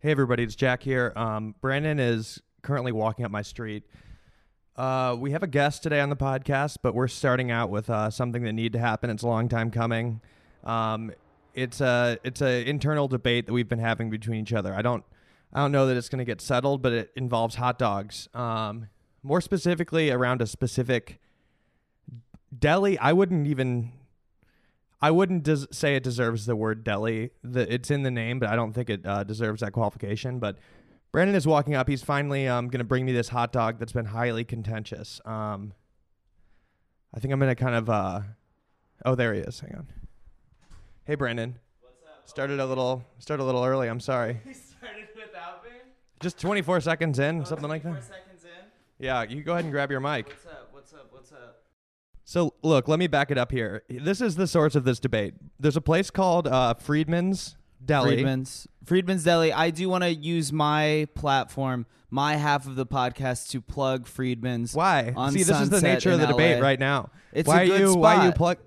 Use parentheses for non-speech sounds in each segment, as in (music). Hey, everybody, it's Jack here. Um, Brandon is currently walking up my street. Uh, we have a guest today on the podcast, but we're starting out with uh, something that need to happen. It's a long time coming. Um, it's a it's a internal debate that we've been having between each other. I don't I don't know that it's going to get settled, but it involves hot dogs. Um, more specifically, around a specific deli. I wouldn't even I wouldn't des- say it deserves the word deli. The, it's in the name, but I don't think it uh, deserves that qualification. But Brandon is walking up. He's finally um, going to bring me this hot dog that's been highly contentious. Um, I think I'm going to kind of. Uh, oh, there he is. Hang on. Hey, Brandon. What's up? Started a little. Started a little early. I'm sorry. We started without me. Just 24 seconds in, something like Four that. seconds in. Yeah, you go ahead and grab your mic. What's up? What's up? What's up? So look, let me back it up here. This is the source of this debate. There's a place called uh, Friedman's Deli. Friedman's Friedman's Deli. I do want to use my platform, my half of the podcast, to plug Friedman's. Why? On See, this is the Sunset nature of the in debate LA. right now. It's why a good are you? Why are you spot. plug?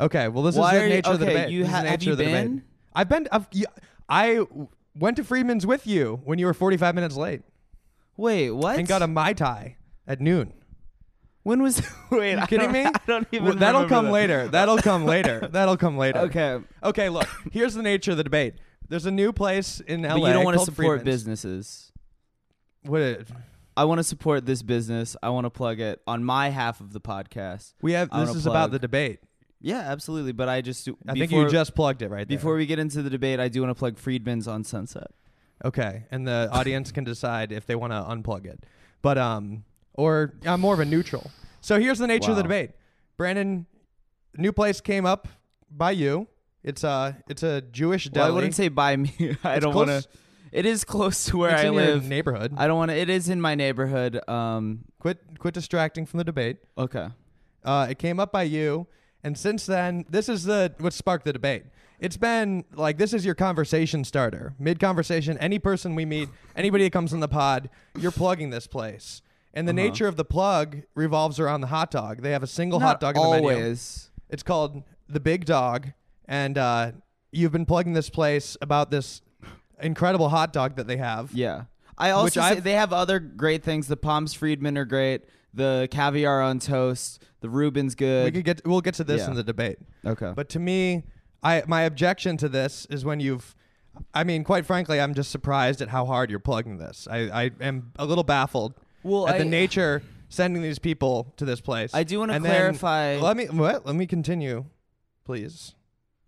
Okay, well, this is Why are the you- nature of the okay, debate. you This is ha- the have nature you of the debate. been? I've been. I've, y- I w- went to Friedman's with you when you were 45 minutes late Wait, what? and got a mai tai at noon. (laughs) when was? (laughs) wait, You I kidding don't- me? (laughs) I don't even. Well, that'll remember come that. later. That'll come (laughs) later. That'll come later. Okay. Okay. Look, here's the nature of the debate. There's a new place in LA. But you don't want to support businesses. What it- I want to support this business. I want to plug it on my half of the podcast. we have. I This wanna is about plug. the debate. Yeah, absolutely. But I just. I think before, you just plugged it right there. Before we get into the debate, I do want to plug Friedman's on Sunset. Okay, and the audience can decide if they want to unplug it, but um, or I'm more of a neutral. So here's the nature of the Wow. debate. Brandon, new place came up by you. It's a it's a Jewish Well, deli. I wouldn't say by me. (laughs) I It's don't want to. close- It is close to where it's I in live. your neighborhood. I don't want to. It is in my neighborhood. Um. quit quit distracting from the debate. Okay. Uh, it came up by you, and since then, this is the what sparked the debate. It's been like this is your conversation starter, mid conversation. Any person we meet, anybody that comes on the pod, you're plugging this place, and Uh-huh. the nature of the plug revolves around the hot dog. They have a single hot Not dog in the always. menu. It's called the Big Dog, and uh, you've been plugging this place about this incredible hot dog that they have. Yeah. I also say I've- they have other great things. The Palms Friedman are great. The caviar on toast. The Reuben's good. We could get we'll get to this Yeah. in the debate. okay. But to me, I my objection to this is when you've I mean, quite frankly, I'm just surprised at how hard you're plugging this. I, I am a little baffled Well, at the I- nature sending these people to this place. I do wanna And then- clarify- let me what? Let me continue, please.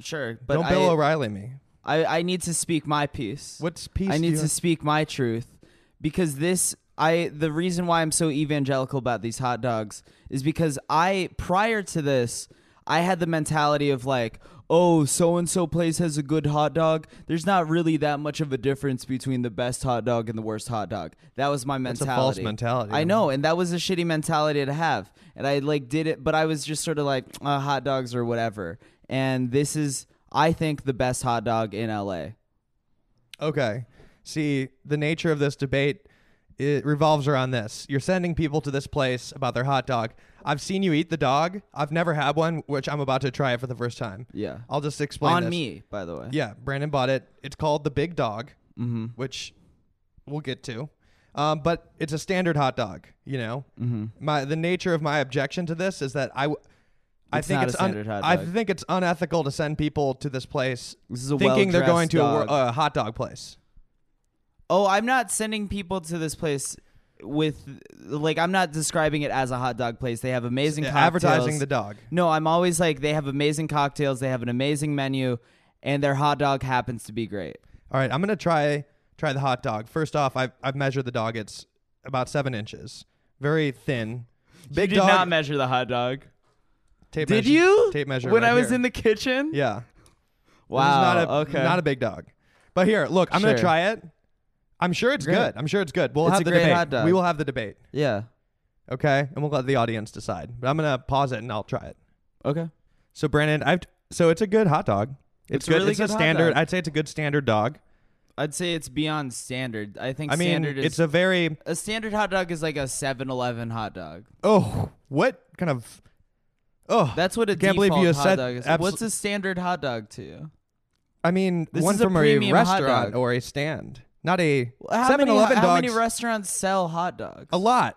sure. But Don't I, Bill O'Reilly me. I I need to speak my piece. What's piece? I do need you to have- speak my truth because this I the reason why I'm so evangelical about these hot dogs is because I prior to this I had the mentality of like oh so and so place has a good hot dog there's not really that much of a difference between the best hot dog and the worst hot dog that was my That's a mentality false mentality. I know and that was a shitty mentality to have and I like did it but I was just sort of like uh, hot dogs or whatever and this is I think the best hot dog in LA Okay. See, the nature of this debate it revolves around this. You're sending people to this place about their hot dog. I've seen you eat the dog. I've never had one, which I'm about to try it for the first time. yeah I'll just explain on this. me, by the way. Yeah, Brandon bought it. It's called the Big Dog, Mm-hmm. which we'll get to. Um, but it's a standard hot dog. You know, Mm-hmm. my the nature of my objection to this is that I, w- I It's think not a it's un- standard hot I dog. think it's unethical to send people to this place This is a thinking they're going to a, wor- well-dressed dog. a hot dog place. oh, I'm not sending people to this place with like I'm not describing it as a hot dog place. They have amazing Yeah, cocktails. advertising the dog. No, I'm always like they have amazing cocktails. They have an amazing menu, and their hot dog happens to be great. All right, I'm gonna try try the hot dog. First off, I've I've measured the dog. It's about seven inches, very thin. Big you dog. did not measure the hot dog. tape Did measure- you? tape measure? when right I was here. in the kitchen. yeah. This is Wow. not a, okay. Not a big dog. But here, look, I'm gonna Sure. try it. I'm sure it's Great. good. I'm sure it's good. We'll It's have a the great debate. hot dog. We will have the debate. yeah. Okay, and we'll let the audience decide. But I'm gonna pause it and I'll try it. Okay. So Brandon, I've so it's a good hot dog. It's, It's a good. really it's good a hot standard. dog. I'd say it's a good standard dog. I'd say it's beyond standard. I think I mean, standard is it's a very a standard hot dog is like a 7-Eleven hot dog. oh what kind of oh. That's what a Can't believe default you hot said dog is. abso- What's a standard hot dog to you? I mean, This one is a from a, premium hot restaurant dog. or a stand. Not a How 7 many, Eleven how dogs. many restaurants sell hot dogs? a lot.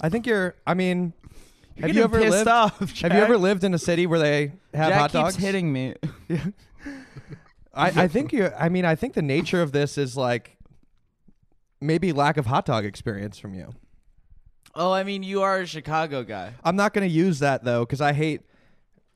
I think you're, I mean, have getting you ever pissed lived? off, have Jack. you ever lived in a city where they have Jack hot keeps dogs? hitting me. I, I think you. I mean, I think the nature of this is like maybe lack of hot dog experience from you. Oh, I mean, you are a Chicago guy. I'm not going to use that though because I hate.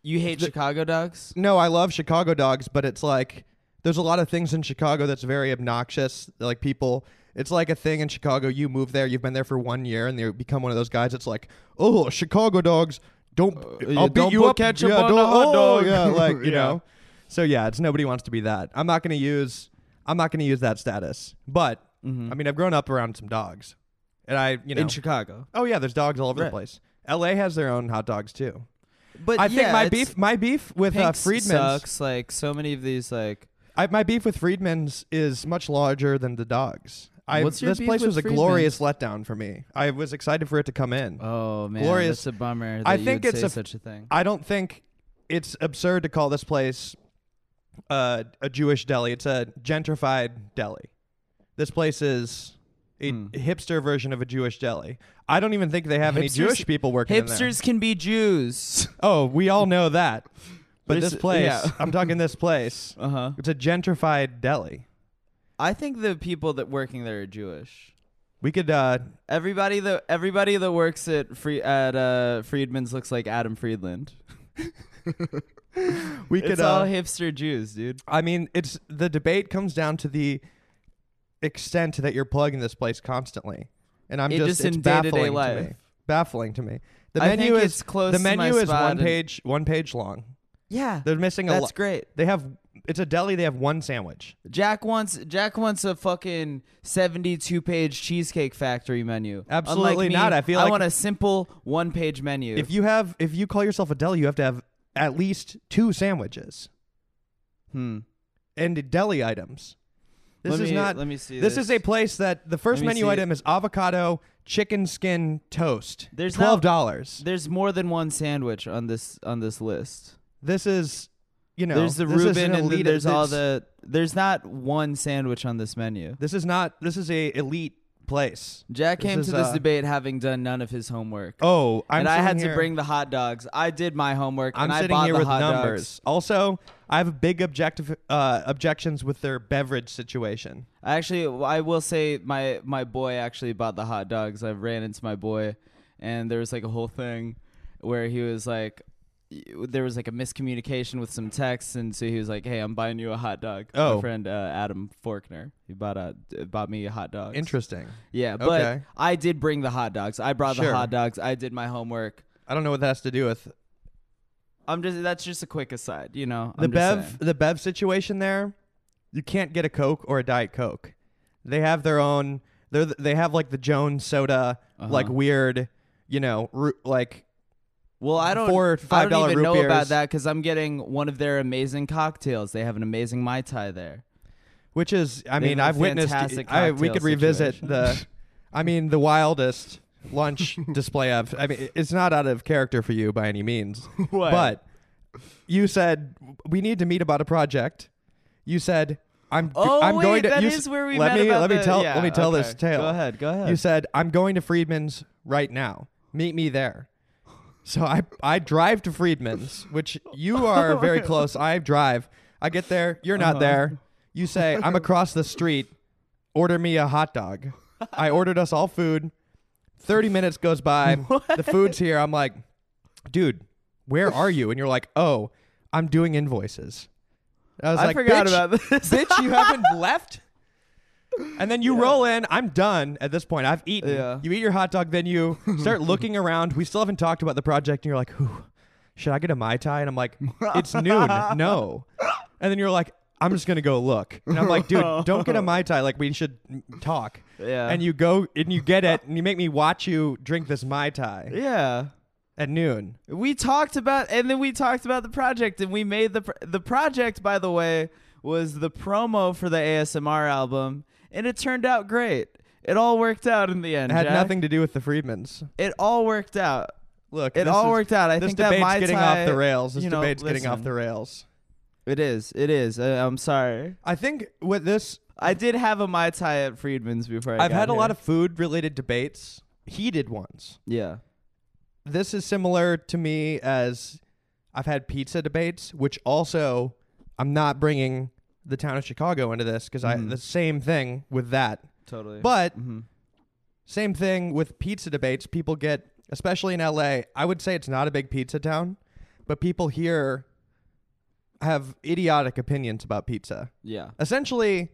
You hate Chicago dogs? No, I love Chicago dogs, but it's like there's a lot of things in Chicago that's very obnoxious. Like people, it's like a thing in Chicago. You move there, you've been there for one year, and you become one of those guys. that's like, oh, Chicago dogs don't. Uh, yeah, I'll beat don't you put up. ketchup yeah, on don't- the hot oh, dog." (laughs) Yeah, like you Yeah. know. So yeah, it's nobody wants to be that. I'm not going to use. I'm not going to use that status, but I mean, I've grown up around some dogs, and I, you know, Mm-hmm. In Chicago. oh yeah, there's dogs all over the Right. place. L.A. has their own hot dogs too. But I yeah, think my it's- beef, my beef with uh, Pink's Friedman's, sucks. Like so many of these, like I, my beef with Friedman's is much larger than the dogs. I, What's your this beef place with was a glorious letdown for me. I was excited for it to come in. oh man, Glorious. that's a bummer. That I you think would it's say a- such a thing. I don't think it's absurd to call this place uh, a Jewish deli. It's a gentrified deli. This place is a Hmm. hipster version of a Jewish deli. I don't even think they have any Hipsters- Jewish people working in there. Hipsters can (laughs) be Jews. Oh, we all know that. But This- this place, yeah. I'm talking this place. Uh huh. It's a gentrified deli. I think the people that working there are Jewish. We could uh, Everybody that everybody that works at free at uh, Friedman's looks like (laughs) Adam Friedland. we could It's uh, all hipster Jews, dude. I mean, it's the debate comes down to the extent that you're plugging this place constantly, and I'm It just, just it's in baffling day-to-day to me. life. Baffling to me. The I menu think is it's close the to my menu is spot one and- page one page long. Yeah, They're missing a that's lot. great. They have it's a deli. They have one sandwich. Jack wants Jack wants a fucking seventy-two page cheesecake factory menu. Absolutely Unlike me, not. I feel like- I want a simple one-page menu. If you have if you call yourself a deli, you have to have at least two sandwiches hmm. and deli items. This Let is me- not. Let me see. This is a place that the first Let me menu see. item is avocado chicken skin toast. There's now- twelve dollars. There's more than one sandwich on this on this list. this is you know there's the this is Reuben an and then elite- there's all this- the. There's not one sandwich on this menu. this is not this is a elite place Jack This came is, to this uh, debate having done none of his homework, oh I'm and I had sitting to here- bring the hot dogs. I did my homework, I'm and I sitting bought here the with hot numbers dogs. also I have big objective uh, objections with their beverage situation I Actually, I will say my my boy actually bought the hot dogs. I ran into my boy, and there was like a whole thing where he was like, there was like a miscommunication with some texts, and so he was like, "Hey, I'm buying you a hot dog." Oh. my friend uh, Adam Forkner, he bought a bought me a hot dog. interesting Yeah, but Okay. I did bring the hot dogs. I brought Sure. the hot dogs. I did my homework. I don't know what that has to do with I'm just that's just a quick aside, you know. the I'm just bev saying. the bev situation there you can't get a coke or a diet coke they have their own they they have like the Jones soda like Uh-huh. weird you know ru- like Well, I don't. four- I five don't dollar even root know beers. about that because I'm getting one of their amazing cocktails. They have an amazing mai tai (laughs) there. which is I They mean have I've a witnessed fantastic I, we cocktail could revisit situation. the I mean the wildest (laughs) lunch display of I mean it's not out of character for you by any means What? but you said we need to meet about a project you said I'm Oh, I'm going wait, to that you is s- where we let met me about let me the- tell yeah, let me tell this okay. tale Go ahead, go ahead. you said I'm going to Friedman's right now meet me there so I I drive to Friedman's, which you are (laughs) very close. I drive. I get there. You're not Uh-huh. there. You say I'm across the street. Order me a hot dog. I ordered us all food. Thirty minutes goes (laughs) by. The food's here. I'm like, dude, where are you? And you're like, oh, I'm doing invoices. I was I like, forgot "Bitch, about (laughs) this. bitch, you haven't left. And then you roll in. I'm done at this point. I've eaten. Yeah. You eat your hot dog, then (laughs) you start looking around. We still haven't talked about the project, and you're like, "Whew, should I get a mai tai?" And I'm like, "It's noon. (laughs) No." And then you're like, "I'm just gonna go look." And I'm like, "Dude, don't get a mai tai. Like, we should mm, talk." Yeah. And you go and you get it, and you make me watch you drink this mai tai (laughs) yeah. at noon. We talked about, and then we talked about the project, and we made the pr- the project. By the way, was the promo for the ASMR album, and it turned out great. It all worked out in the end. It had Jack. nothing to do with the Freedmans. It all worked out. Look, It this all is- worked out. I this think that debate's Mai getting Tai, off the rails. This you know, debate's getting off listen. the rails. It is. It is. I, I'm sorry. I think with this, I did have a mai tai at Friedman's before. I I've got had a lot here. of food related debates, heated ones. yeah. This is similar to me as I've had pizza debates, which also I'm not bringing the town of Chicago into this because I Mhm. the same thing with that. Totally. But Mhm. same thing with pizza debates. People get, especially in LA, I would say it's not a big pizza town, but people here have idiotic opinions about pizza. yeah, Essentially,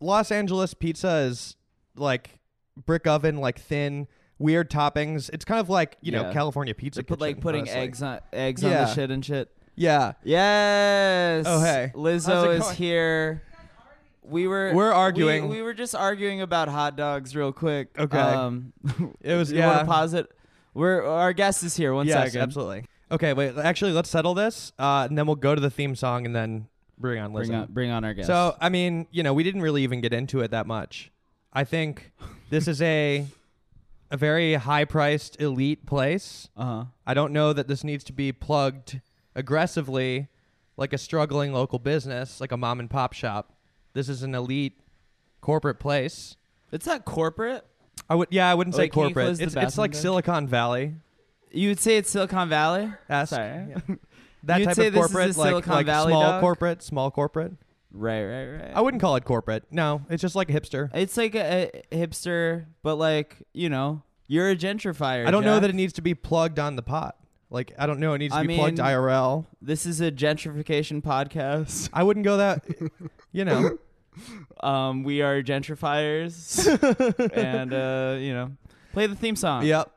Los Angeles pizza is like brick oven, like thin, weird toppings. It's kind of like, you know, Yeah. California pizza. They put, like kitchen, putting honestly. eggs on eggs on Yeah. the shit and shit. Yeah. Yes. Oh, hey. How's Lizzo it is going? here. We were We're arguing. We, we were just arguing about hot dogs real quick. Okay. Um, (laughs) It was, you yeah. want to pause it? We're our guest is here. One second. yes, absolutely. Okay, wait. Actually, let's settle this, uh, and then we'll go to the theme song, and then bring on Bring Lizzo. on, bring on our guest. So, I mean, you know, we didn't really even get into it that much. I think this is a a very high-priced elite place. uh huh. I don't know that this needs to be plugged aggressively like a struggling local business, like a mom and pop shop. This is an elite corporate place. It's not corporate. I would yeah, I wouldn't say Wait, can you corporate. close the It's it's bathroom like door? Silicon Valley. You would say it's Silicon Valley. Ask. Sorry. Yeah. (laughs) That You'd type say of this is a corporate like Silicon like Valley small dog? corporate, small corporate. Right, right, right. I wouldn't call it corporate. No, it's just like hipster. It's like a, a hipster, but like you know, you're a gentrifier. I don't know Jack. that it needs to be plugged on the pot. Like I don't know, it needs to I be plugged mean- IRL. this is a gentrification podcast. (laughs) I wouldn't go that. (laughs) you know, Um, we (laughs) are gentrifiers, and uh, you know, play the theme song. yep.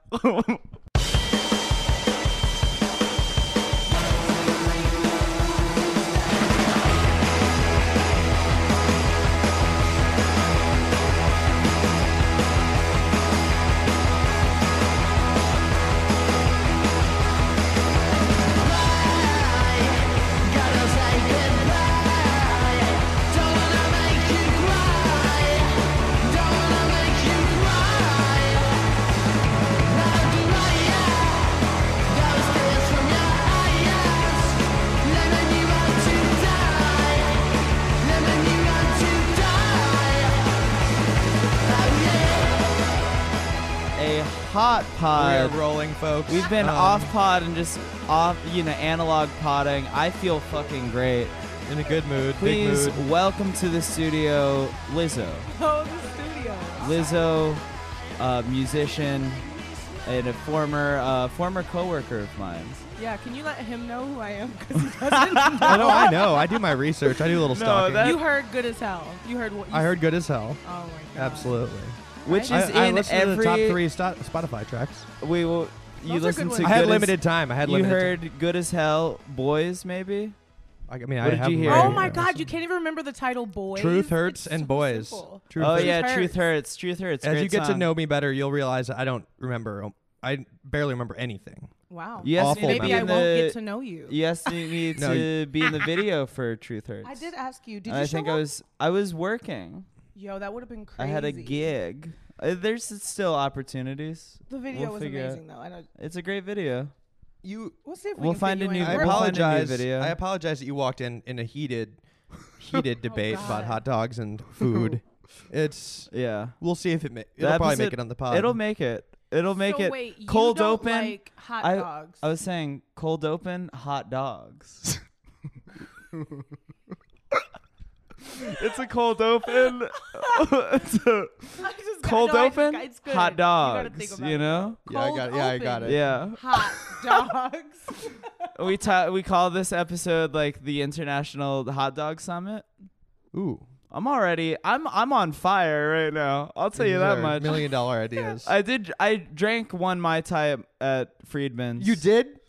A hot We are pod. rolling, folks. Uh, We've been Um, off pod and just off, you know, analog potting. I feel fucking great. in a good mood. Please big mood. welcome to the studio, Lizzo. Oh, the studio. Lizzo, a musician and a former uh, former coworker of mine. Yeah, can you let him know who I am? (laughs) Because (laughs) he doesn't know. (laughs) I know. I know. I do my research. I do a (laughs) little stalking. that- You heard good as hell. You heard what you I heard good as hell. said. Oh my god. Absolutely. Which is I- I, I in listened every to the top three sto- Spotify tracks. we will. You Those are listen good to. ones. I had Good as- limited time. I had You limited. heard "Good as Hell," boys. Maybe Time. I mean, What I did have you them hear? right Oh here. my god, you can't even remember the title Boys. Truth hurts It's and so boys. simple. Truth oh hurts. yeah, Hurts. truth hurts. Truth hurts. As Great you get to song. know me better, you'll realize I don't remember. I barely remember anything. Wow. you asked Awful me to Maybe memory. be I in won't the, get to know you. You asked me me (laughs) No, to be in the video for "Truth Hurts." I did ask you. Did and you I show think up? I was I was working. Yo, that would have been crazy. I had a gig. Uh, There's still opportunities. The video We'll was figure out- amazing though. I know. It's a great video. You We'll see if we We'll can find fit a you new- in. I We're Where- apologize. apologize. video. I apologize that you walked in in a heated, (laughs) heated debate about God. hot dogs and (laughs) food. It's Yeah. we'll see if it ma- The it'll probably make episode- it on the pod. It'll make it. It'll make so it. wait, you cold don't open. Like hot I- uh, dogs. (laughs) I was saying cold open hot dogs. (laughs) it's a cold open. (laughs) it's a I just got- cold no, I just open got- it's good. hot You gotta think dogs. You, about it. know? Yeah, I Cold got- yeah, I got open it. Yeah. (laughs) Hot dogs. We ta- we call this episode like the International Hot Dog Summit. ooh. I'm already I'm I'm on fire right now. I'll tell you these that are much. Million (laughs) dollar ideas. I did I drank one mai tai at, at Friedman's. (laughs) you did,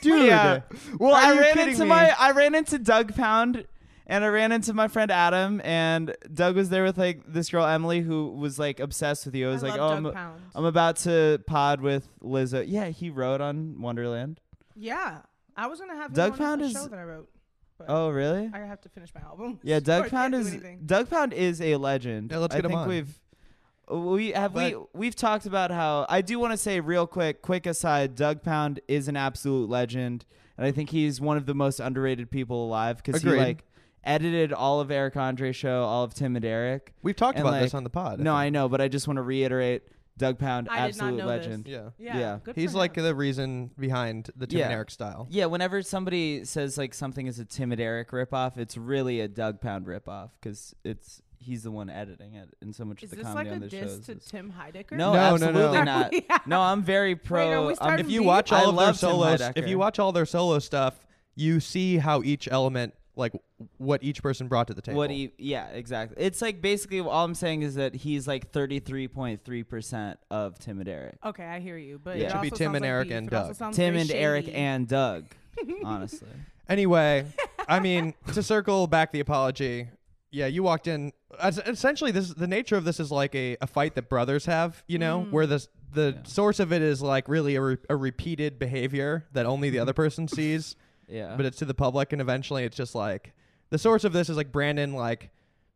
dude. Yeah. Well, Are I you ran kidding into me? my I ran into Doug Pound and I ran into my friend Adam and Doug was there with like this girl Emily who was like obsessed with you. I was I like, love "Oh, Doug I'm, Pound. I'm about to pod with Lizzo." Yeah, he wrote on Wonderland. yeah, I was gonna have Doug Doug Pound Pound is- show that I wrote. But Oh, really? I have to finish my album. (laughs) yeah, so I (laughs) Doug can't Pound do is anything. Doug Pound is a legend. Yeah, let's I get him think on. we've we have we But- we've talked about how I do want to say real quick, quick aside, Doug Pound is an absolute legend, and I think he's one of the most underrated people alive because he Agreed. like edited all of Eric Andre's show, all of Tim and Eric. We've talked And, about this like, on the pod. no, I think. know, but I just want to reiterate Doug Pound, I did not absolute know this. legend. Yeah. Yeah. Yeah. good for He's like him. the reason behind the Tim and Yeah. Eric style. Yeah, whenever somebody says like something is a Tim and Eric ripoff, it's really a Doug Pound ripoff because it's he's the one editing it, and so much Is of the this comedy like a on the diss shows. to is- Tim Heidecker? No, no, no, no. absolutely Are not. we- (laughs) yeah. No, I'm very pro. we um, starting if If you you Beat- watch I all love of Tim their solos, if Heidecker. you watch all their solo stuff, you see how each element, like what each person brought to the table. what he yeah exactly it's like basically all i'm saying is that he's like 33.3% of tim and eric Okay, I hear you. But Yeah. it It should also be Tim sounds and like Eric beef. and It also Doug. sounds tim very and eric shady. and (laughs) doug honestly Anyway, I mean, to circle back the apology, yeah, you walked in. es- Essentially, this the nature of this is like a, a fight that brothers have, you know, Mm. where the the Yeah. source of it is like really a, re- a repeated behavior that only the other person sees, yeah but it's to the public, and eventually, it's just like the source of this is like Brandon like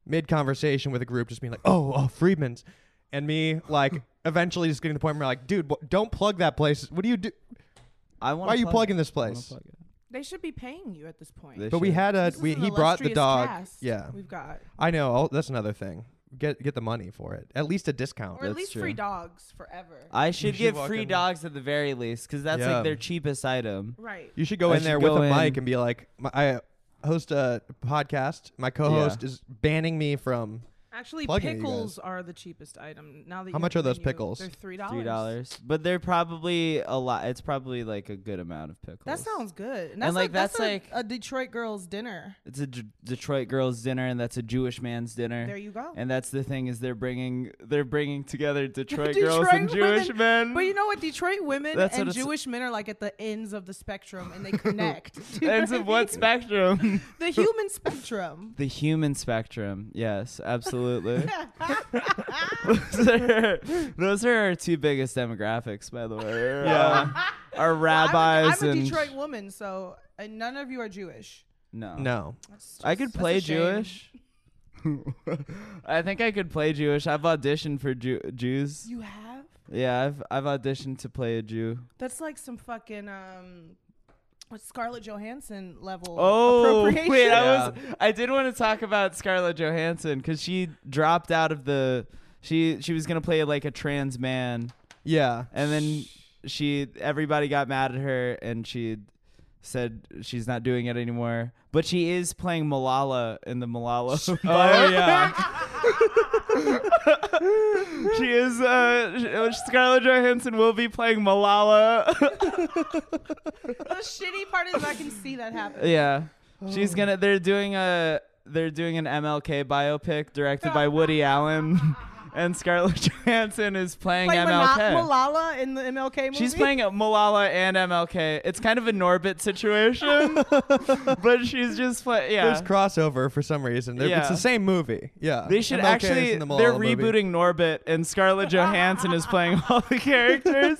mid conversation with a group, just being like, oh, oh, Friedman's, and me (laughs) like eventually just getting to the point where like, dude, wh- don't plug that place. What do you do? i want Why are you plugging this place? They should be paying you at this point. They But we Sure. had a This is we, an he brought the illustrious dog. cast Yeah, We've got. I know. I'll, that's another thing. Get get the money for it. At least a discount. Or at That's least true. free dogs forever. i should should give walk free in- dogs at the very least because that's Yeah. like their cheapest item right. You should go I in there should with go a mic in. and be like, my, I host a podcast. My co-host is banning me from. Actually, plugging it, you pickles are the cheapest item. Now that How you much are those menu, pickles? They're three dollars. three dollars but they're probably a lot it's probably like a good amount of pickles That sounds good. And, And, like, that's, that's a, like- a Detroit girls' dinner. it's a D- detroit girls dinner and that's a jewish man's dinner There you go. and that's the thing is they're bringing they're bringing together Detroit, girls (laughs) Detroit and Jewish women. men. But you know what? Detroit women That's what and it's- Jewish men are like at the ends of the spectrum, (laughs) and they connect. (laughs) Do you know Ends what I of what mean? (laughs) spectrum? The human spectrum. the human spectrum. Yes, (laughs) absolutely. those, are, those are our two biggest demographics, by the way. Yeah. Uh, our I'm (laughs) a- rabbis I'm a, and Detroit woman, so and none of you are Jewish. no, No, That's just- I could that's a play shame. (laughs) Jewish. I think I could play Jewish. I've auditioned for Jew- Jews. You have? Yeah, I've I've auditioned to play a Jew. That's like some fucking um, what Scarlett Johansson level. Oh appropriation. wait, Yeah. I (laughs) was I did want to talk about Scarlett Johansson because she dropped out of the she she was gonna play like a trans man yeah, and then she everybody got mad at her and she said she's not doing it anymore. But she is playing Malala in the Malala. (laughs) oh yeah, she is uh, sh- Scarlett Johansson will be playing Malala. (laughs) The shitty part is I can see that happen. yeah, she's gonna. They're doing a. They're doing an MLK biopic directed by Woody Allen, (laughs) and Scarlett Johansson is playing Like Mana- MLK. Malala in the MLK movie. She's playing a Malala and MLK. It's kind of a (laughs) Norbit situation, but she's just playing. Yeah, there's crossover for some reason. They're- It's Yeah. the same movie. Yeah, they should MLK is actually. in the they're Malala movie. rebooting Norbit, and Scarlett Johansson is playing all the characters.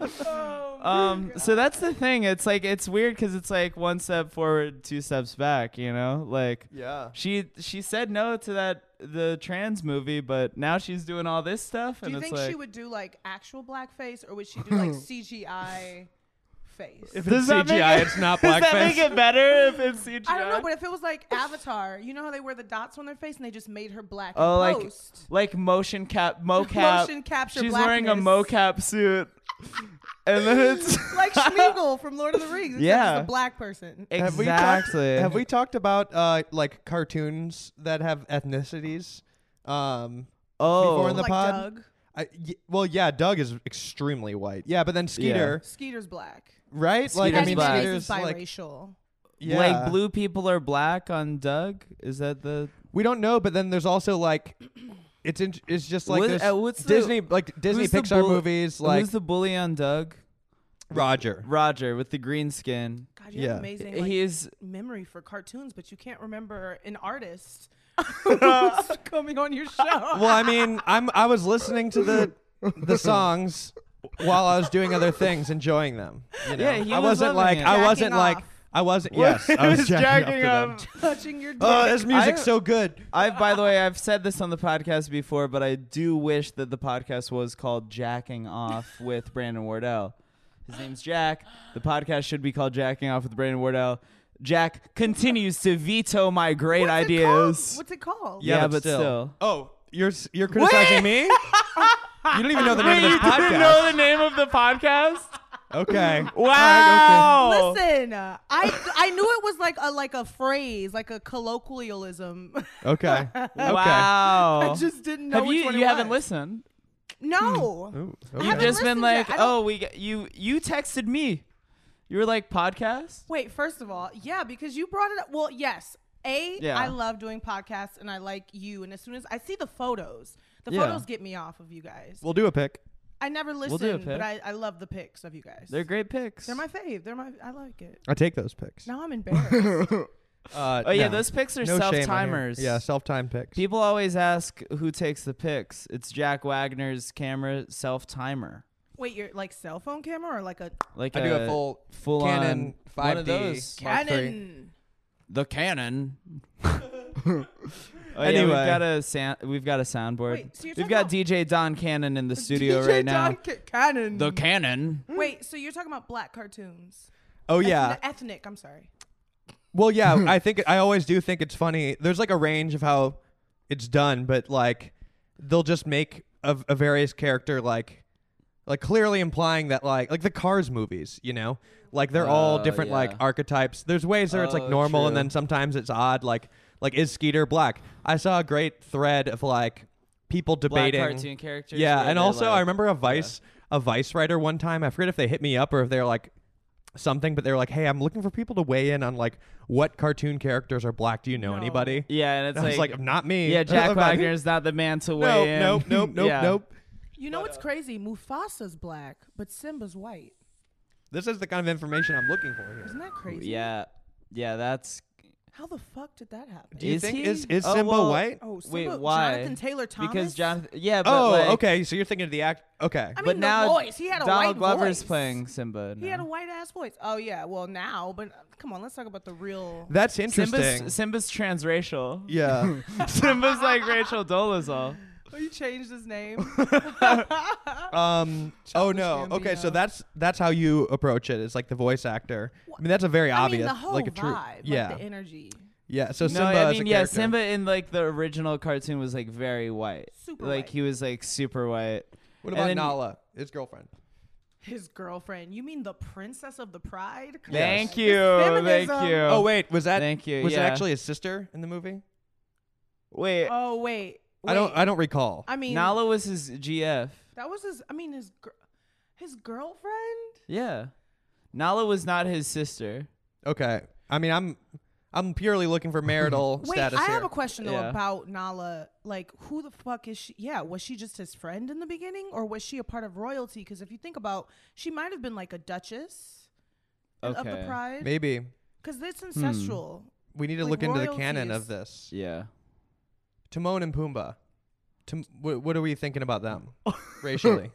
Oh, Um, so that's the thing. It's like it's weird because it's like one step forward, two steps back. You know, like Yeah, she she said no to that the trans movie, but now she's doing all this stuff, do and you it's think like she would do like actual blackface, or (laughs) would she do like CGI face? if Does it's that make CGI, it- it's not (laughs) does that make blackface. it better if it's CGI? I don't know, but if it was (laughs) like Avatar, you know how they wear the dots on their face and they just made her black. in Oh, like post. like motion cap mocap. Motion capture She's wearing a blackness. mocap suit, (laughs) and then (laughs) it's like Schmeagle from Lord of the Rings. yeah, Yeah. just a black person. Have we exactly. talked- Have we talked about uh, like cartoons that have ethnicities? Um, Oh, before in the like pod? Doug, I y well, yeah, Doug is extremely white. Yeah, but then Skeeter, Skeeter's black. right? Like, I Skeeter's mean, black. Skeeter's like, biracial. yeah. like blue people are black on Doug? Is that the We don't know, but then there's also like, (clears throat) it's in, it's just like What- there's uh, what's the- Disney, like Disney who's the Pixar bull- movies, like who's the bully on Doug? Roger. Roger with the green skin. God, you have Yeah. amazing like, He is memory for cartoons, but you can't remember an (laughs) artist (laughs) who's coming on your show. Well, I (laughs) mean, I'm I was listening to the the songs while I was doing other things, enjoying them. you know? (laughs) Yeah, he I was wasn't like loving it. I wasn't Jacking like off. I wasn't. Yes, I (laughs) was, jacking, up. to them. Touching your dick. Uh, Oh, this music's I- so good. I by the way, I've said this on the podcast before, but I do wish that the podcast was called Jacking Off with Brandon Wardell. His name's Jack. The podcast should be called Jacking Off with Brandon Wardell. Jack continues to veto my great What's it ideas. called? What's it called? Yeah, but still. Oh, you're s- you're criticizing me? You don't even know the name of this podcast. the name of the podcast? (laughs) Okay. Wow. Listen, uh, I I knew it was like a like a phrase, like a colloquialism. (laughs) Okay. Okay. Wow. I just didn't know. Oh. Have which you one you it haven't hmm. was. listened? Ooh, No. I okay. You've haven't just been listened like, yet. I don't- "Oh, we got, you you texted me." You were like, "Podcast?" Wait, first of all, yeah, because you brought it up. Well, yes. A, I Yeah. love doing podcasts and I like you. And as soon as I see the photos, the Yeah. photos get me off of you guys. We'll do a pick. I never We'll listen, do a pic. but I, I love the pics of you guys. They're great picks. They're my fave. They're my. I like it. (laughs) I take those picks. Now I'm embarrassed. Uh, Oh yeah, no. those picks are No shame on here. self-timers. Yeah, self-time picks. People always ask who takes the pics. It's Jack Wagner's camera self-timer. Wait, your like cell phone camera or like a Like uh, I do a full full Canon on one of 5D. those. Mark three. Canon? (laughs) The Canon. oh, yeah, Anyway. we've got a sound. We've got a soundboard. Wait, so you're we've talking got about- DJ Don Cannon (laughs) in the (laughs) studio DJ right now. Don Ca- Canon. the Cannon. Mm. Wait, so you're talking about black cartoons? Oh yeah. Ethni- ethnic. I'm sorry. Well, yeah. I think I always do think it's funny. There's like a range of how it's done, but like they'll just make a, a various character like like clearly implying that like like the Cars movies, you know, like they're all Oh, different like yeah. archetypes. There's ways where it's like Oh, normal, and true. then sometimes it's odd. Like like is Skeeter black? I saw a great thread of like people Black debating cartoon characters. Yeah, where and they're also I like- remember a Vice a Vice writer one time. I forget if they hit me up or if they're like something, but they were like, "Hey, I'm looking for people to weigh in on like what cartoon characters are black. Do you know No. anybody?" Yeah, and (laughs) it's I was like, like, "Not me." yeah, (laughs) Jack Not me. Wagner's not the man to Nope, weigh in. (laughs) nope, nope, nope, Yeah. nope. You know what's crazy? Mufasa's black, but Simba's white. This is the kind of information I'm looking for here. Isn't that crazy? Yeah, yeah, that's. How the fuck did that happen? Do you Is think he? is is Oh, Simba well, white? oh, Simba, wait, why? Jonathan Taylor Thomas. Because Jonathan. Yeah, (laughs) but Oh, like, okay. So you're thinking of the act. Okay. I mean, But the now voice. He had a Donald white Glover's voice. playing Simba. He had a now. white ass voice. Oh yeah. Well now, but uh, come on, let's talk about the real. That's interesting. Simba's, Simba's transracial. (laughs) (laughs) (laughs) yeah. (laughs) Simba's like Rachel Dolezal. Oh, you changed his name. (laughs) Um. oh Childish no. Okay. So Gambino. that's that's how you approach it. It's like the voice actor. I mean, that's a very I mean, obvious, the whole like a vibe, true. like yeah. the energy. yeah. So no, Simba. I as mean, a yeah, character. Simba in like the original cartoon was like very white. Super like white. he was like super white. What And about then- Nala, his girlfriend? His girlfriend. You mean the princess of the pride? Come Yes. Thank on. you, It's thank feminism. you. Oh wait, was that thank you. was yeah. it actually his sister in the movie? Wait, Oh wait. I don't wait. I don't recall. I mean, Nala was his GF. that was his. I mean, his gr- his girlfriend. Yeah, Nala was not his sister. okay. I mean, I'm I'm purely looking for (laughs) marital Wait, status I here. have a question though Yeah. about Nala. Like, who the fuck is she? Yeah, was she just his friend in the beginning, or was she a part of royalty? Because if you think about, she might have been like a duchess in- of the Okay. pride, Maybe because it's ancestral. we need to Like look into the canon of royalties. this. Yeah. Timon and Pumbaa. Tim, wh- what are we thinking about (laughs) them racially?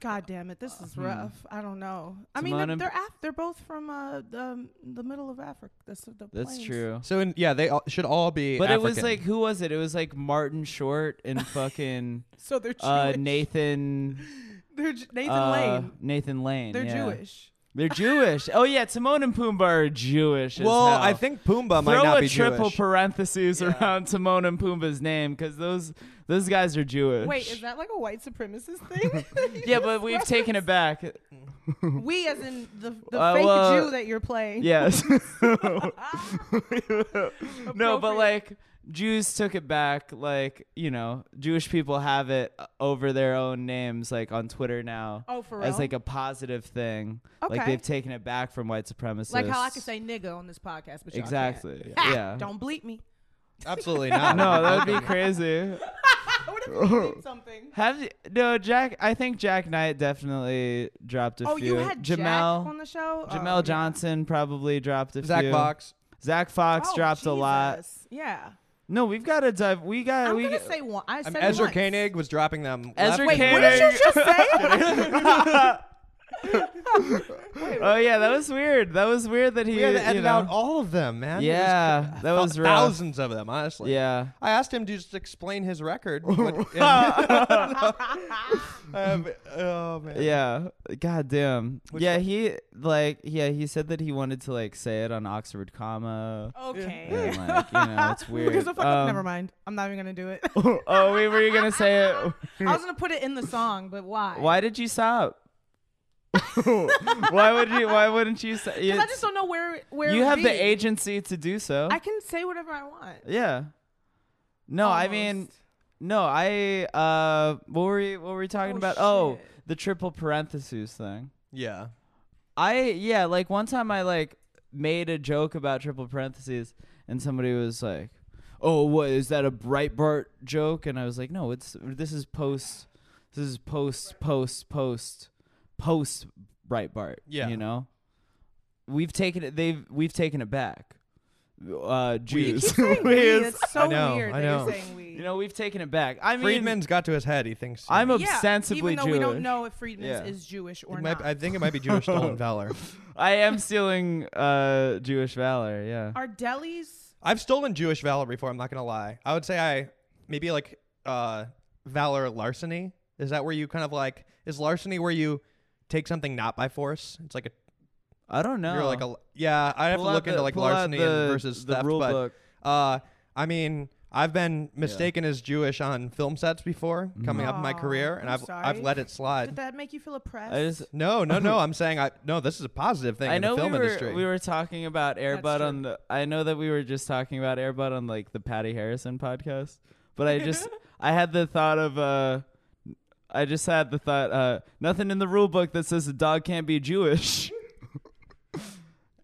God damn it, this is Hmm. rough. I don't know. I mean, Timon they're and- they're, af- they're both from uh, the, um, the middle of Africa. That's the That's plains. true. So in, yeah, they all, should all be. But it was African. like who was it? It was like Martin Short (laughs) and fucking So they're Jewish. uh, Nathan (laughs) they're J- Nathan uh, Lane. Nathan Lane. They're yeah. Jewish. They're Jewish. Oh yeah, Timon and Pumbaa are Jewish. as Well, I hell. think Pumbaa might Throw not a be triple Jewish. parentheses around Timon and Pumbaa's name because those those guys are Jewish. Wait, (laughs) is that like a white supremacist (laughs) thing? yeah, but we've taken it back. (laughs) We, as in the, the Uh, fake well, Jew that you're playing. (laughs) Yes. no, but like Jews took it back. Like you know, Jewish people have it uh, over their own names, like on Twitter now, Oh, for real. as like a positive thing. Like Okay. they've taken it back from white supremacists. Like how I can say nigga on this podcast, but y'all exactly. Can't. (laughs) Ha! yeah. Don't bleep me. Absolutely not. (laughs) no, (laughs) that would (laughs) be crazy. what if Oh, (laughs) you bleep something? Have you, no Jack? I think Jack Knight definitely dropped a Oh, few. you had Jack Jamel, on the show. Jamel oh, Johnson probably dropped a Zach few. Fox. Zach yeah. Fox Oh, dropped a lot. Jesus. Yeah, No, we've got to dive. We got. I'm we gonna g- say one. I said Um, Ezra once. Koenig was dropping them. Ezra left and What did Koenig. right. you just say? Oh yeah, that was weird. That was weird that he. We had to you edit know. out all of them, man. It was Yeah, c- that was thou- rough. thousands of them, honestly. yeah. I asked him to just explain his record. (laughs) what- Um, oh man. Yeah. God damn. Which yeah, one? he like yeah, he said that he wanted to like say it on Oxford comma. Oh, okay. And like, you know, (laughs) it's weird. Because the fuck, Um, never mind. I'm not even gonna do (laughs) it. (laughs) oh, wait, were you gonna say it? I was gonna put it in the song, but why? Why did you stop? (laughs) why would you why wouldn't (laughs) you say Because I it's- just don't know where where it You would have be. the agency to do so. I can say whatever I want. yeah. No, I mean Almost. no, I uh what were we what were we talking Oh, about? Oh, shit. the triple parentheses thing. Yeah. I yeah, like one time I like made a joke about triple parentheses, and somebody was like, "Oh, what is that a Breitbart joke?" And I was like, "No, it's this is post, this is post, post, post, post Breitbart." Yeah. you know, we've taken it. They've we've taken it back. Uh, (laughs) You Jews, keep saying we. It's so I know, weird I that know. you're saying we. you know, we've taken it back. I mean, Friedman's got to his head. He thinks. so. I'm yeah, ostensibly even though Jewish. we don't know if Friedman's Yeah. is Jewish It or might- not. I think it might be (laughs) Jewish stolen valor. I am stealing uh Jewish valor. Yeah. Are delis? I've stolen Jewish valor before. I'm not gonna lie. I would say I maybe like uh, valor larceny. Is that where you kind of like is larceny where you take something not by force? It's like a I don't know. you're like a yeah. I have Pull to out look into the- like pull out larceny and the- versus the theft. rule but book. uh, I mean, I've been mistaken as Jewish on film sets before coming up in my Aw, career, and I'm have I've sorry. let it Did slide. that make you feel oppressed? I just No, no, no. I'm saying I no. This is a positive thing I in know the film we were industry. we were talking about Airbud true. on the. I know that we were just talking about Airbud on like the Patty Harrison podcast, but I (laughs) just I had the thought of uh, I just had the thought uh, nothing in the rule book that says a dog can't be Jewish.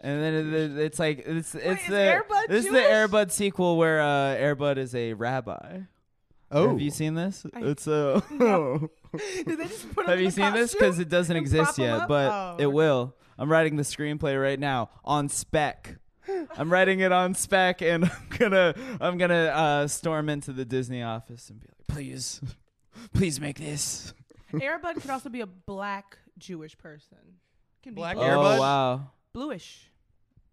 And then it, it- it's like it's it's is the Air Bud this is Jewish? the Airbud sequel where uh, Airbud is a rabbi. oh, Have you seen this? I- (laughs) it's uh, a (laughs) Did they just put him Have in you (laughs) the seen this? costume? Because it doesn't and prop exist 'em yet, up? but Oh, it okay. will. I'm writing the screenplay right now on spec. I'm writing it on spec, and (laughs) I'm gonna I'm gonna uh, storm into the Disney office and be like, please, please make this. Airbud could also be a black Jewish person. Can be Black blue- Air Bud? Oh wow, bluish.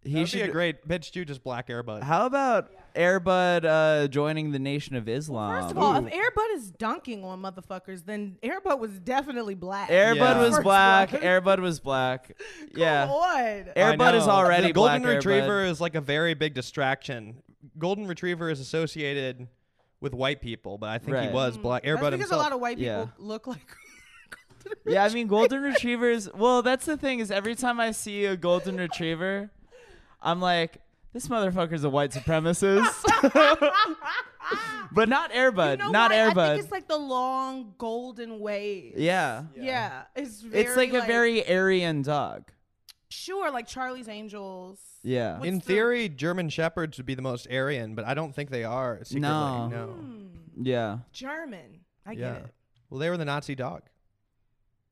he That'd should. be a great bitch. You just black airbud. How about Airbud uh, joining the Nation of Islam? First of all, if Airbud is dunking on motherfuckers, then Airbud was definitely black. Airbud (laughs) Yeah. was First black. one. Airbud was black. yeah. Come on. I Airbud is know. already the golden black, Air Bud. retriever is like a very big distraction. Golden retriever is associated with white people, but I think Right. he was black. That's Airbud because a himself. lot of white people Yeah. look like. (laughs) Yeah, I mean golden retrievers. Well, that's the thing is every time I see a golden retriever, I'm like, this motherfucker's a white supremacist. (laughs) but not Airbud, You know not what? I Airbud. think it's like the long golden wave. yeah. Yeah. It's very, It's like, a very Aryan dog. sure like Charlie's Angels. Yeah. What- In What's the- theory, German shepherds would be the most Aryan, but I don't think they are. Secretly. No. No. yeah. German. Hmm, I Yeah. get it. Well, they were the Nazi dog.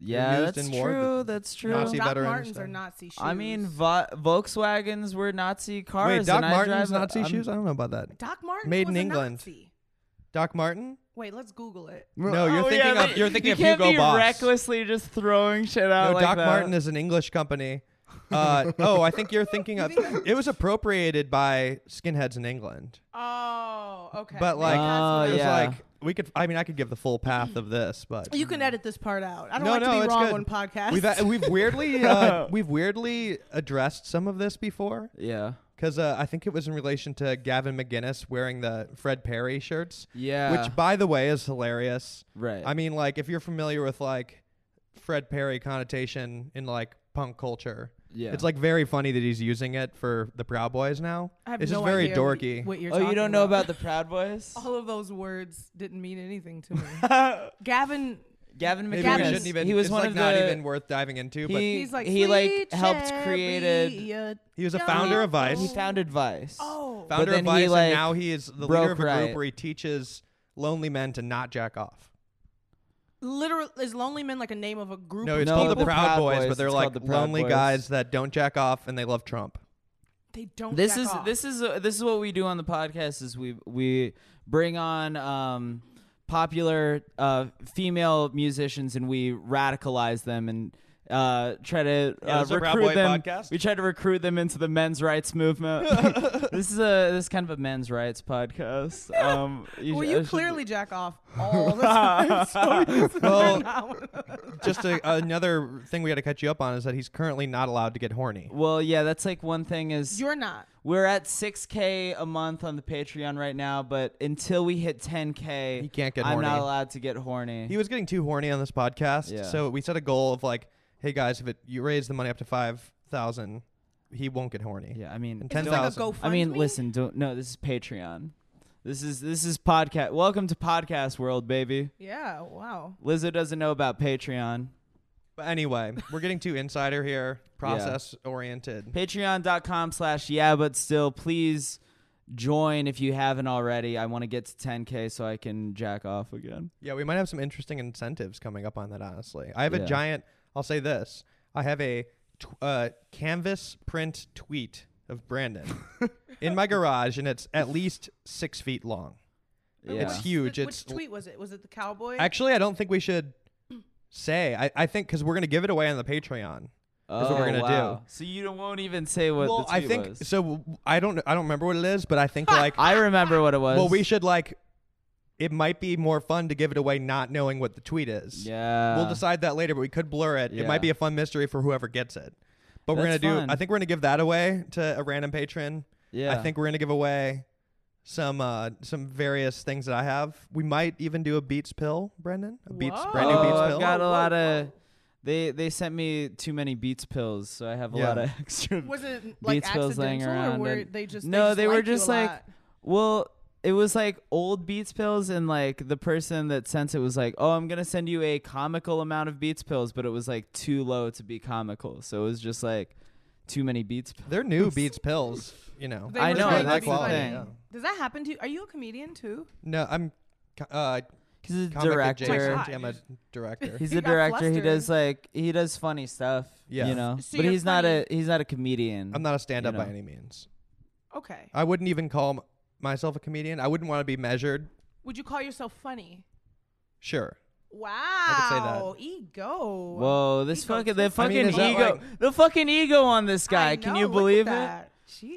Yeah, used that's in war, true. the That's true. Nazi Doc veteran Martens are stuff. Nazi shoes. I mean, vo- Volkswagens were Nazi cars. Wait, Doc and I Martin's drive a- Nazi I'm- (laughs) shoes? I don't know about that. Doc Martens made was in a England. Nazi. Doc Martin? Wait, let's Google it. No, you're Oh, yeah, thinking but of you're thinking you of can't Hugo be Boss. recklessly just throwing shit out No, like Doc that. Martin is an English company. (laughs) Uh, oh, I think you're thinking (laughs) of. It was appropriated by skinheads in England. Oh, okay. But, like- Maybe that's what Oh, It it was yeah. like we could. I mean, I could give the full path of this, but is. You can edit this part out. I don't No, like no, to be it's wrong good. on podcasts. we've we've weirdly uh, we've weirdly addressed some of this before Yeah. because uh, I think it was in relation to Gavin McGinnis wearing the Fred Perry shirts, Yeah. which by the way is hilarious. right. I mean, like if you're familiar with like Fred Perry connotation in like punk culture. Yeah. It's like very funny that he's using it for the Proud Boys now. (laughs) I have it's no just very idea what- dorky. What you're oh, you talking don't know about the Proud (laughs) Boys? All of those words didn't mean (laughs) anything to me. Oh. Gavin, (laughs) Gavin Maybe McGinnis. we shouldn't even. he was it's one like of not the. even worth diving into. but He- he's like he, like, "Sweet helped created- chariot." He was a Yeah. founder of Vice. he founded Vice. Oh, But founder then of he, Vice, like, and now he is the broke leader of a group right. where he teaches lonely men to not jack off. literal is Lonely Men like a name of a group? No, of it's No, called the the Proud, Proud Boys, Boys, but they're it's like called the Proud lonely Boys. guys that don't jack off and they love (laughs) Trump. They don't. This jack is off. this is uh, this is what we do on the podcast. Is we we bring on um, popular uh, female musicians and we radicalize them and uh, try to Yeah, uh, this is a Proud recruit Boy them. podcast. We try to recruit them into the men's rights (laughs) movement. this is a this is kind of a men's rights (laughs) podcast. Um, Well, sh- I you should- clearly (laughs) jack off all the time. (laughs) so this is Well- not- (laughs) Just a, another thing we got to catch you up on is that he's currently not allowed to get horny. Well, yeah, that's like one thing is You're not. we're at 6k a month on the Patreon right now, but until we hit 10k, He can't get I'm horny. not allowed to get horny. He was getting too horny on this podcast, Yeah. so we set a goal of like, hey guys, if it, you raise the money up to five thousand, he won't get horny. yeah, I mean, And Is it ten like a thousand. GoFundMe? I mean, listen, don't no, this is Patreon. This is this is podcast. Welcome to podcast world, baby. Yeah. Wow. Lizzo doesn't know about Patreon. But anyway, we're getting too insider here, (laughs) process oriented. Patreon.com slash yeah, but still, please join if you haven't already. I want to get to 10k so I can jack off again. Yeah, we might have some interesting incentives coming up on that. Honestly, I have Yeah. a giant. I'll say this: I have a tw- uh, canvas print tweet of (laughs) Brandon in my garage, and it's at least six feet long. Yeah. It's huge. Which, It's which tweet was it? Was it the cowboy? Actually, I don't think we should say. I, I think because we're gonna give it away on the Patreon. oh, is what we're gonna do. wow. So you don't- won't even say what. well, the I tweet think was. so. w- I don't. I don't remember what it is, but I think like. I remember what it was. well, we should like. It might be more fun to give it away not knowing what the tweet is. Yeah. We'll decide that later, but we could blur it. It Yeah. might be a fun mystery for whoever gets it. But we're gonna That's do. fun. I think we're gonna give that away to a random patron. Yeah. I think we're gonna give away some uh some various things that I have. We might even do a Beats pill, Brendan. A Beats brand new oh, Beats I've pill. got a Whoa, lot whoa, of. They they sent me too many Beats pills, so I have a Yeah. lot of (laughs) extra. was it like Beats pills accidental laying or around were and- they just? No, they were liked you just a like- lot? Well, it was like old Beats pills, and like the person that sent it was like, "Oh, I'm gonna send you a comical amount of Beats pills," but it was like too low to be comical, so it was just like too many Beats. Pills. They're new Beats pills, you know. They I were know, trying to that's be the funny. thing. Does that happen to you? Are you a comedian too? No, I'm co- uh He's a comic director. adjacent. Oh I'm my a God. (laughs) director. He's You a got director. He flustered. does like he does funny stuff. Yeah. You know, So but you're he's not funny. a he's not a comedian. I'm not a stand up You by know. any means. Okay. I wouldn't even call m- myself a comedian. I wouldn't want to be measured. Would you call yourself funny? Sure. Wow. I Ego. Whoa, this Ego fucking too. I the mean, fucking is that ego, the fucking ego on this guy. I Can know, you look at believe it? that.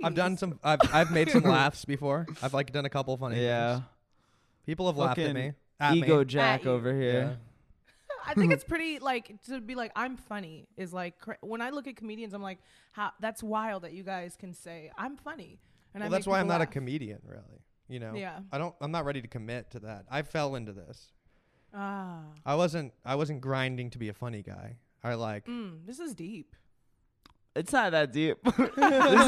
I've done Jeez. some I've I've made (laughs) some laughs before. I've like done a couple funny Yeah, things. People have laughed at Fucking me. At ego me. jack you. over here. I (laughs) think it's pretty like to be like I'm funny is like cra- when I look at comedians I'm like how that's wild that you guys can say I'm funny and I Well, that's make why I'm people not a laugh. comedian really. You know. Yeah. I don't I'm not ready to commit to that. I fell into this. ah I wasn't I wasn't grinding to be a funny guy. I like mm, this is deep It's not that (laughs) deep. this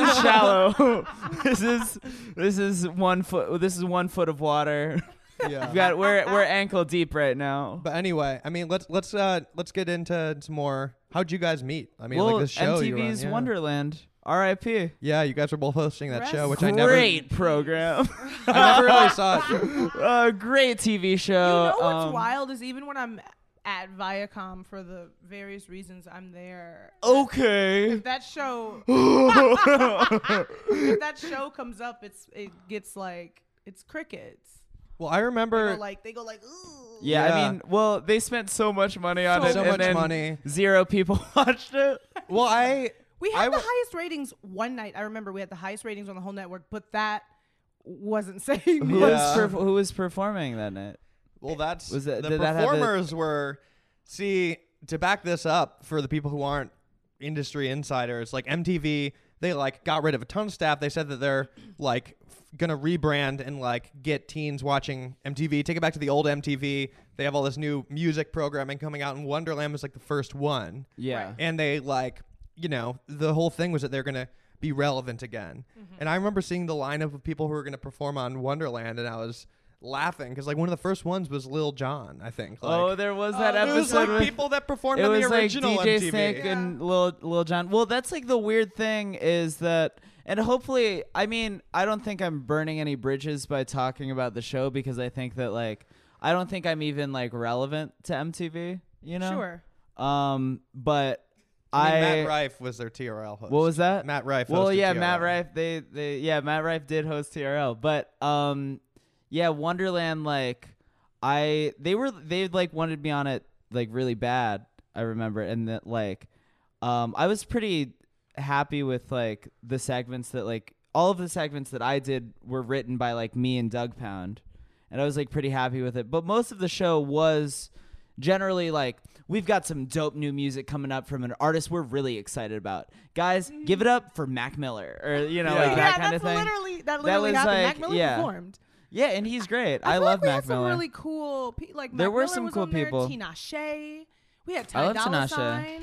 is shallow. (laughs) this is this is one foot. This is one foot of water. yeah. We've got we're we're ankle deep right now. (laughs) But anyway, I mean, let's let's uh let's get into some more. How'd you guys meet? I mean, well, like this show you were on, MTV's yeah. Wonderland. R.I.P. Yeah, you guys were both hosting that Rest- show, which I never, I (laughs) Great program. (laughs) never really saw. It. uh, great TV show. you know what's um, wild is even when I'm at Viacom for the various reasons I'm there Okay. (laughs) that show (laughs) if that show comes up it's it gets like it's crickets Well, I they remember. go like they go like ooh Yeah, I Yeah. mean, well, they spent so much money on So it, So and much then money. zero people (laughs) watched it. well, I We I had the w- highest ratings one night. I remember we had the highest ratings on the whole network, but that wasn't (laughs) saying Who much. Yeah. was perf- who was performing that night? well, that's Was that- the did that have a- performers were. See, to back this up for the people who aren't industry insiders, like MTV, they like got rid of a ton of staff. They said that they're like f- gonna rebrand and like get teens watching MTV, take it back to the old MTV. They have all this new music programming coming out, and Wonderland was like the first one. Yeah. Right. and they like you know the whole thing was that they're gonna be relevant again Mm-hmm. and i remember seeing the lineup of people who were gonna perform on wonderland and i was laughing because like one of the first ones was lil Jon, i think like, uh, oh, there was that it episode. was like with- people that performed it on was the original like DJ mtv Snake and Lil Lil John. Well, that's like the weird thing is that, and hopefully, I mean, I don't think I'm burning any bridges by talking about the show because I think that like I don't think I'm even like relevant to MTV. You know. Sure. Um, but I mean, I. matt rife was their trl host What was that? matt rife Well, hosted yeah, TRL. Matt Rife. They, they, yeah, Matt Rife did host TRL, but um, yeah, Wonderland. Like, I they were they like wanted me on it like really bad. I remember, and that like um, I was pretty happy with like the segments that like all of the segments that I did were written by like me and Doug Pound, and I was like pretty happy with it. But most of the show was generally like we've got some dope new music coming up from an artist we're really excited about. Guys, give it up for Mac Miller or you (laughs) know Yeah. like Yeah, that yeah, kind of that's thing. literally that literally was happened. like- Mac Miller yeah. performed. yeah, and he's great. I, feel love like we Mac had some Miller. really cool. Pe- like There Mac were Miller some was cool on there, people. Tina Shea. We had I Ty love Tina Dolla Shea. Sign.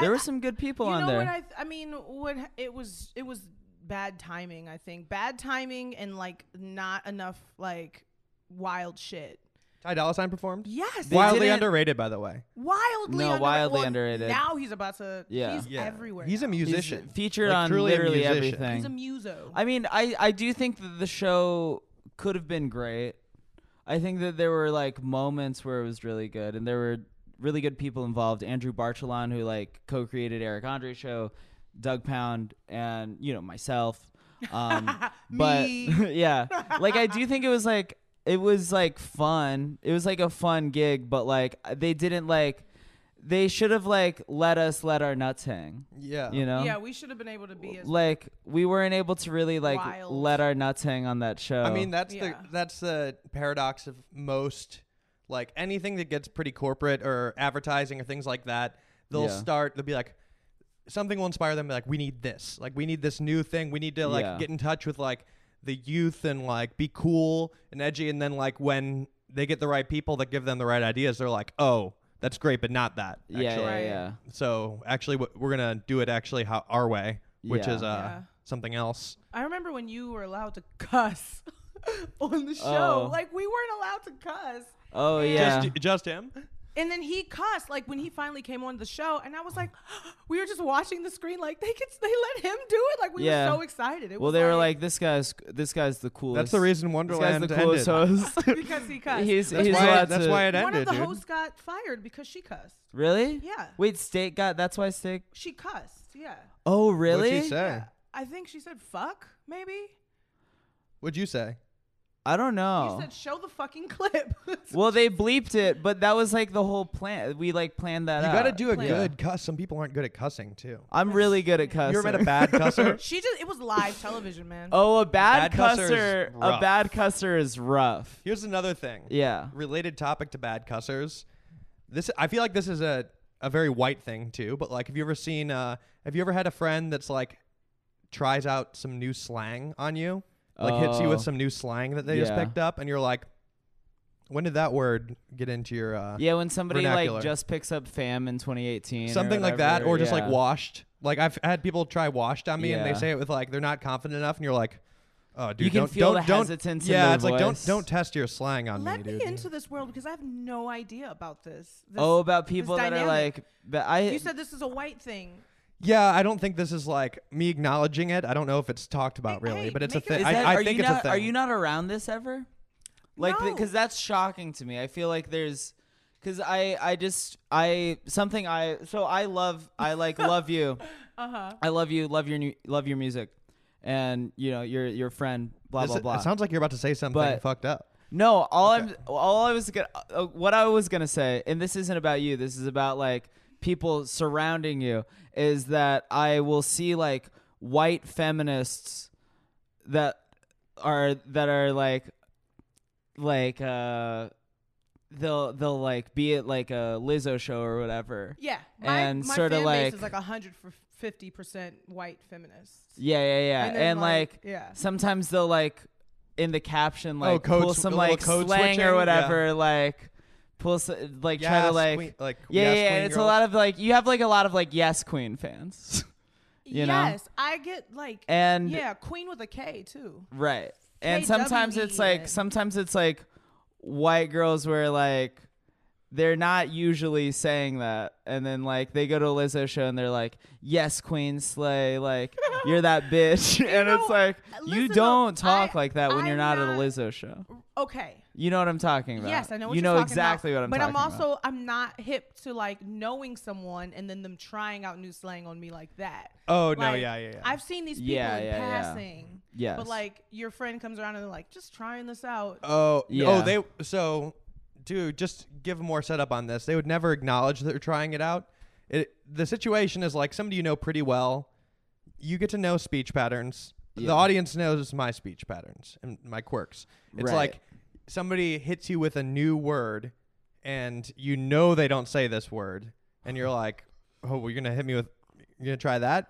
there I, were some good people you on know there. what I? I mean, what h- it was it was bad timing. I think bad timing and like not enough like wild shit. Ty Dolla Sign performed. Yes, They Wildly didn't- underrated, by the way. wildly No, underrated. wildly Well, underrated. Now he's about to. Yeah. he's Yeah. everywhere. He's a now. He's musician. featured Like, on truly a literally musician. everything. He's a muso. I mean, I I do think that the show could have been great. I think that there were like moments where it was really good, and there were really good people involved. Andrew Barchelon, who like co-created Eric Andre's show, Doug Pound, and you know myself. Um, but (laughs) (laughs) Me. yeah, like I do think it was like it was like fun. It was like a fun gig, but like they didn't like they should have like let us let our nuts hang. Yeah. You know? yeah, we should have been able to be as like we weren't able to really like Wild. let our nuts hang on that show. I mean, that's Yeah. the that's the paradox of most like anything that gets pretty corporate or advertising or things like that. They'll Yeah. start. They'll be like, something will inspire them. Like, we need this. Like, we need this new thing. We need to like Yeah. get in touch with like the youth and like be cool and edgy. And then like when they get the right people that give them the right ideas, they're like, oh, that's great, but not that. yeah, yeah, actually. yeah, Right. So actually, wh- we're gonna do it actually how our way, which Yeah. is uh Yeah. something else. I remember when you were allowed to cuss (laughs) on the show. Oh. Like we weren't allowed to cuss. Oh Just yeah. Just just him. And then he cussed like when he finally came on the show and I was like (gasps) we were just watching the screen like they could they let him do it like we Yeah. were so excited. It well, was they were like, this guy's this guy's the coolest. That's the reason This guy's Wonderland the coolest ended. (laughs) host. because he cussed. he's That's he's why. allowed that's to- why it One ended, of the dude. hosts got fired because she cussed. really. Yeah. Wait, State got that's why State. She cussed. Yeah. Oh really? What'd you say? Yeah. I think she said fuck maybe. What'd you say? I don't know. He said show the fucking (laughs) clip. well, they bleeped it, but that was like the whole plan. We like planned that You out. got to do a Plan. good cuss. Some people aren't good at cussing too. I'm really good at cussing. You ever met a bad cusser? (laughs) she just it was live television, man. (laughs) Oh, a bad, bad cusser is cusser. a rough. bad cusser is rough. Here's another thing. Yeah. Related topic to bad cussers. This I feel like this is a a very white thing too. But like, have you ever seen? Uh, have you ever had a friend that's like tries out some new slang on you? Like hits you Oh. with some new slang that they just Yeah. picked up, and you're like, when did that word get into your? Uh, Yeah, when somebody vernacular. like just picks up fam in 2018, or something like that, whatever, or just like yeah. washed. Like I've had people try washed on me, and Yeah. they say it with like they're not confident enough, and you're like, oh, dude, You can don't, feel don't, the don't, hesitance in Yeah, their it's like don't voice. don't test your slang on Let me, me, dude. into this world because I have no idea about this. This- Oh, about this people that are dynamic. like, but I You said this is a white thing. yeah, I don't think this is like me acknowledging it. I don't know if it's talked about Hey, really, hey, but it's a make it- thing. Is I, that- I are think you it's not, a thing. Are you not around this ever? Like, No. because that's shocking to me. I feel like there's, because I, I just, I something I, so I love, I (laughs) like love you, Uh huh. I love you, love your new, love your music, and you know your your friend, blah This- blah blah. It sounds like you're about to say something But- fucked up. No, all I'm all I was gonna uh, what I was gonna say, and this isn't about you. This is about like people surrounding you. Is that I will see like white feminists that are that are like like uh they'll they'll like be at like a Lizzo show or whatever. Yeah. My, And my sorta fan like- base is like hundred fifty percent white feminists. Yeah, yeah, yeah. And, then, like, yeah. sometimes they'll like in the caption like Oh, code pull sw- some a little like code slang switching? or Yeah. whatever like pull s like try Yes, to like queen- like yeah, yes, yeah, queen it's a girls. lot of like you have like a lot of like yes queen fans. (laughs) you know? yes, I get like And yeah, E Queen with a K too. right. And KWEN. sometimes it's like sometimes it's like white girls where like they're not usually saying that and then like they go to a Lizzo show and they're like, "Yes, queen slay, like you're (laughs) that bitch." (laughs) and know, it's like you uh, listen up, don't talk I- like that when you're I'm not, at a not- Lizzo show. Okay. You know what I'm talking about. Yes, I know what you are know talking exactly about, what I'm But talking I'm also about. I'm not hip to like knowing someone and then them trying out new slang on me like that. Oh no, Like, yeah, yeah, yeah. I've seen these people Yeah, in yeah, yeah. passing. Yes. But like your friend comes around and they're like, just trying this out. Oh, Yeah. oh, they so dude, just give more setup on this. They would never acknowledge that they're trying it out. It the situation is like somebody you know pretty well. You get to know speech patterns. Yeah. The audience knows my speech patterns and my quirks. It's Right. like somebody hits you with a new word and you know they don't say this word and you're like, "Oh, well, you're going to hit me with you're going to try that?"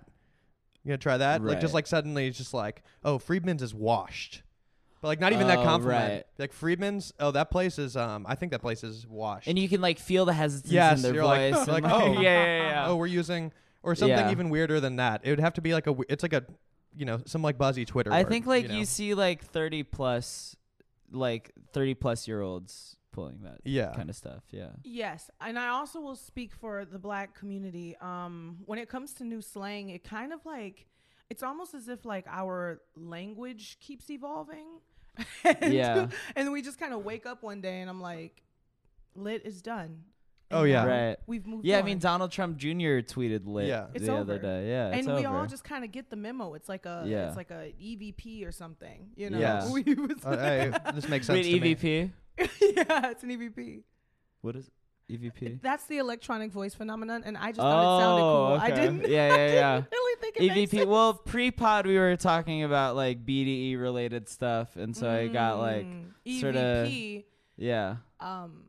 You're going to try that? Like Right. just like suddenly it's just like, "Oh, Friedman's is washed." But like not even that Oh, compliment. right. Like Friedman's, oh that place is um I think that place is washed. and you can like feel the hesitancy Yes, in their you're like- (laughs) voice. and, like, oh. yeah, yeah, (laughs) yeah. oh, we're using or something Yeah. even weirder than that. It would have to be like a w- it's like a you know some like buzzy Twitter. I word, think like you, know? see like thirty plus, like thirty plus year olds pulling that yeah kind of stuff. Yeah. Yes, and I also will speak for the black community. Um, when it comes to new slang, it kind of like it's almost as if like our language keeps evolving. (laughs) and, Yeah. (laughs) and we just kind of wake up one day and I'm like, lit is done. Oh, And yeah. now Right. we've moved. Yeah, I on. mean Donald Trump Jr. tweeted lit Yeah. It's the over. other day. Yeah, and it's we over. all just kind of get the memo. It's like a, Yeah. it's like a EVP or something, you know. Yes. (laughs) We was- Uh, (laughs) hey, this (laughs) makes sense. Wait, to me. EVP. yeah, it's an E EVP. What is E EVP? That's the electronic voice phenomenon, and I just thought it sounded cool. I didn't. Oh, (laughs) Yeah, yeah, yeah. E really think it makes EVP. sense. Well, pre-pod we were talking about like BDE related stuff, and so I got like Mm, sorta- EVP. yeah. Um,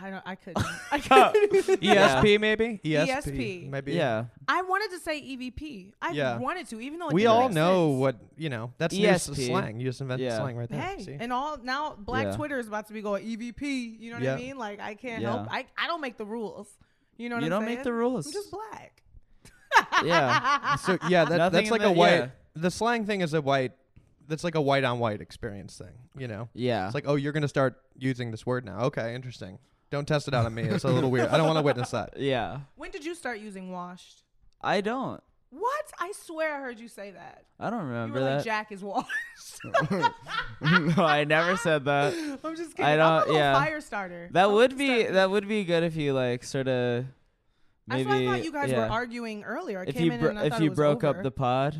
I don't. I couldn't. (laughs) I couldn't. Oh, Yeah. ESP E maybe E ESP. maybe Yeah, I wanted to say EVP. I Yeah. wanted to, even though it We didn't all make know sense. what you know. That's new s- ESP. slang. You just invented E Yeah. slang right there. Hey, (laughs) See? and all now Black Yeah. Twitter is about to be going EVP. You know what Yeah. I mean? Like I can't Yeah. help. I I don't make the rules. You know what you I'm don't saying? make the rules. I'm just black. (laughs) yeah, so yeah, that, Nothing that's in like the- a white. yeah. The slang thing is a white. That's like a white on white experience thing. You know, yeah. it's like oh, you're gonna start using this word now. Okay, interesting. Don't test it out on me. It's a little weird. I don't want to witness that. yeah. When did you start using washed? I don't. What? I swear I heard you say that. I don't you remember were like that. Jack is washed. (laughs) (laughs) no, I never said that. I'm just kidding. I am a don't- little yeah. fire starter. That I'm would a be starter. that would be good if you like sort of maybe. That's why I thought you guys yeah. were arguing earlier. I If came you in bro- and I if thought you it was broke over. up the pod.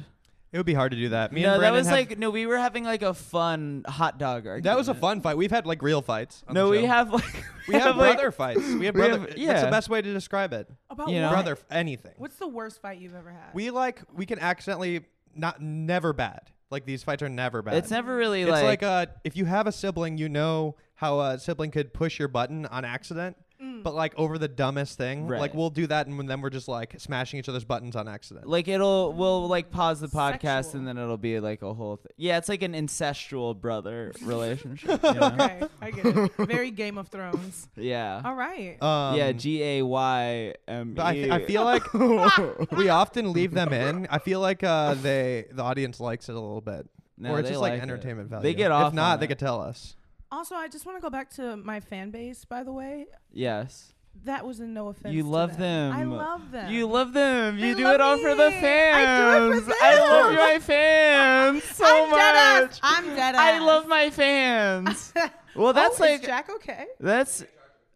It would be hard to do that. Me and no, that Brandon was have- like no. We were having like a fun hot dog argument. That was a fun fight. We've had like real fights. on No, the we show. have like (laughs) we have (laughs) like, brother fights. We have we brother. have- That's yeah. the best way to describe it. about you know. what? Brother, f- anything. What's the worst fight you've ever had? we like we can accidentally not never bad. Like these fights are never bad. It's never really It's like, like, uh, if you have a sibling, you know how a sibling could push your button on accident, but like over the dumbest thing. Mm. Right. Like we'll do that, and then we're just like smashing each other's buttons on accident. like it'll we'll like pause the podcast Sexual. and then it'll be like a whole thing. Yeah, it's like an incestual brother (laughs) relationship. you know? okay, I (laughs) get it. Very Game (laughs) of Thrones. Yeah. All right. Um, yeah, G A Y M E. But I, th- I feel like we (laughs) often leave them in. I feel like uh, they the audience likes it a little bit, No, or it's they just like, like it. entertainment value. They get If off on not, they that. could tell us. also, I just want to go back to my fan base. By the way, yes. that was a no offense. You to love them. I them. love them. You love them. They you do love it all for the me. I do it fans. for I love them. my fans so (laughs) I'm dead much. ass. I'm dead I ass. love my (laughs) fans. well, that's oh, is like Jack. Okay. That's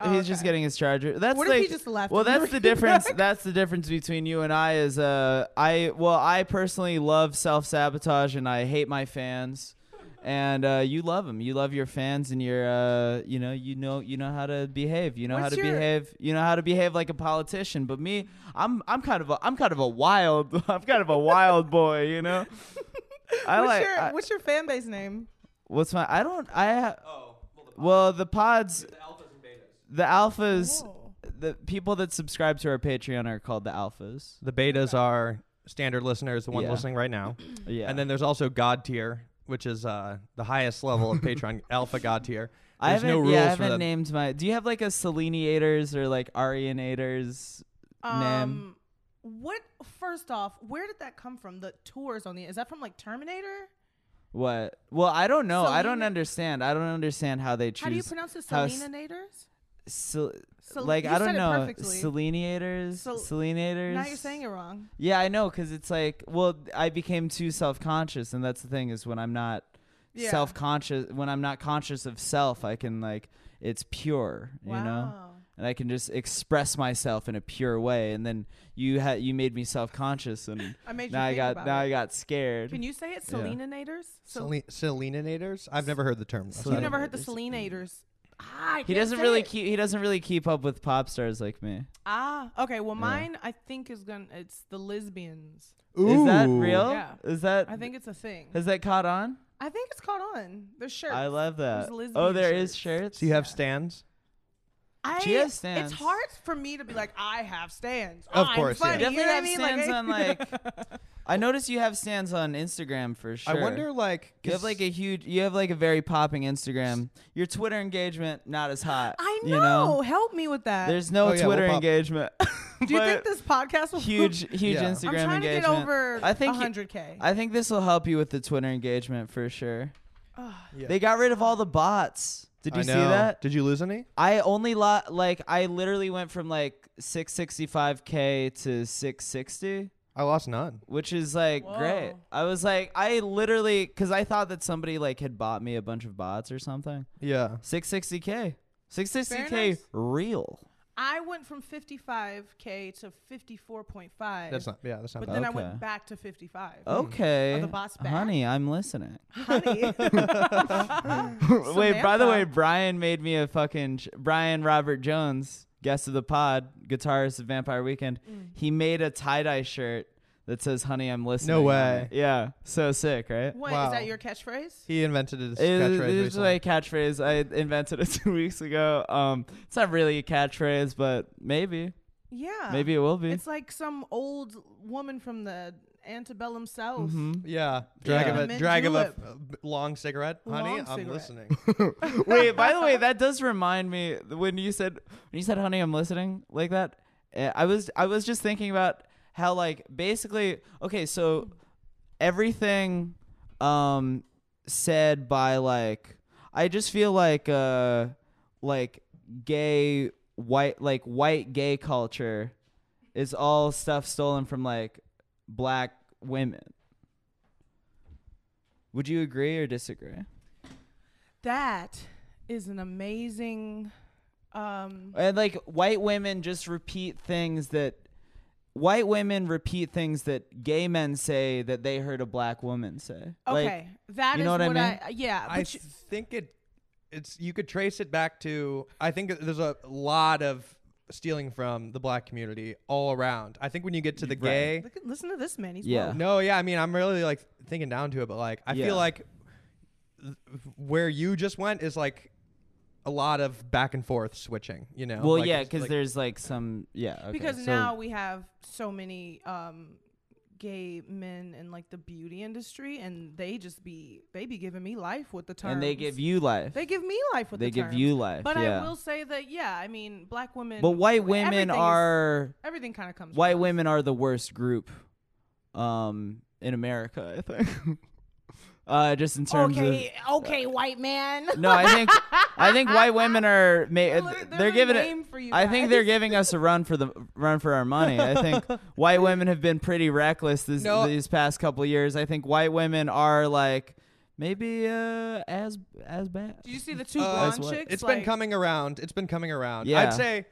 Oh, he's just okay. getting his charger. That's What if like he just left well, and never that's the came difference. back? That's the difference between you and I is uh I well I personally love self sabotage and I hate my fans. And uh, you love them. You love your fans, and you're, uh, you know, you know, you know how to behave. You know how What's to your- behave. You know how to behave like a politician. But me, I'm, I'm kind of a, I'm kind of a wild, (laughs) I'm kind of a wild boy. You (laughs) know, I what's like. your I- What's your fan base name? what's my? I don't. I. Oh, Well, the pods, alphas and betas. the alphas Oh. the people that subscribe to our Patreon are called the alphas. The betas are standard listeners, the one Yeah. listening right now. Hmm. Yeah. And then there's also God tier, which is uh, the highest level of (laughs) Patreon, Alpha God tier. I There's haven't, no rules yeah, I for haven't them. named my. Do you have like a Seleniators or like Arianators? Name. Um, what? First off, where did that come from? The tours on the is that from like Terminator? What? Well, I don't know. I don't Selena- understand. I don't understand how they choose. How do you pronounce it? how s- Selenators? Sel- Sel- like you I don't said it know. perfectly. Seleniators. Sel- Selenators. Now you're saying it wrong. Yeah, I know, cause it's like, well, I became too self-conscious, and that's the thing is when I'm not Yeah. self-conscious, when I'm not conscious of self, I can like, it's pure, Wow. you know, and I can just express myself in a pure way. And then you had you made me self-conscious, and I made you now I think got about now it. I got scared. Can you say it? Yeah. Selenators? Sel- Sel- Selenators? I've never heard the term. You've Sorry. You've never heard the Selenators. Selenators. ah, I He can't doesn't say really it. keep he doesn't really keep up with pop stars like me. Ah, okay. Well, mine I think is gonna. It's the lesbians. Is that Ooh. real? Yeah. Is that I think it's a thing. has that caught on? I think it's caught on. There's shirts. I love There's that. Oh, lesbian there is shirts. shirts. So you have stands? I, She has stands. It's hard for me to be like, I have stands. Of I'm course, yeah. funny. Definitely you know have what I mean? (laughs) stands on like. I notice you have stands on Instagram for sure. I wonder, like, You have 'cause- like a huge. You have like a very popping Instagram. Your Twitter engagement not as hot. I know. You know? Help me with that. There's no Oh, yeah, Twitter we'll pop- engagement. (laughs) Do you (laughs) but think this podcast will (laughs) huge, huge Yeah. I'm Instagram I'm trying engagement? to get over I think. you- 100k. I think this will help you with the Twitter engagement for sure. Ah. Yeah. They got rid of all the bots. Did you I see know. that? Did you lose any? I only lot like I literally went from like 665k to 660, I lost none. which is like great. Whoa. I was like I literally cuz I thought that somebody like had bought me a bunch of bots or something. Yeah. 660k. 660k enough. real. I went from 55k to 54.5. That's not. Yeah, that's not But bad. then I Okay. went back to 55. (laughs) Okay. Hmm. Are the bots back? Honey, I'm (laughs) listening. honey. Wait, by the way, Samantha. Brian made me a fucking ch- Brian Robert Jones, guest of the pod, guitarist of Vampire Weekend. Hmm. He made a tie dye shirt that says "Honey, I'm listening." on way. it. Yeah, so sick, right? What is Wow. that your catchphrase? he invented his It, catchphrase it was recently. my catchphrase. I invented it (laughs) two weeks ago. Um, it's not really a catchphrase, but maybe, Yeah. maybe it will be. It's like some old woman from the antebellum South. Mm-hmm. yeah, drag Yeah. of a Mint drag of a julep. uh, b- long cigarette, honey. Long I'm cigarette. listening. Wait, by the way, that does remind me when you said when you said "Honey, I'm listening" like that. eh, I was I was just thinking about how like basically okay, so everything um said by like I just feel like uh like gay white like white gay culture is all stuff stolen from like black women. Would you agree or disagree? That is an amazing. Um, And like white women just repeat things that white women repeat things that gay men say that they heard a black woman say. Like, okay, that is uh, you know what I yeah, I but you- think it. It's you could trace it back to. I think there's a lot of stealing from the black community all around. I think when you get to the Right. gay, look at- listen to this man. He's Yeah. woke. No, yeah, I mean, I'm really like thinking down to it, but like, I Yeah. feel like th- where you just went is like a lot of back and forth switching. You know? well, Like, yeah, it's, because like- there's like some yeah. Okay, because so- now we have so many um, gay men in like the beauty industry, and they just be they be giving me life with the terms. and they give you life. they give me life with They the give terms. you life, But yeah. I will say that yeah, I mean, black women. but white everything women is- are everything kind of comes. white from us. women are the worst group, um, in America. I think. (laughs) uh, just in terms of Okay, okay, white man. No, I think I think white women (laughs) are ma- they're, there's a giving name it. for you I think they're guys. giving us a run for the run for our money. I (laughs) think white women have been pretty reckless this, No. these past couple years. I think white women are like maybe uh, as as bad. Did you see the two Uh, blonde That's what- chicks? it's like, been coming around. It's been coming around. Yeah. I'd say,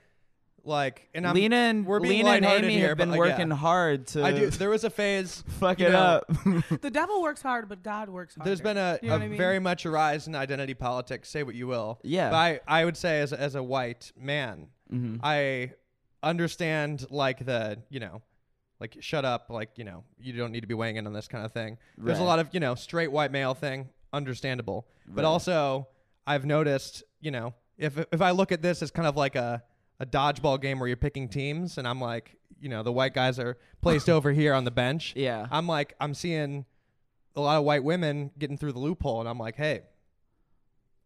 like, and I'm Lena and we're being Lena and lighthearted Amy here, have but, been like, working yeah. hard to (laughs) I do. There was a phase. fuck you it know, up. (laughs) The devil works hard, but God works hard. There's been a, You know a what I mean? very much a rise in identity politics. Say what you will. (laughs) Yeah. Mm-hmm. But I, I would say as a, as a white man, I understand like the you know, like shut up, like you know, you don't need to be weighing in on this kind of thing. There's a Right. lot of you know straight white male thing, understandable. But Right. also, I've noticed you know if if I look at this as kind of like a a dodgeball game where you're picking teams, and I'm like, you know, the white guys are (laughs) placed over here on the bench. yeah, I'm like, I'm seeing a lot of white women getting through the loophole, and I'm like, hey,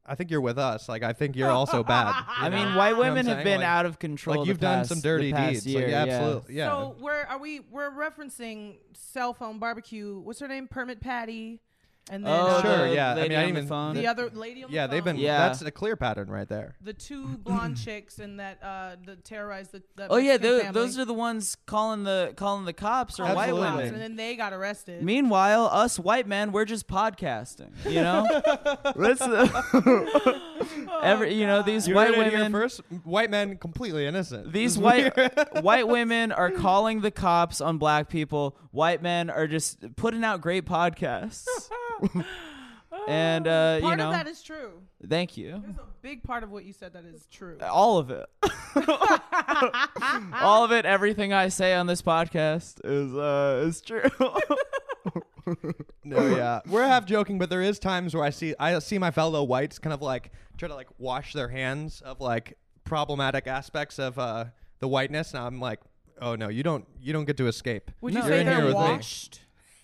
I think you're with us. Like, I think you're also (laughs) bad. you I know? mean, white You know what I'm women have saying? been Like- out of control. Like, the you've done past- some the dirty past deeds. Year, like, yeah, absolutely. Yeah. So where are we? We're referencing cell phone barbecue. What's her name? Permit Patty, and then Oh, uh, sure. the Yeah. I lady mean, I on didn't the even. phone. the other lady. On yeah, the they've been. phone. Yeah. That's a clear pattern right there. the (clears throat) two blonde chicks and that uh, the terrorized the. the Oh yeah, Mexican tho- those family. are the ones calling the calling the cops or Calling white the Cops, women. women. And then they got arrested. Meanwhile, us white men, we're just podcasting. You know, let's uh, Oh, every you know these You white heard it here women. first. White men completely innocent. These white white women are calling the cops on black people. White men are just putting out great podcasts. And, uh, you part know, of that is true. thank you. There's a big part of what you said that is true. All of (laughs) it. (laughs) All of it. Everything I say on this podcast is uh, is true. (laughs) No, yeah, we're half joking, but there is times where I see I see my fellow whites kind of like try to like wash their hands of like problematic aspects of uh, the whiteness, and I'm like, oh no, you don't you don't get to escape. Would you You're say in here they're with me." washed?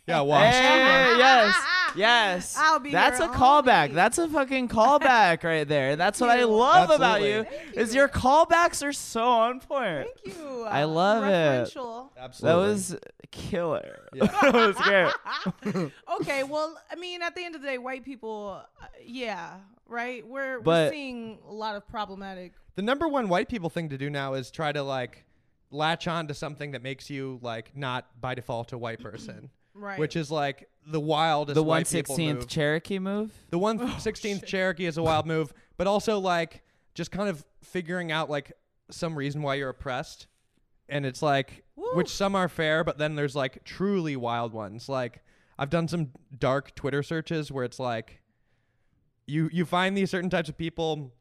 Yeah, Hey, washed. yes, (laughs) yes. I'll be That's your a callback. homie. That's a fucking callback right there. That's what I you. love about Absolutely. you, is your callbacks are so on point. Thank you. I uh, love it. referential. That Absolutely. was killer. Yeah. (laughs) that was (laughs) great. okay, well, I mean, at the end of the day, white people, uh, yeah, right. We're But- we're seeing a lot of problematic. the number one white people thing to do now is try to like latch on to something that makes you like not by default a white person, Right. which is like the wildest The one white people move. sixteenth Cherokee move. The one Oh, sixteenth Cherokee is a wild move, but also like just kind of figuring out like some reason why you're oppressed, and it's like Woo. which some are fair, but then there's like truly wild ones. Like I've done some dark Twitter searches where it's like you you find these certain types of people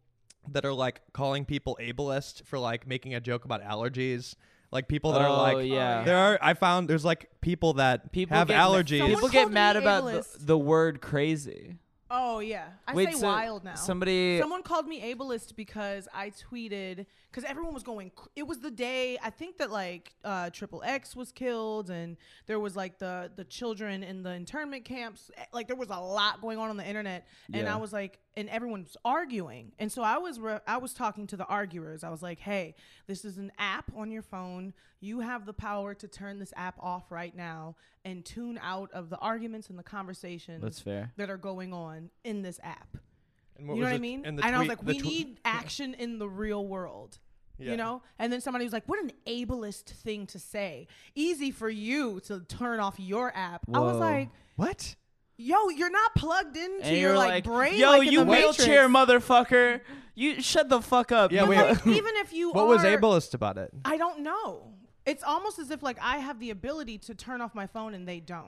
that are like calling people ableist for like making a joke about allergies, like people that Oh, are like yeah. there are I found there's like people that People have get- allergies. Someone People get called me mad about the, ableist. the word crazy. oh yeah, I say so wild now. Somebody. Someone called me ableist because I tweeted because everyone was going. cr- It was the day I think that like uh, Triple X was killed, and there was like the the children in the internment camps. eh, Like there was a lot going on on the internet, and Yeah. I was like, and everyone's arguing, and so I was re- I was talking to the arguers. I was like, hey, this is an app on your phone. You have the power to turn this app off right now and tune out of the arguments and the conversations That's fair. that are going on in this app And what you was know what I it- mean? And, And, the I was tweet- like, the we tw- need action in the real world. Yeah. You know? And then somebody was like, what an ableist thing to say. Easy for you to turn off your app. I was Whoa. like, what? yo, you're not plugged into And your you're like, brain. yo, like in you the wheelchair Matrix." motherfucker. You shut the fuck up. Yeah, you we- (laughs) fuck- (laughs) Like, even if you What are, was ableist about it? I don't know. It's almost as if like I have the ability to turn off my phone and they don't.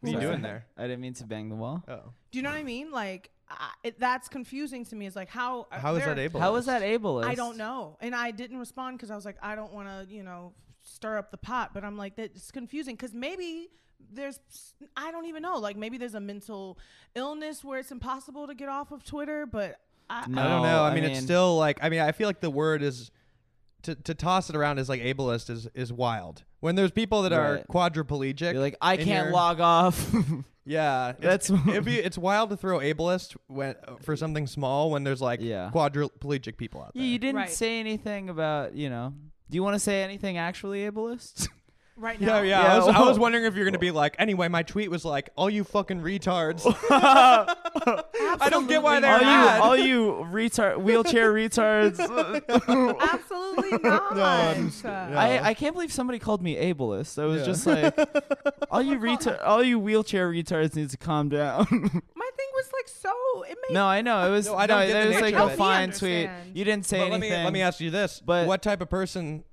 What are you Sorry. doing there? (laughs) I didn't mean to bang the wall. Oh, Do you know what I mean? Like I, it, that's confusing to me. It's like how uh, how is there- that ableist? How was that ableist? I don't know. And I didn't respond because I was like, I don't want to, you know, stir up the pot. But I'm like, that's confusing because maybe there's, I don't even know. Like maybe there's a mental illness where it's impossible to get off of Twitter. But I, I don't No, know. I, I mean, it's mean- still like I mean, I feel like the word is to to toss it around is like ableist is is wild. When there's people that are Right. quadriplegic, You're like, I and can't you're- (laughs) log off. Yeah, (laughs) That's- it's, it'd be, it's wild to throw ableist when for something small when there's like Yeah. quadriplegic people out there. Yeah, you didn't Right. say anything about, you know. Do you want to say anything actually (laughs) ableist? right yeah, yeah. now. I, Yeah, was, I was (laughs) whoa. wondering if you're gonna be like. Anyway, my tweet was like, "All you fucking (laughs) retards." I don't get why Absolutely they're all you, mad. Oh. all you (laughs) retard, wheelchair retards. (laughs) Absolutely not. Uh, I'm yeah. I, I can't believe somebody called me ableist. I was Yeah. (laughs) just like, all you retar- all you wheelchair retards need to calm down. (laughs) My thing was like, so it made. no, I know it was. No, I don't get that the was nature like of a it. fine Help me tweet. understand. You didn't say But let anything. me let me ask you this: But- What type of person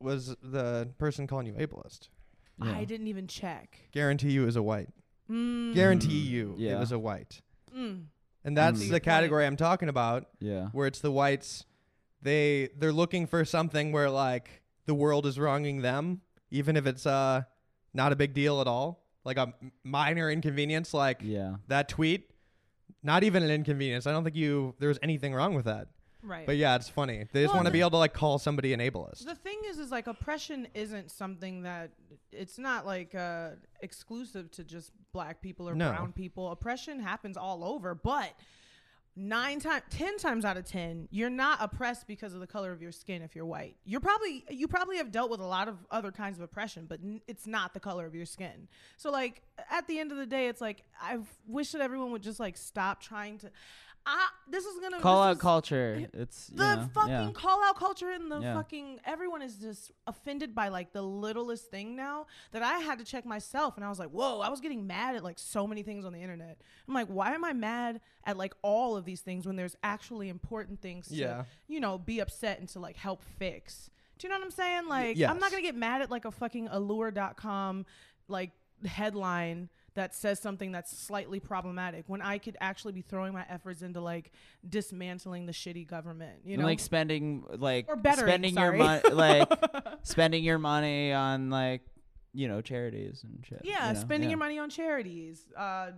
was the person calling you ableist? Yeah. I didn't even check. Guarantee you it was a white. Mm, Guarantee you Yeah. it was a white. mm. And that's Mm. the category I'm talking about, (laughs) yeah. where it's the whites. They they're looking for something where like the world is wronging them, even if it's uh not a big deal at all, like a m- minor inconvenience, like Yeah. that tweet. Not even an inconvenience. I don't think you there was anything wrong with that. Right. But yeah, it's funny. They just Well, want to the- be able to like call somebody an ableist. The thing is, is like oppression isn't something that it's not like uh, exclusive to just black people or No. brown people. Oppression happens all over, but nine times, ten times out of ten, you're not oppressed because of the color of your skin. If you're white, you're probably you probably have dealt with a lot of other kinds of oppression, but n- it's not the color of your skin. So like at the end of the day, it's like I wish that everyone would just like stop trying to. I, this is gonna Call this out is- culture. It's you the know, fucking yeah. call out culture and the Yeah. fucking everyone is just offended by like the littlest thing now that I had to check myself and I was like, whoa, I was getting mad at like so many things on the internet. I'm like, why am I mad at like all of these things when there's actually important things to, Yeah. you know, be upset and to like help fix? Do you know what I'm saying? Like, I'm yes. not gonna get mad at like a fucking allure.com like headline. that says something that's slightly problematic when I could actually be throwing my efforts into like dismantling the shitty government, you And, know? like spending like Or bettering, spending your sorry. money (laughs) like spending your money on like you know charities and shit. yeah, you know? spending Yeah. your money on charities, uh,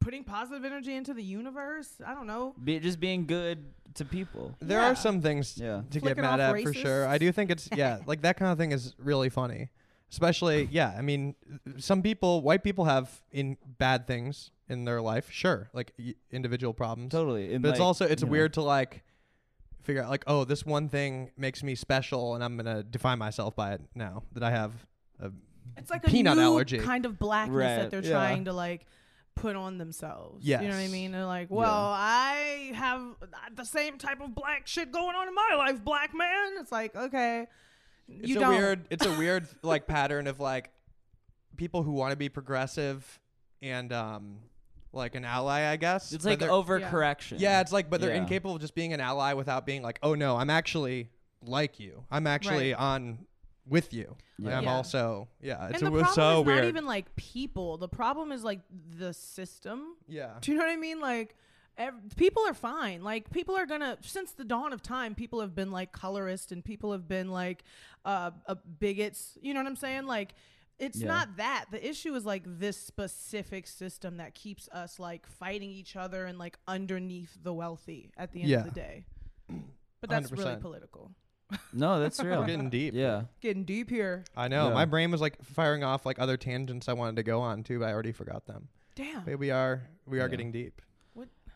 putting positive energy into the universe. I don't know. Be, just being good to people. There Yeah. are some things Yeah. to Flicking get mad off at for sure. I do think it's yeah, (laughs) like that kind of thing is really funny. Especially yeah, I mean, some people, white people have in bad things in their life, sure, like y- individual problems. Totally. And, But it's like, also it's you know. weird to like figure out like oh this one thing makes me special and I'm gonna define myself by it now that I have a It's like peanut a new allergy. kind of blackness Right, that they're yeah. trying to like put on themselves. You know what I Yes. mean? They're like, well, I have uh, the same type of black shit going on in my life, black man. It's like, okay, it's you a don't. weird it's (laughs) a weird like pattern of like people who want to be progressive and um like an ally I guess It's but like oh, they're- overcorrection. Yeah, it's like, but they're Yeah. incapable of just being an ally without being like, oh no, I'm actually like you. I'm actually on with you. And Yeah. I'm Yeah. also yeah. It's, and the a, it's problem so is weird. not even like people. The problem is like the system. yeah. Do you know what I mean? Like, ev- people are fine. Like, people are gonna, since the dawn of time, people have been like colorist and people have been like uh, uh, bigots. You know what I'm saying? Like, it's Yeah. not that. The issue is like this specific system that keeps us like fighting each other and like underneath the wealthy at the end Yeah. of the day. But that's really 100%. political. No, that's real. We're getting deep. yeah. Getting deep here. I know. Yeah. My brain was like firing off like other tangents I wanted to go on too, but I already forgot them. Damn. But we are we are Yeah. getting deep.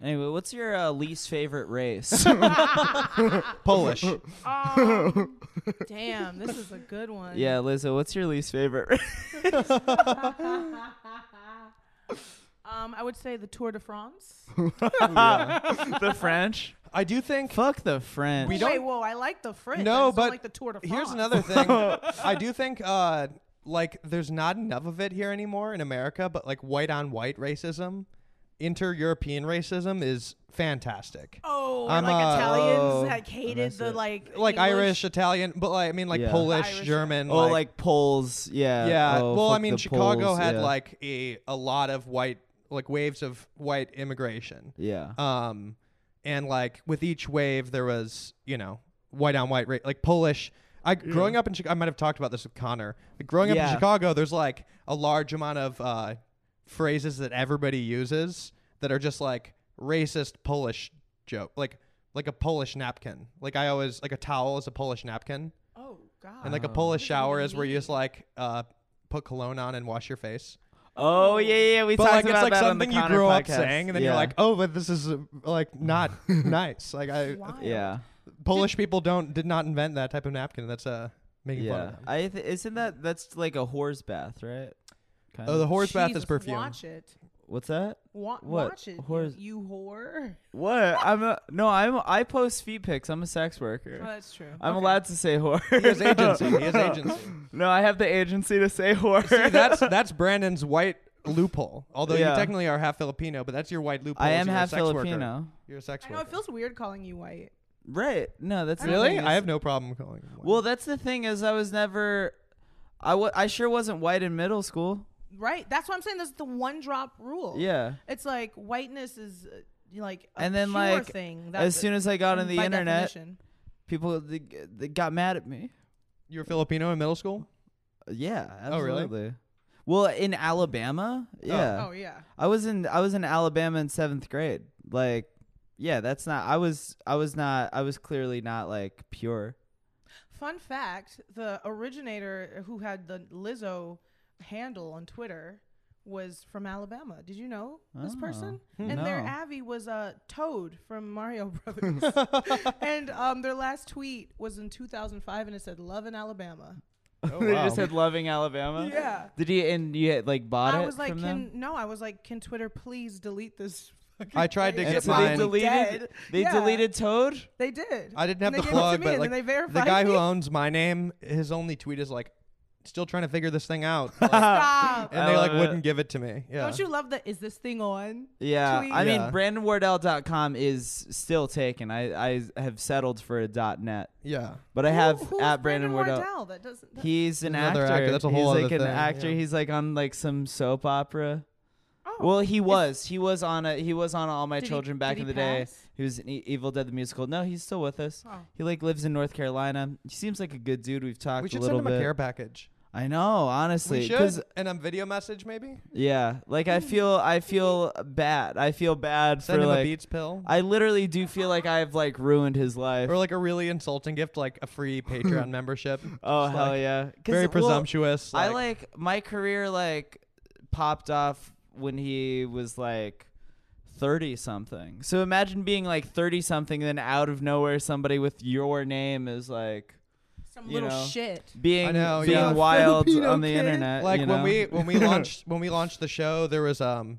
Anyway, what's your uh, least favorite (laughs) race? (laughs) Polish. Um, damn, this is a good one. yeah, Liza, what's your least favorite race? (laughs) Um, I would say the Tour de France. the French? I do think Fuck the French. We Wait, don't- whoa! I like the French. No, I just don't but like the Tour de France. here's another thing. I do think uh like there's not enough of it here anymore in America, but like white on white racism, inter European racism is fantastic. Oh, I'm, like uh, Italians oh, like hated that's the it. like like English- Irish, Italian, but like I mean like Yeah. Polish, Irish, German. oh, like, Poles. Yeah. yeah. Oh, well, I fuck mean the Chicago Poles, had yeah. like a a lot of white like waves of white immigration. Yeah. Um, and like with each wave there was you know white on white ra- like Polish. I growing up in Chicago, I might have talked about this with Connor. Like, growing up Yeah. in Chicago, there's like a large amount of uh, phrases that everybody uses that are just like racist Polish joke, like like a Polish napkin. Like I always like a towel is a Polish napkin. Oh God. And like a Oh. Polish What does that shower even is where you mean? just like uh, put cologne on and wash your face. oh, yeah, yeah. We But talked like it's about like that something on the you Connor grew up podcast. saying, and then Yeah. you're like, oh, but this is uh, like (laughs) not nice. Like "Oh, I, uh, Wild. yeah. Polish people don't did not invent that type of napkin. That's uh making fun Yeah. of them. I th- isn't that that's like a whore's bath, right? Kind Oh, the horse bath is Jesus, perfume. Watch it. What's that? Wa- What? Watch it. Whores- You, you whore. What? I'm a, no, I'm I post feet pics. I'm a sex worker. Oh, that's true. I'm Okay. allowed to say whore. He has agency. He has agency. (laughs) no, I have the agency to say whore. (laughs) See, that's that's Brandon's white loophole. Although Yeah. you technically are half Filipino, but that's your white loophole. I is am you're a half sex worker. Filipino. You're a sex I know worker. it feels weird calling you white. Right? No, that's the really? thing I is- have no problem calling. him white. Well, that's the thing is, I was never. I wa- I sure wasn't white in middle school. Right. That's what I'm saying. That's the one drop rule. Yeah. It's like whiteness is uh, like a And then, pure like, thing. um, as soon as I got on the by internet, definition. people they, they got mad at me. you were Filipino in middle school. Yeah. Oh, really? Absolutely. Well, in Alabama, yeah. Oh yeah. I was in I was in Alabama in seventh grade. Like, yeah, that's not. I was I was not. I was clearly not like pure. Fun fact: the originator who had the Lizzo handle on Twitter was from Alabama. Did you know this Oh, person? hmm. And their no. Abby was uh, Toad (laughs) from Mario Brothers. and um, their last tweet was in 2005, and it said "Love in Alabama." Oh, (laughs) they wow. just said loving Alabama. Yeah. Did you and you had, like bought I it was like, from "Can them? no?" I was like, "Can Twitter please delete this?" fucking I tried to page? get It's so they mine. probably deleted dead. they Yeah, deleted Toad. They did. I didn't have And the they gave it to plug, me, but and then like they the verified guy me. who owns my name, his only tweet is like, "Still trying to figure this thing out," (laughs) Like, Stop. and I they like love it. wouldn't give it to me. (laughs) Yeah. Don't you love the "Is this thing on?" Yeah, Tweet. I mean Yeah. BrandonWardell.com is still taken. I, I have settled for a .net, Yeah. but I Who- have who's at Brandon, Wardell. That doesn't. that- He's an Another actor. actor, that's a whole He's other like an thing, actor. yeah. He's like on like some soap opera. Oh. Well, he was. He was on a. He was on All My Did he- Children back did in he the day. pass? He was in E- Evil Dead the musical. No, he's still with us. Oh. He like lives in North Carolina. He seems like a good dude. We've talked we a should little send him a bit. care package. I know, honestly, we 'cause- should. And a video message maybe. yeah, like I feel, I feel bad. I feel bad Send for him like. a Beats pill. I literally do feel like I've like ruined his life. or like a really insulting gift, like a (laughs) free Patreon membership. oh Just, hell like, yeah! 'Cause, Very well, presumptuous. I like my career like popped off when he was like 30 something. So imagine being like 30 something then out of nowhere somebody with your name is like Some you little know. shit. being I know, being yeah. (laughs) wild Filipino on the kid. internet. like you when know? we when (laughs) we launched when we launched the show there was um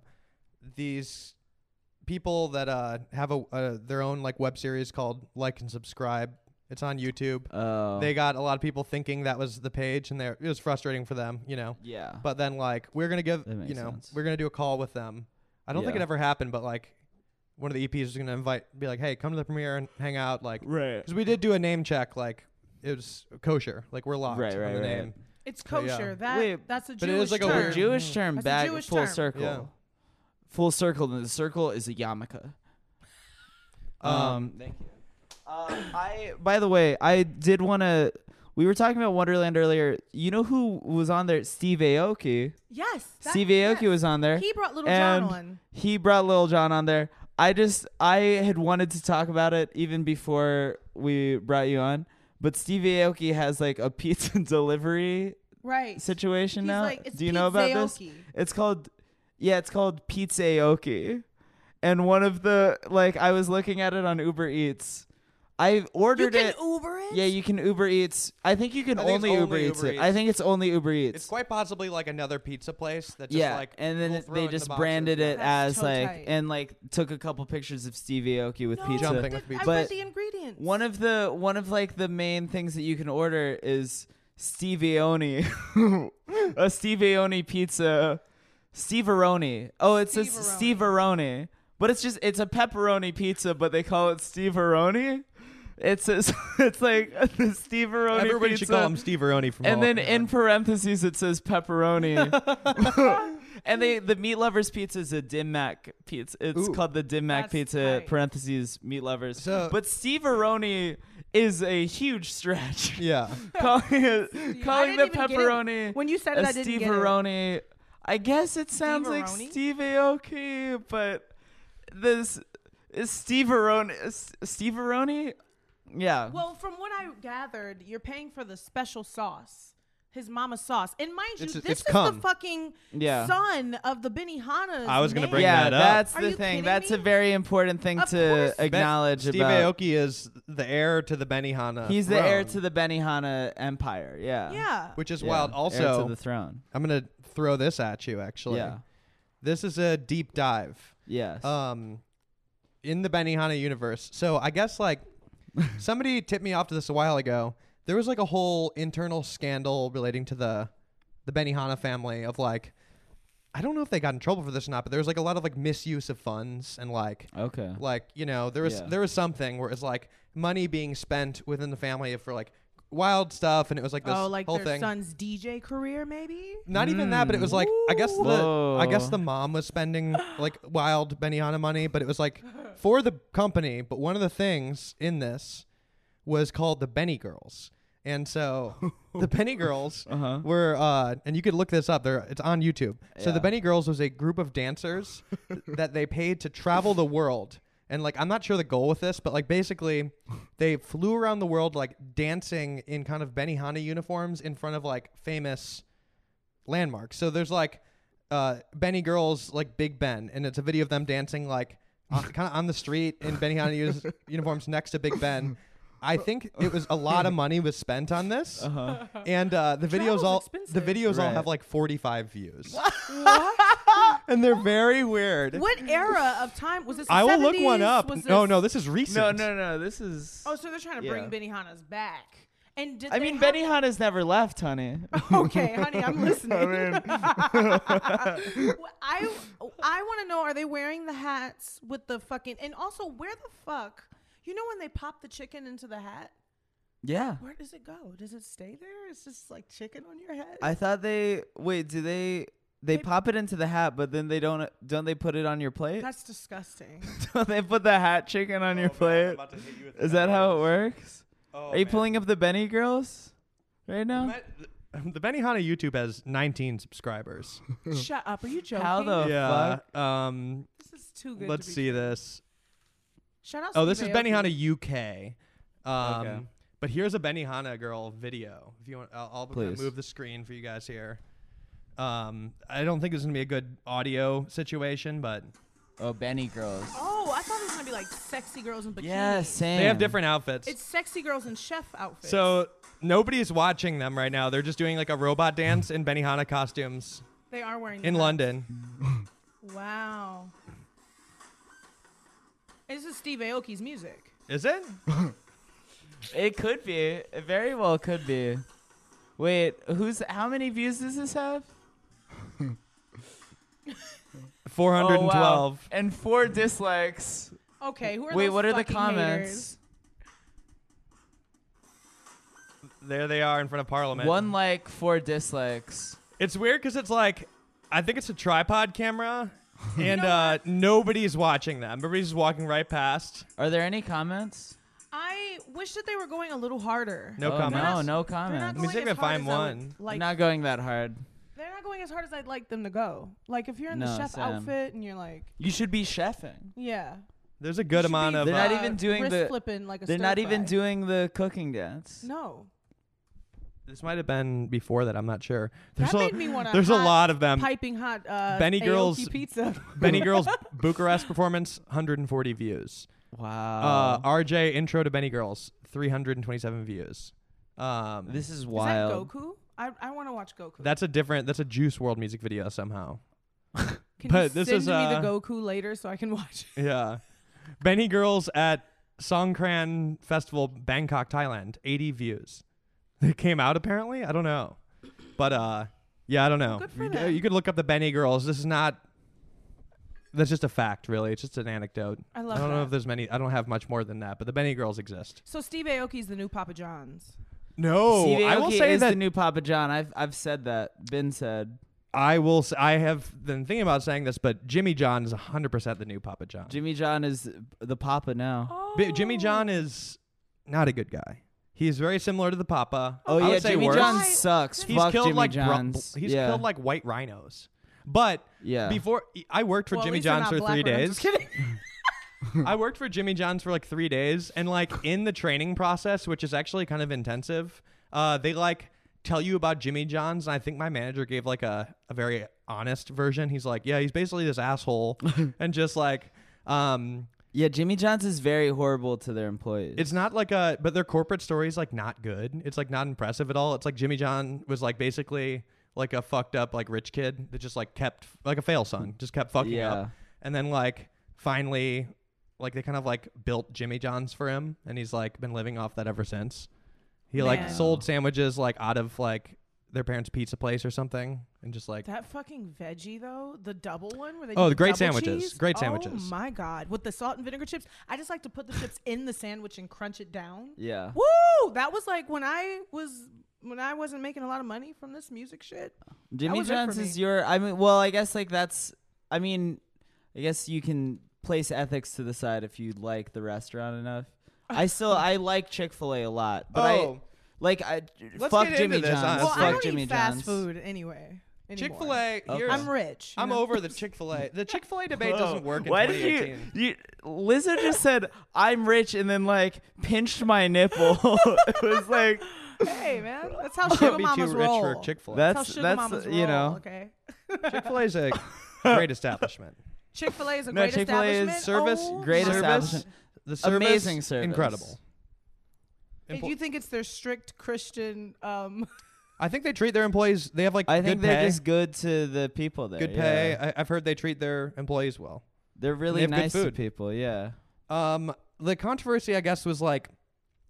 these people that uh have a uh, their own like web series called like and subscribe it's on youtube Oh. they got a lot of people thinking that was the page and they're it was frustrating for them you know yeah. but then like we're gonna give That makes you know sense. we're gonna do a call with them i don't think Yeah. it ever happened but like one of the eps is gonna invite be like hey come to the premiere and hang out like right. because we did do a name check like it was kosher like we're locked Right, on right, the right. name It's But yeah. kosher. That Wait, that's a Jewish but it is like a term. A weird- Jewish term That's a back Jewish full term. circle. Yeah. Full circle and the circle is a yarmulke. Um, Um, thank you. Uh, I by the way, I did want to. We were talking about Wonderland earlier. You know who was on there? Steve Aoki. Yes. that- Steve Aoki yes. was on there. He brought Little and John on. He brought Lil John on there. I just I had wanted to talk about it even before we brought you on, but Steve Aoki has like a pizza (laughs) delivery Right. situation He's now. like, it's Do you know about this? Pizzaoki. It's called yeah, it's called Pizza Aoki. And one of the like I was looking at it on Uber Eats. I You ordered can it. Uber it. yeah, you can Uber Eats. I think you can I think it's only, Uber, only Eats Uber it. I Eats. think it's only Uber Eats. It's quite possibly like another pizza place that just yeah, like and then we'll it- throw they in the just boxes. branded it That's as so like tight. and like took a couple pictures of Steve Aoki with no, pizza. Jumping I with did- I pizza. But read the ingredients. One of the one of like the main things that you can order is Steve Aoni, (laughs) a Steve Aoni pizza, Steve Aroni. Oh, it's Steve just Aroni. Steve Aroni, but it's just it's a pepperoni pizza, but they call it Steve Aroni. It's it's (laughs) it's like the Steve Aroni Everybody pizza. should call him Steve Aroni from and all- then in parentheses it says (laughs) pepperoni. (laughs) and they the meat lovers pizza is a dim mac pizza. It's Ooh. called the dim mac That's pizza tight. parentheses meat lovers. So- but Steve Aroni is a huge stretch. yeah, (laughs) calling it, calling didn't the even get it. pepperoni When you said it, a I didn't Steve get Aroni. I guess it sounds like Aroni? Steve Aoki, but this is Steve Aroni. S- Steve Aroni? Yeah. it. Well, from what I gathered, you're paying for the special sauce. His mama's sauce. And mind you, It's- this it's is the cum. fucking Yeah. son of the Benihana's. I was gonna name. bring yeah, that up. that's Are the you thing. kidding That's a me? very important thing Of to course. acknowledge Steve about. Aoki is the heir to the Benihana. He's the heir throne, to the Benihana empire. Yeah. Yeah. which is Yeah, wild. heir Also, to the throne. I'm gonna throw this at you. Actually, Yeah. this is a deep dive. Yes. Um, in the Benihana universe. So I guess like somebody tipped me off to this a while ago. There was like a whole internal scandal relating to the the Benihana family of like I don't know if they got in trouble for this or not, but there was like a lot of like misuse of funds and like okay. like you know there was Yeah. there was something where it's like money being spent within the family for like wild stuff and it was like this oh, like whole their thing. son's DJ career, maybe? Not even that, but it was like I guess the I guess Hmm. Whoa. the mom was spending like wild Benihana money, but it was like for the company. But one of the things in this was called the Benny Girls, and (laughs) so the Benny Girls Uh-huh. were, uh, and you could look this up. There, it's on YouTube. So Yeah. the Benny Girls was a group of (laughs) dancers that they paid to travel the world. And like I'm not sure the goal with this, but like basically, they flew around the world like dancing in kind of Benihana uniforms in front of like famous landmarks. So there's like uh, Benny Girls, like Big Ben, and it's a video of them dancing like (laughs) kind of on the street in Benihana us- uniforms next to Big Ben. I think it was a (laughs) lot of money was spent on this, Uh-huh. and uh, the videos Travel's all expensive. the videos all Right. have like 45 views, What? (laughs) and they're very weird. what era of time was this? the I will look 70s? one up. Was No, this- no, this is recent. No, no, no. This is. Oh, so they're trying to Yeah. bring Benihana's back. And did I they mean, Oh, have- Benihana's never (laughs) left, (laughs) honey. Okay, (laughs) honey, I'm listening. I mean- Well, (laughs) I I want to know: Are they wearing the hats with the fucking? And also, where the fuck? You know when they pop the chicken into the hat? yeah. Where does it go? Does it stay there? It's just like chicken on your head. I thought they. Wait, do they. They pop it into the hat, but then they don't. Don't they put it on your plate? That's disgusting. (laughs) don't they put the hat chicken Oh, on your plate? Is that how it works? Are you pulling up the Benny girls right now? The Benihana YouTube has 19 subscribers. Shut up. Are you joking? How the yeah. fuck? Um, This is too good. let's to be see true. this. Shout out. Oh, this is Steve Benihana Aoki. UK. Um, Okay. But here's a Benihana girl video. If you want, I'll, I'll kinda Please. move the screen for you guys here. Um, I don't think this is gonna be a good audio situation, but Oh, Benny girls. Oh, I thought it was gonna be like sexy girls in bikinis. Yeah, same. they have different outfits. It's sexy girls in chef outfits. so nobody's watching them right now. They're just doing like a robot dance in Benihana costumes they are wearing in that. London. Wow. This is Steve Aoki's music. Is it? It could be. It very well could be. Wait, who's? How many views does this have? Oh, wow. 412. and four dislikes. Okay, who are Wait, those what are the fucking comments? There they are in front of Parliament. One like, four dislikes. It's weird because it's like, I think it's a tripod (laughs) camera, and uh, nobody's watching them. Everybody's just walking right past. Are there any comments? haters? I wish that they were going a little harder. No oh, comment. No, no They're not comments. mean, going see if as I find hard as I would one. I'm Like not going that hard. they're not going as hard as I'd like them to go. Like if you're in No, the chef same. outfit and you're like, You should be chefing. yeah, There's a good should be, amount of. They're not uh, even doing wrist the- flipping like a They're stir not even fry. doing the cooking dance. No, this might have been before that. I'm not sure. There's that a, made me want to. there's a lot of them. piping hot uh, Benny Aoki Girls- pizza. (laughs) (laughs) Benny Girls Bucharest performance 140 views. Wow. Uh, RJ intro to Benny Girls 327 views. Um, this is Is that wild. Goku? I, I want to watch Goku. that's a different. That's a Juice World music video somehow. can but you this send is, me uh, the Goku later so I can (laughs) watch. it? Yeah. Benny Girls at Songkran Festival, Bangkok, Thailand. 80 views. It came out apparently. I don't know. But uh yeah, I don't know. good for you, them. you could look up the Benny Girls. This is not that's just a fact, really. It's just an anecdote. I love I don't know that. if there's many. I don't have much more than that, but the Benny Girls exist. So Steve Aoki's the new Papa John's. No, Steve Oh, I will Aoki say is the that new Papa John. I've I've said that. Been said. I will. s- I have been thinking about saying this, but Jimmy John is 100 percent the new Papa John. Jimmy John is the Papa now. Oh. Bi- Jimmy John is not a good guy. He's very similar to the Papa. Oh I would yeah, say Jimmy worse. John sucks. He's Fuck killed Jimmy like bro- John's. he's yeah. killed like white rhinos. But yeah. before I worked for Well, at Jimmy least they're John's not for black three or- I'm just days. (laughs) (laughs) kidding. I worked for Jimmy John's for like three days, and like in the training process, which is actually kind of intensive, uh, they like tell you about Jimmy John's, and I think my manager gave like a, a very honest version. He's like, yeah, he's basically this (laughs) asshole, and just like, um, Yeah, Jimmy John's is very horrible to their employees. It's not like a, but their corporate story is like not good. It's like not impressive at all. It's like Jimmy John was like basically like a fucked up like rich kid that just like kept like a fail son, just kept fucking Yeah. up, and then like finally, like they kind of like built Jimmy John's for him, and he's like been living off that ever since. He like Man. sold sandwiches like out of like their parents' pizza place or something, and just like That fucking veggie though, the double one where they Oh, do the great double sandwiches. cheese? Great Oh sandwiches. my god, with the salt and vinegar chips, I just like to put the (laughs) chips in the sandwich and crunch it down. yeah. Woo! That was like when I was when I wasn't making a lot of money from this music shit. Jimmy was it for John's is me. your I mean well, I guess like that's I mean, I guess you can place ethics to the side if you like the restaurant (laughs) enough. I still I like Chick-fil-A a lot, but Oh. I like I Let's fuck get into Jimmy this, John's. honestly. well, fuck I don't Jimmy eat fast John's. food anyway. anymore. Chick Fil A. Okay. here's I'm rich. you I'm know? over the Chick Fil A. The Chick Fil A (laughs) debate doesn't work. In Oh, Why 2018. did you, you? Lizzo just said, "I'm rich," and then like pinched my nipple. (laughs) it was like Hey man, that's (laughs) how sugar Can't be mamas too roll. rich for Chick Fil A. That- that's how (laughs) sugar That's- mamas that's, you roll, know. Okay. Chick Fil A is (laughs) a great establishment. Chick Fil A is a No, great Chick-fil-A is establishment. Service, oh Great my service, establishment. The service, Amazing service. incredible. If Empo- you think it's their strict Christian, um, I think they treat their employees. They have like I think good they're pay. just good to the people there. good yeah. pay. I, I've heard they treat their employees well. They're really have good nice to food. people. Yeah. Um, the controversy, I guess, was like,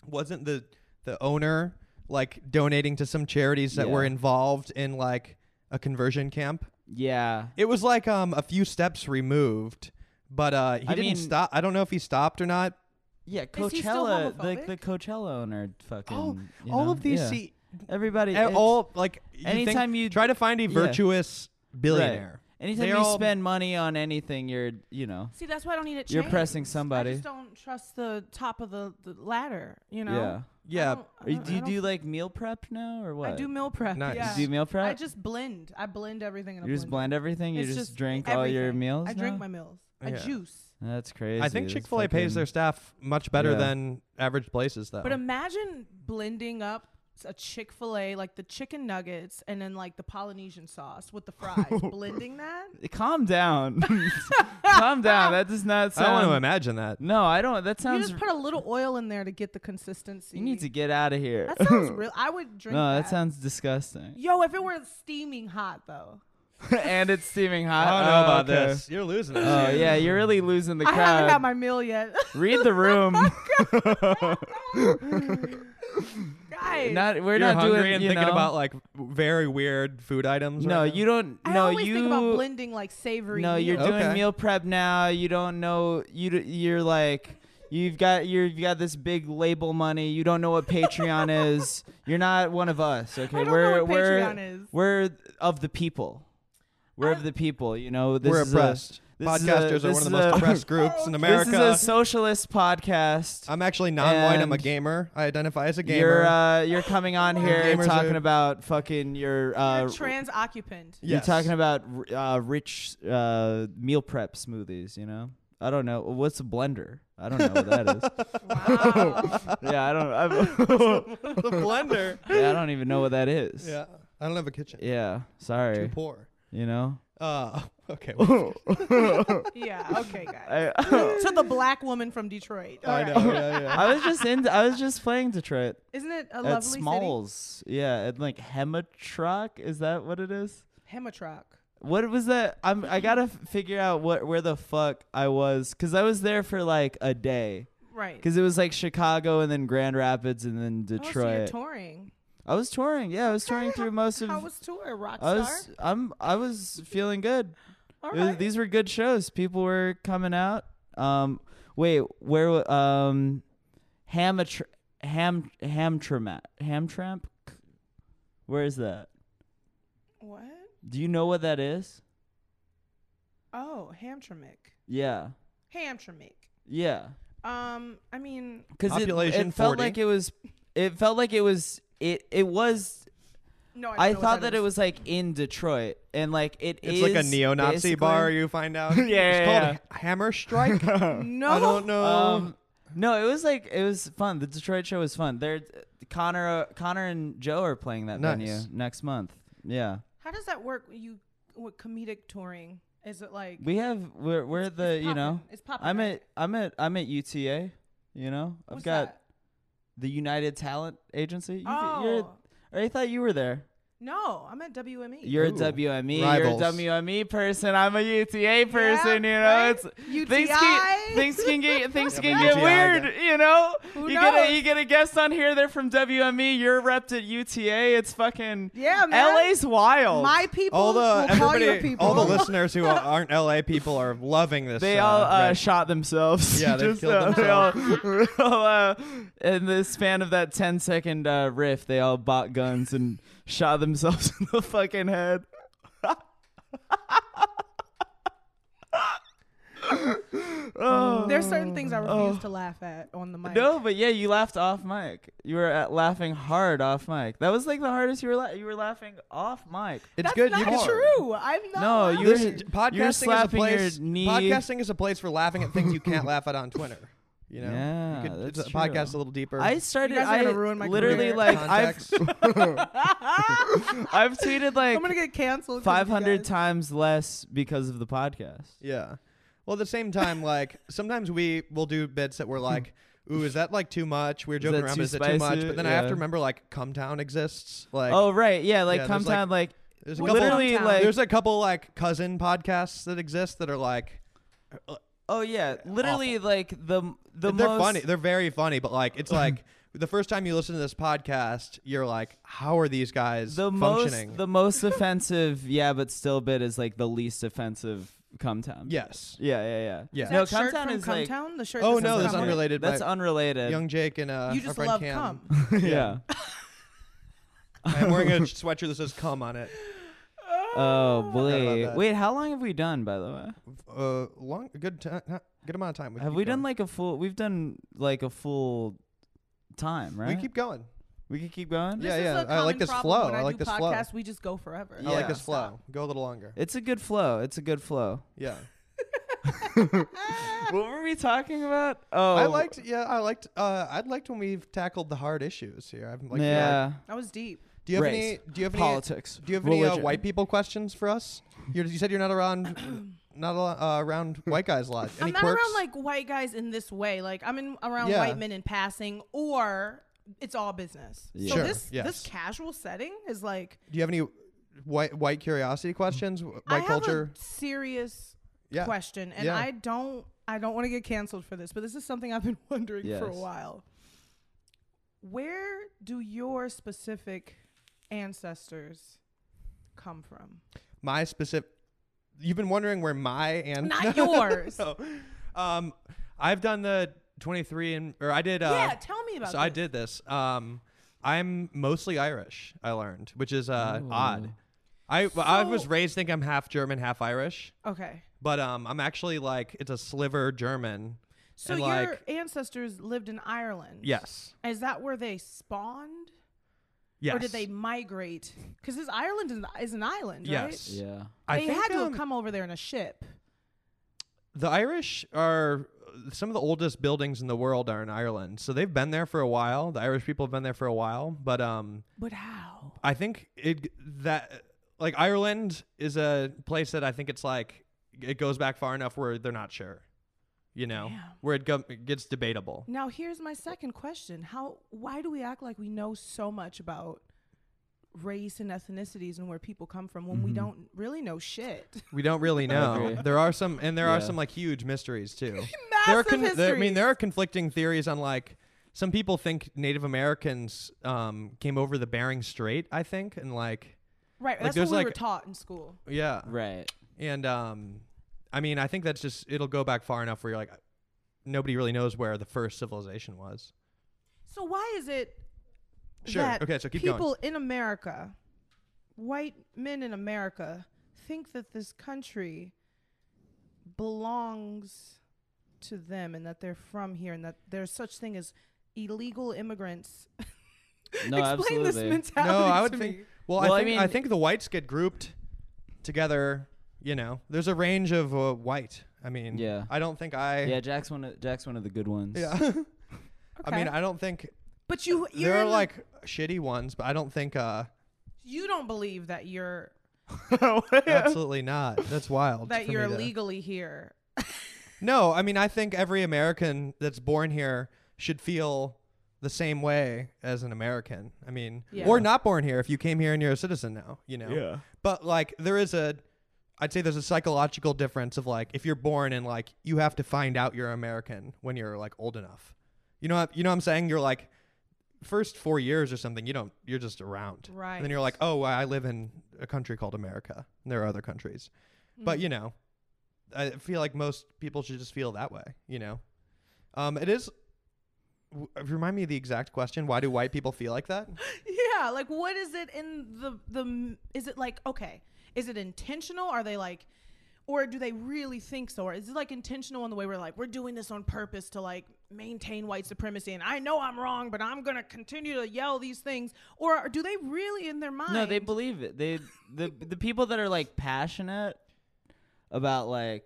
wasn't the the owner like donating to some charities that Yeah. were involved in like a conversion camp? Yeah. It was like um a few steps removed, but uh, he I didn't mean- stop. I don't know if he stopped or not. Yeah, Is he still Coachella, like the homophobic? Coachella owner, fucking. Oh, you all know? of these. Yeah. See, everybody. at it's- all like you think- anytime you- try to find a yeah. virtuous billionaire. Anytime They're you all- spend money on anything, you're you know. (laughs) See, that's why I don't need it. You're pressing changed. somebody. I just don't trust the top of the, the ladder. You know. Yeah. Yeah. I don't- I Are you, don't- do I you don't- do like meal prep now or what? I do meal prep. Nice. Yeah. You do meal prep. I just blend. I blend everything in a you just blender. blend everything. You It's just, drink all your everything. meals. I drink now? my meals. I Yeah. juice. That's crazy. I think That's Chick Fil A pays their fucking- staff much better Yeah. than average places, though. But imagine blending up a Chick Fil A, like the chicken nuggets, and then like the Polynesian sauce with the fries. (laughs) blending that. Calm (laughs) down. Calm down. That does not I sound. don't want to imagine that. No, I don't. That You sounds. just put a little oil in there to get the consistency. You need to get out of here. (laughs) That sounds real. I would drink. no, that, that sounds (laughs) disgusting. Yo, if it were steaming hot though, and it's steaming hot. I don't know Oh, about okay. this. You're losing this. Oh yeah, you're really losing the I haven't had crowd. my meal yet. (laughs) Read the room. Guys, not we're You're not hungry doing and you thinking know. about like very weird food items. No, right now? you don't. I no, always you. think about blending like savory. no, you're meals. doing Okay. meal prep now. You don't know. You d- you're like. You've got you're, you've got this big label money. You don't know what (laughs) Patreon is. You're not one of us. Okay, I don't know we're what we're Patreon is. we're of the people. We're I- of the people. You know, this we're is a- oppressed. this is a- Podcasters are this one of the is most a- oppressed groups in (laughs) This America. is a socialist podcast. I'm actually non-white. I'm a And gamer. I identify as a gamer. You're uh, you're coming on here and Gamers talking are- about fucking your You're uh, a trans (laughs) occupant. Yeah. Yes. You're talking about r- uh, rich uh, meal prep smoothies, you know? I don't know. What's a blender? I don't know what that (laughs) is. Wow. Yeah, I don't (laughs) I'm (laughs) the (laughs) blender. yeah, I don't even know what that is. Yeah, I don't have a kitchen. Yeah, sorry. Too poor. You know? Uh, (laughs) (laughs) okay. well, yeah. Okay, guys. I, to the black woman from Detroit. I All know. right. Yeah, yeah. (laughs) I was just in I was just playing Detroit Isn't it a at lovely Smalls. Yeah, at like Hematrock, is that what it is? city? Hematrock. What was that? I'm I got to figure out what where the fuck I was cuz I was there for like a day. Right. Because it was like Chicago and then Grand Rapids and then Oh, so you're Detroit. touring. I was touring. Yeah, I was touring Okay, through how- most of. How was tour? Rockstar. I was. I'm. I was feeling good. All It was- right. These were good shows. People were coming out. Um, wait, where? wa- Um, Hamatr, Ham, Hamtramck, Hamtramck. Where is that? what? Do you know what that is? Oh, Hamtramck. Yeah, Hamtramck. yeah. Um, I mean, Because it, Population it felt 40. like it was. It felt like it was. It it was no. I, don't I know what thought that, is. it was like in Detroit, and like it It's like a is neo-Nazi basically- bar. You find out. (laughs) Yeah, It's yeah, called Ha- Hammer Strike. (laughs) No. I don't know. Um, no, it was like it was fun. The Detroit show was fun. There, Connor, uh, Connor and Joe are playing that Nice. venue next month. Yeah, How does that work? when You with comedic touring? Is it like we have we're we're it's the you know poppin', It's popping. I'm right? at I'm at I'm at UTA. You know I've What's got that? the United Talent Agency. You, oh you're, I thought you were there. no, I'm at E. WME. You're Ooh. a WME. Rivals. You're a WME person. I'm a UTA person. you know, right? it's things UTI? can things can (laughs) get things Yeah, can but get UTI weird. You know, Who you get knows? a you get a guest on here. They're from WME. You're repped at UTA. It's fucking yeah, man. LA's wild. My people all the will call your everybody, people. all the listeners who aren't LA people are loving this. they uh, all uh, right. shot themsells. (laughs) Yeah, they killed they all- they all, (laughs) uh, in the span of that 10 second uh, riff, they all bought guns and shot themselves (laughs) in the fucking head. oh. There's certain things I Oh. refuse to laugh at on the mic. No, but yeah, you laughed off mic. You were at laughing hard off mic. That was like the hardest you were. La- you were laughing off mic. It's that's good. not you are. true. I'm not. No, laughing. you This You're- is- podcasting is a slapping your place. knee. Podcasting is a place for laughing at things you can't laugh at on Twitter. You know, Yeah, you could that's it's a true. podcast a little deeper. I started. You guys are I gonna ruin my literally career. like context. (laughs) I've (laughs) I've tweeted like (laughs) I'm gonna get canceled. 'cause of you 500 guys. times less because of the podcast. Yeah. Well, at the same time, like sometimes we will do bits that we're like, "Ooh, is that like too much?" We We're joking Hmm. that around, too but is it too much? spicy? But then I have Yeah. to remember, like, Cumtown exists. Like, oh right, yeah, like Yeah, there's, yeah, come down like, there's a couple. literally Hometown. like there's a couple like cousin podcasts that exist that are like oh yeah, literally like the the they're most funny. They're very funny, but like it's like the first time you listen to this podcast, you're like, "How are these guys the functioning?" most the most offensive yeah, but still bit is like the least offensive come town. yes. Yeah, yeah, yeah. Yeah. Is No, that shirt Comptown from is like- Comptown? the shirt. Oh that no, says that's Comptown? unrelated. That's by unrelated. young Jake and uh, You our just friend love Cam. (laughs) cum. yeah. (laughs) I'm wearing a sweatshirt that says "cum" on it. Oh about boy! that. Wait, how long have we done, by the way? Uh, long, a good, time, good amount of time. Have keep we done going. like a full? We've done like a full time, right? We keep going. we could keep going. This Yeah, is yeah. a I like common this problem flow. When I, I like do this flow. podcasts, We just go forever. I like Yeah. this Stop. flow. Go a little longer. It's a good flow. It's a good flow. Yeah. what were we talking about? Oh, I liked. Yeah, I liked. Uh, I liked when we've tackled the hard issues here. I'm like, uh, yeah. That was deep. Do you have Race. any? Do you have any? Politics. Do you have any uh, Religion. white people questions for us? You're, you said you're not around, (coughs) not a lot, uh, around white guys a lot. Any I'm not quirks? around like white guys in this way. Like I'm in around Yeah. white men in passing, or it's all business. Yeah. So Sure, this this yes. casual setting is like Do you have any white white curiosity questions? Wh- White I have culture. a serious yeah. question, and Yeah. I don't I don't want to get canceled for this, but this is something I've been (laughs) wondering for a Yes. while. Where do your specific ancestors come from? My specific. You've been wondering where my and (laughs) Not yours. No. Um, I've done the 23 and or I did. Uh, yeah, tell me about. so I this. did this. Um, I'm mostly Irish. I learned, which is uh, odd. I I was So- raised think I'm half German, half Irish, Okay. but um, I'm actually like it's a sliver German. So and, your like, ancestors lived in Ireland. yes, Is that where they spawned? yes, Or did they migrate? Because this Ireland is- is an island, Yes. (laughs) right? Yeah. I they think had to um, have come over there in a ship. the Irish are some of the oldest buildings in the world are in Ireland, so they've been there for a while. The Irish people have been there for a while, but um, But how? I think it that like Ireland is a place that I think it's like it goes back far enough where they're not sure, you know, Damn. where it, go, it gets debatable. Now here's my second question: How? Why do we act like we know so much about race and ethnicities and where people come from when we Mm-hmm. don't really know shit? (laughs) We don't really know. agree. there are some, and there are Yeah. some like huge mysteries too. there are Massive con- there- I mean, histories. there are conflicting theories on like some people think Native Americans um, came over the Bering Strait. I think, and like right. that's there's what we like- were taught in school. yeah, Right. and um, I mean, I think that's just it'll go back far enough where you're like nobody really knows where the first civilization was. So why is it Sure. that Okay, so keep going. people in America, white men in America, think that this country belongs to them and that they're from here and that there's such thing as illegal immigrants. (laughs) No, Explain absolutely. this mentality. no, I would to think. me. Well, Well, I I think I, mean- think the whites get grouped together. You know, there's a range of uh, white. I mean, Yeah. I don't think I. yeah, Jack's one. Of, Jack's one of the good ones. (laughs) Yeah. I mean, I don't think but you you're there are in the- like shitty ones, but I don't think. uh you don't believe that you're (laughs) Absolutely not. That's wild. that for you're me to- legally here. No, I mean I think every American that's born here should feel the same way as an American. I mean, Yeah. or not born here if you came here and you're a citizen now. You know. Yeah. But like, there is a, I'd say there's a psychological difference of like if you're born and like you have to find out you're American when you're like old enough. You know, what- you know what I'm saying? You're like, first four years or something, you don't, you're just around. And then you're Right. like, oh, well, I live in a country called America. And there are other countries, Mm-hmm. but you know, I feel like most people should just feel that way. You know, um, it is. w- uh, Remind me of the exact question. Why do white people feel like that? Yeah, like what is it in the the m- is it like okay, is it intentional? Are they like or do they really think so? Or is it like intentional in the way we're like we're doing this on purpose to like maintain white supremacy and I know I'm wrong, but I'm going to continue to yell these things or do they really in their mind No, they believe it. They the the people that are like passionate about like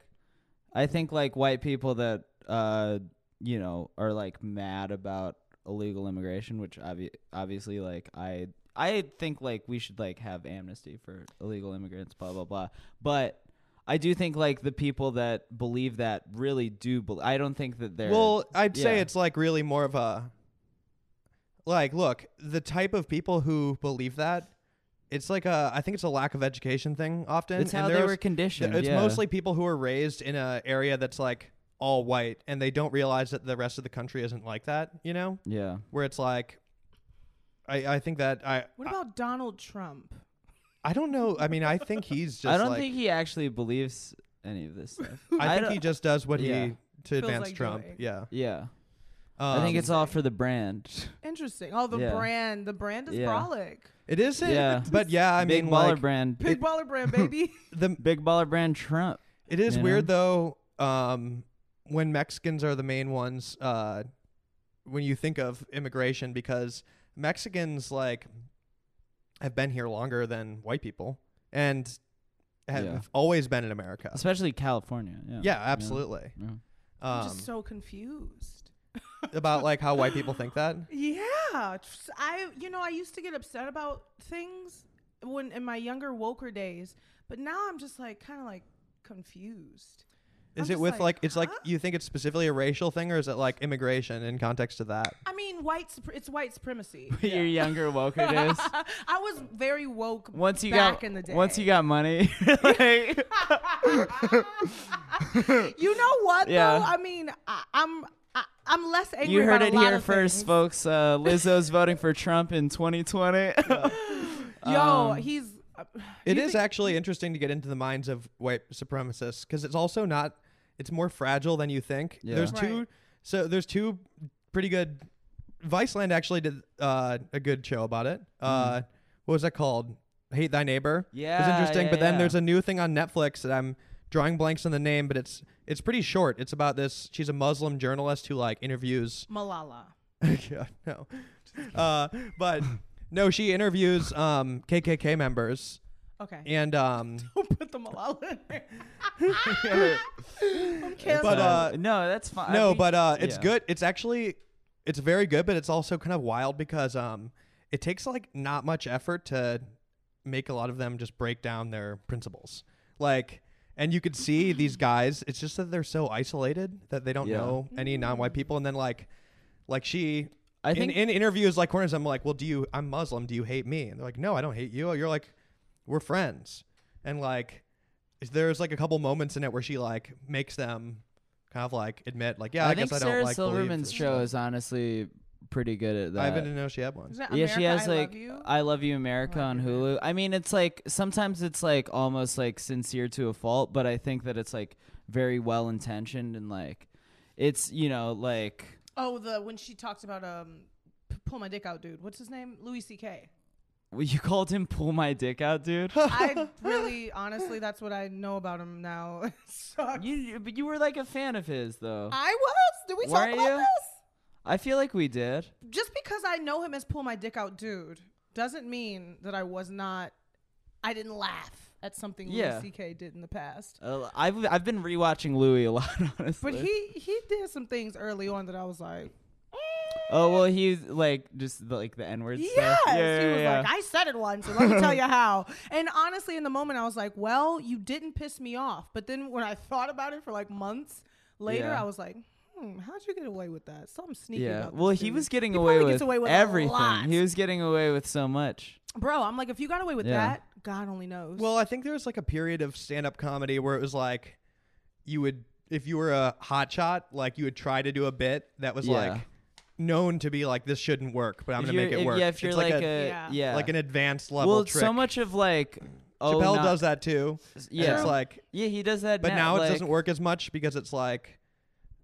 I think like white people that uh you know are like mad about illegal immigration, which obvi- obviously like I I think like we should like have amnesty for illegal immigrants, blah blah blah. But I do think like the people that believe that really do. Bel- I don't think that they're Well, I'd say yeah. it's like really more of a like look, the type of people who believe that it's like a I think it's a lack of education thing often. It's how and they there's- were conditioned, It's yeah. mostly people who are raised in a area that's like all white and they don't realize that the rest of the country isn't like that, you know? yeah. Where it's like I, I think that I What about Donald Trump? I don't know. I mean, I think he's just (laughs) I don't like- think he actually believes any of this stuff. (laughs) I think don't- he just does what Yeah. he to advance like Trump. doing. Yeah. yeah. I Um, think it's all for the brand. (laughs) Interesting. Oh, the Yeah. brand. The brand is Yeah. frolic. It is it, Yeah. (laughs) but yeah, I Big mean, baller like, brand. Big baller brand, (laughs) baby. the Big baller brand Trump. It is you know? weird though. Um, when Mexicans are the main ones, uh, when you think of immigration, because Mexicans like have been here longer than white people and have Yeah. always been in America. Especially California. Yeah. Yeah, absolutely. Yeah. I'm Um, just so confused. about like (laughs) how white people think that. Yeah, tr- I you know I used to get upset about things when in my younger woker days, but now I'm just like kind of like confused. I'm Is it just with like, it's like huh? you think it's specifically a racial thing, or is it like immigration in context to that? I mean white supre- it's (laughs) white supremacy. Your (laughs) younger woker (laughs) days. I was very woke Once you back got in the day. once you got money, (laughs) (laughs) like, you know what Yeah. though? I mean I, I'm I, I'm less angry. you heard about it a lot here of first, things. folks. Uh, Lizzo's voting for Trump in 2020. (laughs) Yo, Um, he's. uh, It you is think- actually interesting to get into the minds of white supremacists because it's also not. It's more fragile than you think. Yeah. There's Right. two. So there's two pretty good. Viceland actually did uh, a good show about it. Hmm. Uh, what was that called? Hate thy neighbor. It was Yeah, interesting. yeah, but then yeah. (laughs) there's a new thing on Netflix that I'm drawing blanks on the name, but it's it's pretty short. It's about this. She's a Muslim journalist who like interviews Malala. (laughs) yeah, no. Uh, but no, she interviews um, KKK members Okay. and um, (laughs) Don't put the Malala in there. I'm canceled. But, uh, no, that's fine. no, We- but uh, it's yeah. good. It's actually it's very good, but it's also kind of wild because um, it takes like not much effort to make a lot of them just break down their principles, like. And you could see these guys. It's just that they're so isolated that they don't Yeah. know any non-white people. And then like, like she, I think in, in interviews like corners, I'm like, well, do you? I'm Muslim. Do you hate me? And they're like, no, I don't hate you. You're like, we're friends. And like, there's like a couple moments in it where she like makes them kind of like admit, like, yeah, I, I think guess I Sarah don't like. believe Silverman's this show stuff." is honestly pretty good at that. I didn't know she had one. (laughs) Isn't it yeah, she America, has I like love you? I Love You America on Hulu. I mean, it's like sometimes it's like almost like sincere to a fault, but I think that it's like very well intentioned and like it's you know like (laughs) oh, the when she talked about um, p- pull my dick out, dude. What's his name? (laughs) Louis C.K. well, you called him "pull my dick out, (laughs) dude." I really, honestly, that's what I know about him now. (laughs) It sucks. you you- but you were like a fan of his though. I was. Did we Were talk about you? this? I feel like we did. Just because I know him as pull my dick out, dude, doesn't mean that I was not. I didn't laugh at something Yeah. Louis C.K. did in the past. Uh, I've I've been rewatching Louis a (laughs) lot, honestly. But he he did some things early on that I was like, oh well, he's like just the, like the N word Yes. stuff. Yeah, yeah, he was yeah. like, I said it once, and let me tell you how. (laughs) And honestly, in the moment, I was like, well, you didn't piss me off. But then when I thought about it for like months later, Yeah. I was like, hmm, how'd you get away with that? Something sneaky. Yeah. About Well, this he dude. was getting He away probably with, gets away with a lot. everything. He was getting away with so much. Bro, I'm like, if you got away with Yeah. that, God only knows. Well, I think there was like a period of stand-up comedy where it was like, you would if you were a hotshot, like you would try to do a bit that was Yeah. like known to be like this shouldn't work, but I'm If gonna make you're- it if- work. Yeah, if you're it's like, like, a, yeah. Yeah. like an advanced level well, trick. so much of like oh, Chappelle not- does that too. And Yeah, it's like, yeah, he does that. but now, it like- doesn't work as much because it's like,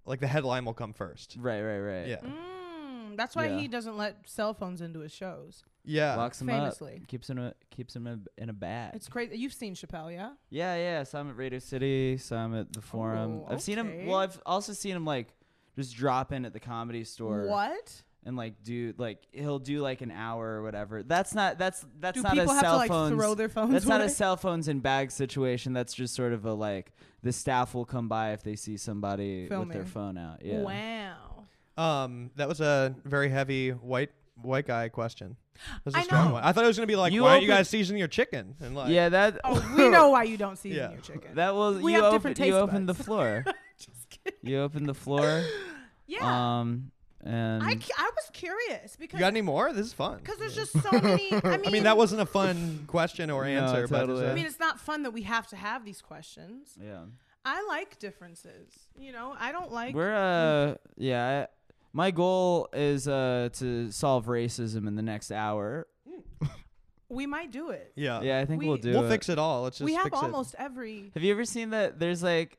like the headline will come first. Right, right, right. Yeah, Mm, that's why Yeah. he doesn't let cell phones into his shows. yeah. Locks him Famously. up, keeps him a, keeps him a, in a bag. It's crazy. You've seen Chappelle, yeah? yeah, yeah. Some at Radio City, some at the Forum. Oh, I've seen him. okay. Well, I've also seen him like just drop in at the comedy store What? and like do like he'll do like an hour or whatever. That's not that's that's Do not a people have to cell like phones. throw their phones That's not away? a cell phones in bags situation. That's just sort of a like the staff will come by if they see somebody with their Filming. phone out. Yeah. Wow. Um, that was a very heavy white white guy question. That was a I strong know. one. I thought it was gonna be like, You why aren't you open- guys seasoning your chicken? And like, Yeah, that Oh, we know why you don't season Yeah. your (laughs) chicken. that was We you have opened different you taste opened the buds. floor. (laughs) Just kidding. you opened the floor. (laughs) Yeah. Um and I, cu- I was curious because Mm-hmm. you got any more? This is fun. Because there's just (laughs) so many. I mean, I mean, that wasn't a fun question or No, answer, but it's totally. a- I I mean, it's not fun that we have to have these questions. yeah. I like differences. You know, I don't like. We're uh yeah, I, my goal is uh to solve racism in the next hour. we might do it. yeah, Yeah, I think We- we, will do Uh, We'll it. fix it all. Let's just we have fix almost every. (laughs) Have you ever seen that? There's like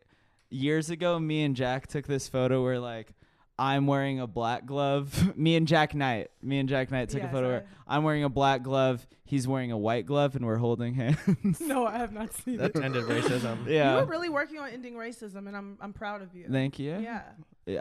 years ago, me and Jack took this photo where like I'm wearing a black glove. (laughs) Me and Jack Knight. Me and Jack Knight took a Yeah, I photo saw where it. I'm wearing a black glove. He's wearing a white glove, and we're holding hands. (laughs) No, I have not seen it. Ended racism. You yeah. were really working on ending racism, and I'm I'm proud of you. (laughs) Thank you. yeah.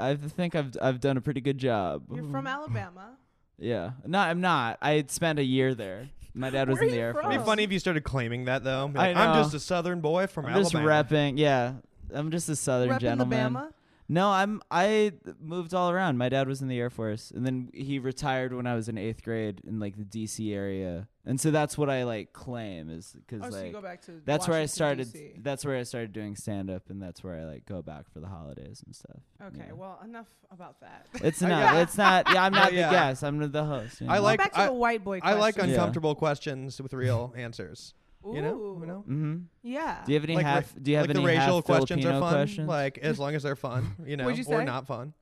I think I've I've done a pretty good job. You're Mm-hmm. (clears throat) from Alabama. Yeah. No, I'm not. I had spent a year there. My dad was Where in are the you Air from? It'd Force. be funny if you started claiming that though. Be I like, I'm know. just a Southern boy from I'm just Alabama. repping. Yeah. I'm just a southern Repping gentleman. the Bama. No, I'm I moved all around. My dad was in the Air Force and then he retired when I was in 8th grade in like the DC area. And so that's what I like claim is cuz Oh, like so you go back to that's where I Washington, started DC. that's where I started doing stand up and that's where I like go back for the holidays and (laughs) stuff. you Okay, know. well, enough about that. It's I not. got- It's not. Yeah, I'm (laughs) Oh, No, not the yeah. guest. I'm the host. (laughs) you I know? like- back to I- the white boy. I like question. Yeah. uncomfortable questions with real answers. You know, you Ooh, know. Mhm. Yeah. Do you have any Like ra- half do you have like any the racial half questions Filipino are fun. questions? Like as long as they're (laughs) fun, you know, What'd you or say? not fun.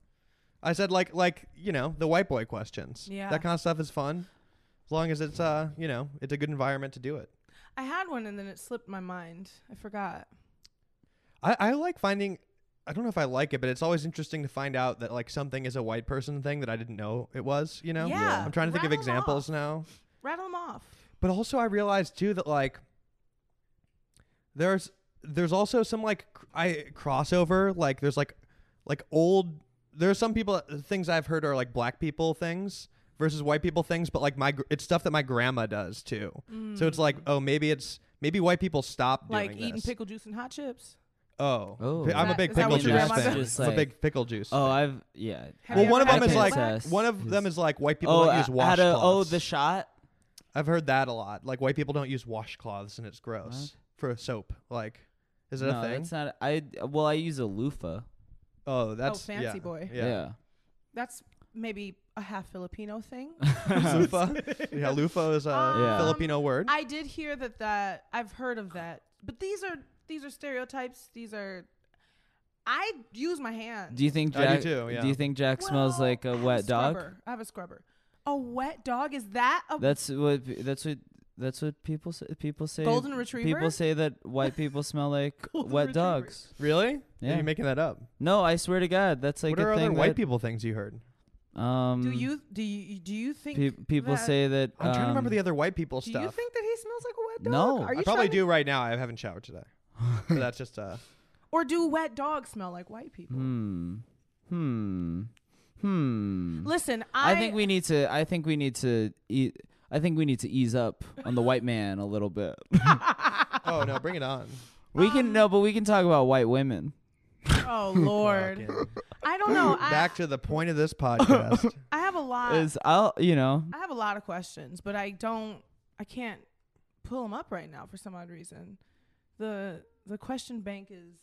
I said like like you know the white boy questions. Yeah. that kind of stuff is fun, as long as it's uh you know it's a good environment to do it. I had one and then it slipped my mind. I forgot. I, I like finding. I don't know if I like it, but it's always interesting to find out that like something is a white person thing that I didn't know it was. You know, Yeah, I'm trying to think of rattle 'em examples off. now. Rattle them off. But also, I realized too that like there's there's also some like cr- I crossover. Like there's like like old. There's some people things I've heard are like black people things versus white people things, but like my gr- it's stuff that my grandma does too. So it's like oh maybe it's maybe white people stop Like doing eating this. pickle juice and hot chips. Oh, Oh. Pi- I'm a That- big is that pickle what your juice grandma fan. does? I'm a big pickle juice. Oh, fan. I've yeah. Have well, you one of ever them had is like black? one of them is like white people oh, don't use uh, how washcloths. to- oh, the shot. I've heard that a lot. Like white people don't use washcloths, and it's gross for soap. Like, is it no, a thing? It's not. I well, I use a loofah. Oh, that's fancy yeah, boy. Yeah, That's maybe a half Filipino thing. (laughs) (laughs) loofah. (laughs) yeah, loofah is a Um, Filipino word. I did hear that that I've heard of that. But these are these are stereotypes. These are I use my hand. Do you think I do Jack? too, yeah. you think Jack smells Well, like I a have wet dog? scrubber. I have a scrubber. A wet dog is that a That's what. pe- That's what. That's what people say. People say. golden retriever? People say that white people smell like (laughs) Golden wet retrievers. dogs. really? Yeah. Are you making that up? No, I swear to God, that's like what a are thing. other white that, people things you heard? Um, do you do you do you think Pe- people that- say that. I'm trying to remember um, the other white people Do stuff. you think that he smells like a wet dog? No, Are I probably you trying to- do right now. I haven't showered (laughs) today. So that's just uh. Or do wet dogs smell like white people? Hmm. Hmm. Hmm. Listen, I, I (laughs) think we need to. I think we need to. E- I think we need to ease up on the white man a little bit. Oh no, bring it on. We can Um, no, but we can talk about white women. Oh Lord, Fucking- I (laughs) don't know. (laughs) I, Back to the point of this podcast. I have a Uh, lot. Is I'll you know I have a lot of questions, but I don't. I can't pull them up right now for some odd reason. the The question bank is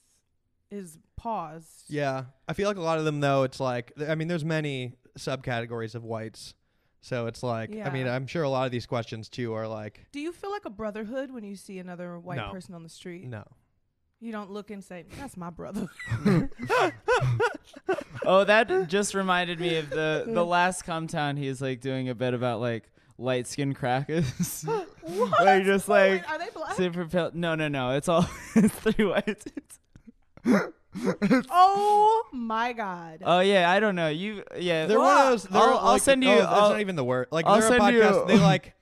is paused. yeah, I feel like a lot of them though. It's like I mean, there's many subcategories of whites, so it's like I mean, Yeah. I'm sure a lot of these questions too are like Do you feel like a brotherhood when you see another white No. person on the street? no. You don't look and say, "That's my (laughs) brother." (laughs) (laughs) Oh, that just reminded me of the the last Comtown. He's like doing a bit about like light skin (laughs) crackers. what? Like, just Wait, like are they (laughs) black? Super pale. No, no, no. It's all (laughs) it's three (laughs) whites. oh my god! Oh yeah, I don't know. You yeah. They're one of those. They're I'll, I'll like- send you. Oh, that's I'll- not even the word. Like I'll they're send a podcast. you- (laughs) They like.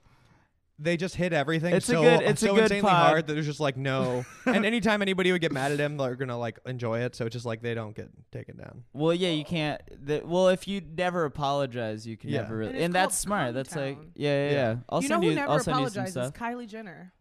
They just hit everything It's a so good- it's a so good insanely pod. hard that there's just like (laughs) no. and anytime anybody would get mad at him, they're gonna like enjoy it. So it's just like they don't get taken down. well, yeah, you can't. The, well, if you never apologize, you can Yeah. never really. And And, it's that's called smart. That's like Comtown. yeah, yeah, Yeah. yeah. I'll you know send who you. never I'll send you some apologizes? stuff. (laughs) Kylie Jenner.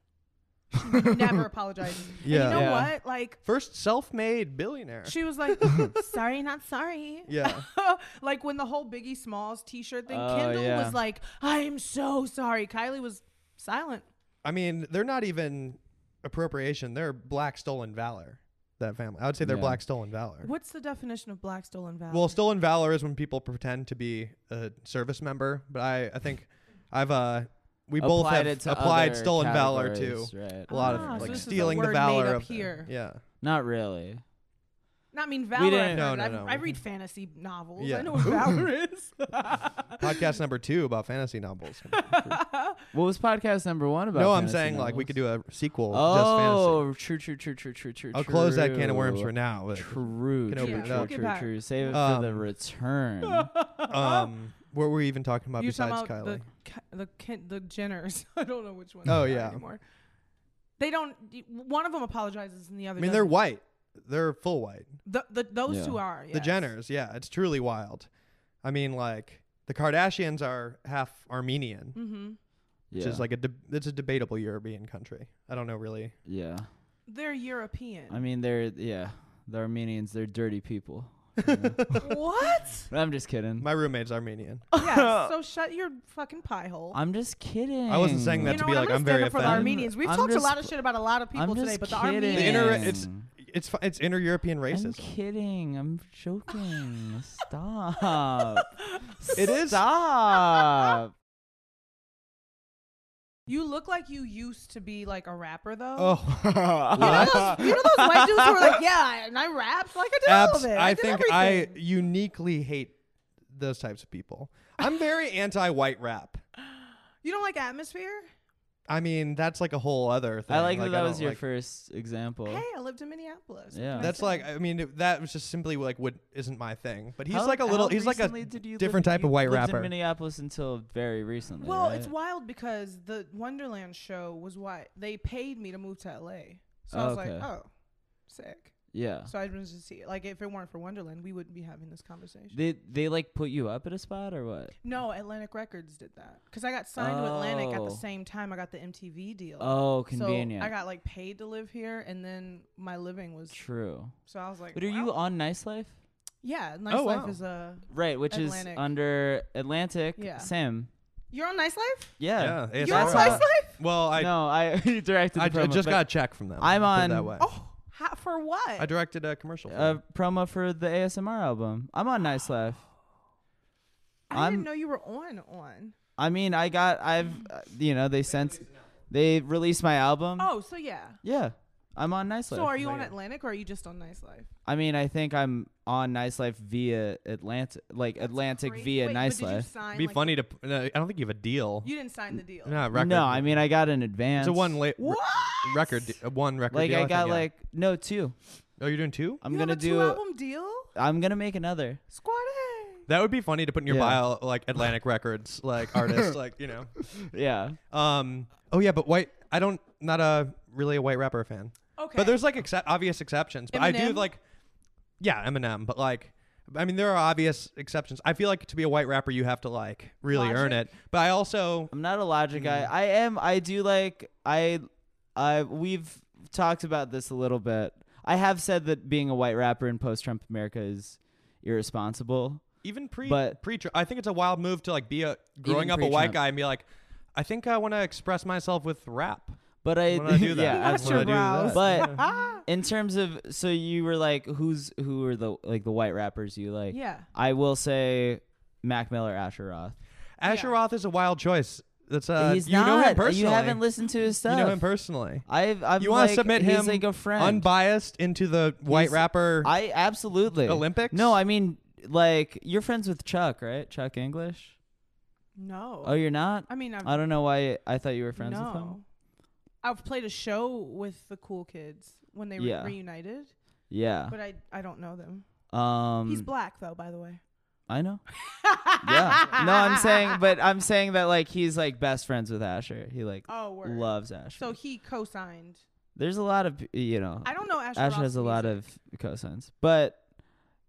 She never apologizes. And Yeah. you know Yeah. what? Like First self-made billionaire. she (laughs) was like, "Sorry, not sorry." Yeah. (laughs) like when the whole Biggie Smalls T-shirt thing, Oh, Kendall yeah. was like, "I'm so sorry." Kylie was silent. I mean, they're not even appropriation. They're black stolen valor. That family. I would say they're Yeah. black stolen valor. What's the definition of black stolen valor? Well, stolen valor is when people pretend to be a service member. But I, I think I've uh, we both applied have it to applied other stolen valor to categories, Right. a lot Ah, of so like this is a stealing word the made valor up of here. Yeah. Not really. Not mean Valor. didn't- I've No, heard. no, I've- no. I read fantasy novels. Yeah. I (laughs) know what Valor is. (laughs) Podcast number two about fantasy (laughs) novels. What was podcast number one about? no, I'm fantasy saying like we novels? could do a sequel just fantasy. Oh, true, true, true, true, true, true. I'll close that can of worms true. for now. but, True, Can true, open it true, up. true, We'll get true. Save it for the Um, (laughs) return. um, what were we even talking about you talking besides about Kylie? the Ki- the Ken, the Jenners? (laughs) I don't know which one. Oh, they are yeah. Anymore. They don't. y- One of them apologizes, and the other. I mean, they're doesn't. white. They're full white. the, the, those Yeah. two are The yes. Jenners, yeah, it's truly wild. I mean, like the Kardashians are half Armenian, Mm-hmm. which yeah. is like a de- it's a debatable European country. I don't know really. yeah. They're European. I mean, they're yeah, the Armenians. They're dirty people. (laughs) you know? (laughs) what? I'm just kidding. My roommate's Armenian. (laughs) yeah. So shut your fucking pie hole. I'm just kidding. I wasn't saying that you to know be what? like, I'm, I'm gonna stand very up for the offended. Armenians. We've I'm talked a just- lot of shit about a lot of people I'm today, just but the kidding. Armenians. The inter- it's- It's fu- it's inter-European I'm racism. kidding. I'm (laughs) joking. Stop. It is- (laughs) Stop. (laughs) You look like you used to be like a rapper though. Oh, (laughs) You know, those, you know those white dudes who are like, yeah, and I rapped like I did all Abs- of it. I, did think I everything." uniquely hate those types of people. I'm (laughs) very anti-white rap. You don't like atmosphere? I mean, that's like a whole other thing. I like that that I was don't your like- first example. Hey, I lived in Minneapolis. What Yeah. can I That's say? like I mean it, that was just simply like what isn't my thing. But he's How- like a how little he's like a recently did you different live- type you of white lived rapper. In Minneapolis until very recently. Well, right? it's wild because the Wonderland show was what they paid me to move to LA. So I was Okay. like, oh, sick. yeah. So I was just see like if it weren't for Wonderland, we wouldn't be having this conversation. They they like put you up at a spot or what? No, Atlantic Records did that because I got signed to Atlantic at Oh. the same time I got the MTV deal. Oh, convenient. So I got like paid to live here, and then my living was. True. So I was like, But are you wow. on Nice Life? Yeah, Nice Oh, Life wow. is a. Right, which Atlantic. is under Atlantic. Yeah. Sim. You're on Nice Life. Yeah. Yeah, You're ASMR. on That's Nice how- Life. well, I no, I (laughs) you directed. The I, promo, I just but got a check from them. I'm put it on- Uh, that way. Oh, ha- for what? I directed a commercial. for a them. promo for the ASMR album. I'm on Nice Life. I didn't I'm- know you were on on. I mean, I got I've uh, you know they sent they released my album. Oh, so yeah. Yeah, I'm on Nice Life. So are you on Like- Atlantic or are you just on Nice Life? I mean, I think I'm on Nice Life via Atlantic, like Atlantic Crazy. via Wait, Nice but did you Life. sign? It'd be like, funny to p- no, I don't think you have a deal. You didn't sign the deal. no, a record. No, I mean I got an it's advance. a one late What? record de- uh, one record Like deal, I think, got yeah. like Uh, no two. Oh, you're doing two? I'm You gonna have a do. two album deal. I'm gonna make (laughs) another. Squad A. That would be funny to put in your Yeah. bio like (laughs) Atlantic Records like artist like, you know. Yeah. Um oh yeah, but white I don't not a really a white rapper fan. Okay. But there's like exce- obvious exceptions. But I do Eminem? like, yeah, Eminem. But like, I mean, there are obvious exceptions. I feel like to be a white rapper, you have to like really earn it. Logic? But I also, I'm not a logic guy. Mm. I am. I do like. I. I. We've talked about this a little bit. I have said that being a white rapper in post-Trump America is irresponsible. even pre But- pre, I think it's a wild move to like be a growing up a pre-Trump. white guy and be like, I think I want to express myself with rap. But I. When I do that, (laughs) yeah. that's absolutely. when I do brows. that. But ah. (laughs) in terms of, so you were like, who's who are the like the white rappers you like? Yeah. I will say, Mac Miller, Asher Roth. Asher Yeah. Roth is a wild choice. That's uh, He's you not. know him personally. You haven't listened to his You stuff. know him personally. I've. I've you want want to submit he's him like a friend. unbiased into the white He's- rapper. I absolutely Olympics? No, I mean like you're friends with Chuck, right? Chuck English. No. Oh, you're not. I mean, I've, I don't know why I thought you were friends no. with him. I've played a show with the cool kids when they were Yeah. reunited, Yeah. but I I don't know them. Um. He's black though, by the way. I know. yeah. No, I'm (laughs) saying, but I'm saying that like he's like best friends with Asher. He like Oh, word. loves Asher. So he co-signed. There's a lot of p- you know. I don't know Asher. Asher Um, has a lot of cosigns, but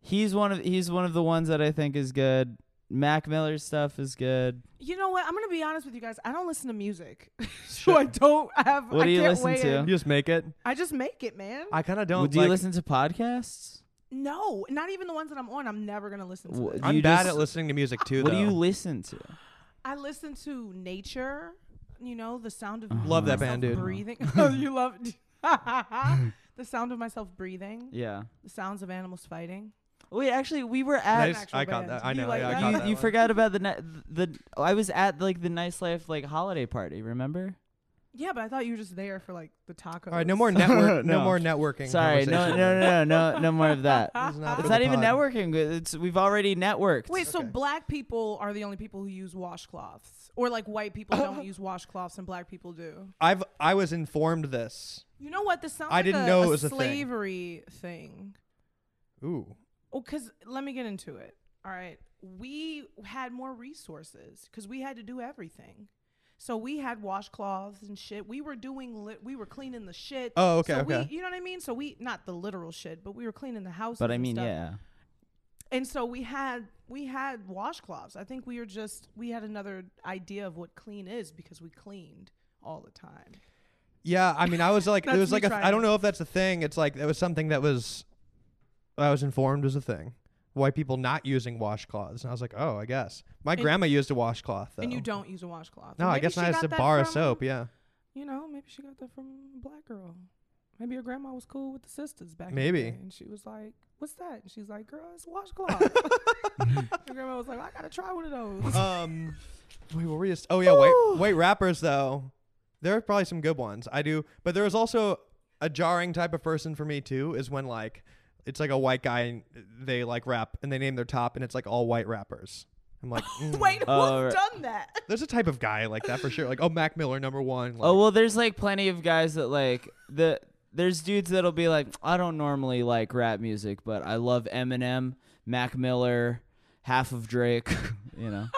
he's one of he's one of the ones that I think is good. Mac Miller's stuff is good. You know what? I'm gonna be honest with you guys. I don't listen to music, (laughs) so I don't have. What I do you can't listen weigh to? you in. just make it. I just make it, man. I kind of don't. Would you like- listen to podcasts? no, not even the ones that I'm on. I'm never gonna listen to. Wha- them. do I'm you bad just- at listening to music too. What though. do you listen to? I listen to nature. You know, the sound of Love that myself band, dude. Breathing. (laughs) (laughs) Oh, you love the sound of myself breathing. Yeah. The sounds of animals fighting. Wait, actually, we were at. I, an just- actual I caught band. that. I Do you know. like yeah, I that? caught you that you one. forgot about the ni- the. I was at like the nice life like holiday party. Remember? Yeah, but I thought you were just there for like the tacos. All right, no (laughs) more network. no. (laughs) No. more networking. Sorry, no, no, no, no, no, no more of that. (laughs) This is not It's for not the even pod. networking. It's we've already networked. Wait, so Okay. black people are the only people who use washcloths, or like (laughs) white people don't use washcloths and black people do? I've I was informed this. You know what? This sounds. I like didn't a, know a it was a thing. slavery thing. Ooh. Well, because let me get into it. All right. We had more resources because we had to do everything. So we had washcloths and shit. We were doing, li- we were cleaning the shit. Oh, okay, So okay. We, you know what I mean? So we, not the literal shit, but we were cleaning the house. but I mean, yeah. And so we had, we had washcloths. I think we were just, we had another idea of what clean is because we cleaned all the time. Yeah, I mean, I was like, it That's was me like, a, trying I don't to- know if that's a thing. It's like it was something that was, I was informed was a thing. White people not using washcloths, and I was like, oh, I guess my And- grandma used a washcloth though. And you don't use a washcloth. um, No, And I maybe guess she not. It's got a that bar of from- soap. (laughs) Yeah, You know, maybe she got that from a black girl. Maybe her grandma was cool with the sisters back. in the Maybe. day, and she was like, "What's that?" And she's like, "Girl, it's (laughs) a washcloth." (laughs) her grandma was like, "I gotta try one of those." (laughs) um, wait, what were we just? Oh yeah, white white rappers though. There are probably some good ones. I do, but there is also a jarring type of person for me too. Is when like it's like a white guy and they like rap and they name their top and it's like all white rappers. I'm like, mm. (laughs) Wait, who's Oh, right. done that? (laughs) there's a type of guy like that for sure. Like, oh, Mac Miller number one. Like, Oh well, there's like plenty of guys that like the. There's dudes that'll be like, I don't normally like rap music, but I love Eminem, Mac Miller, half of Drake. (laughs) you (laughs) know,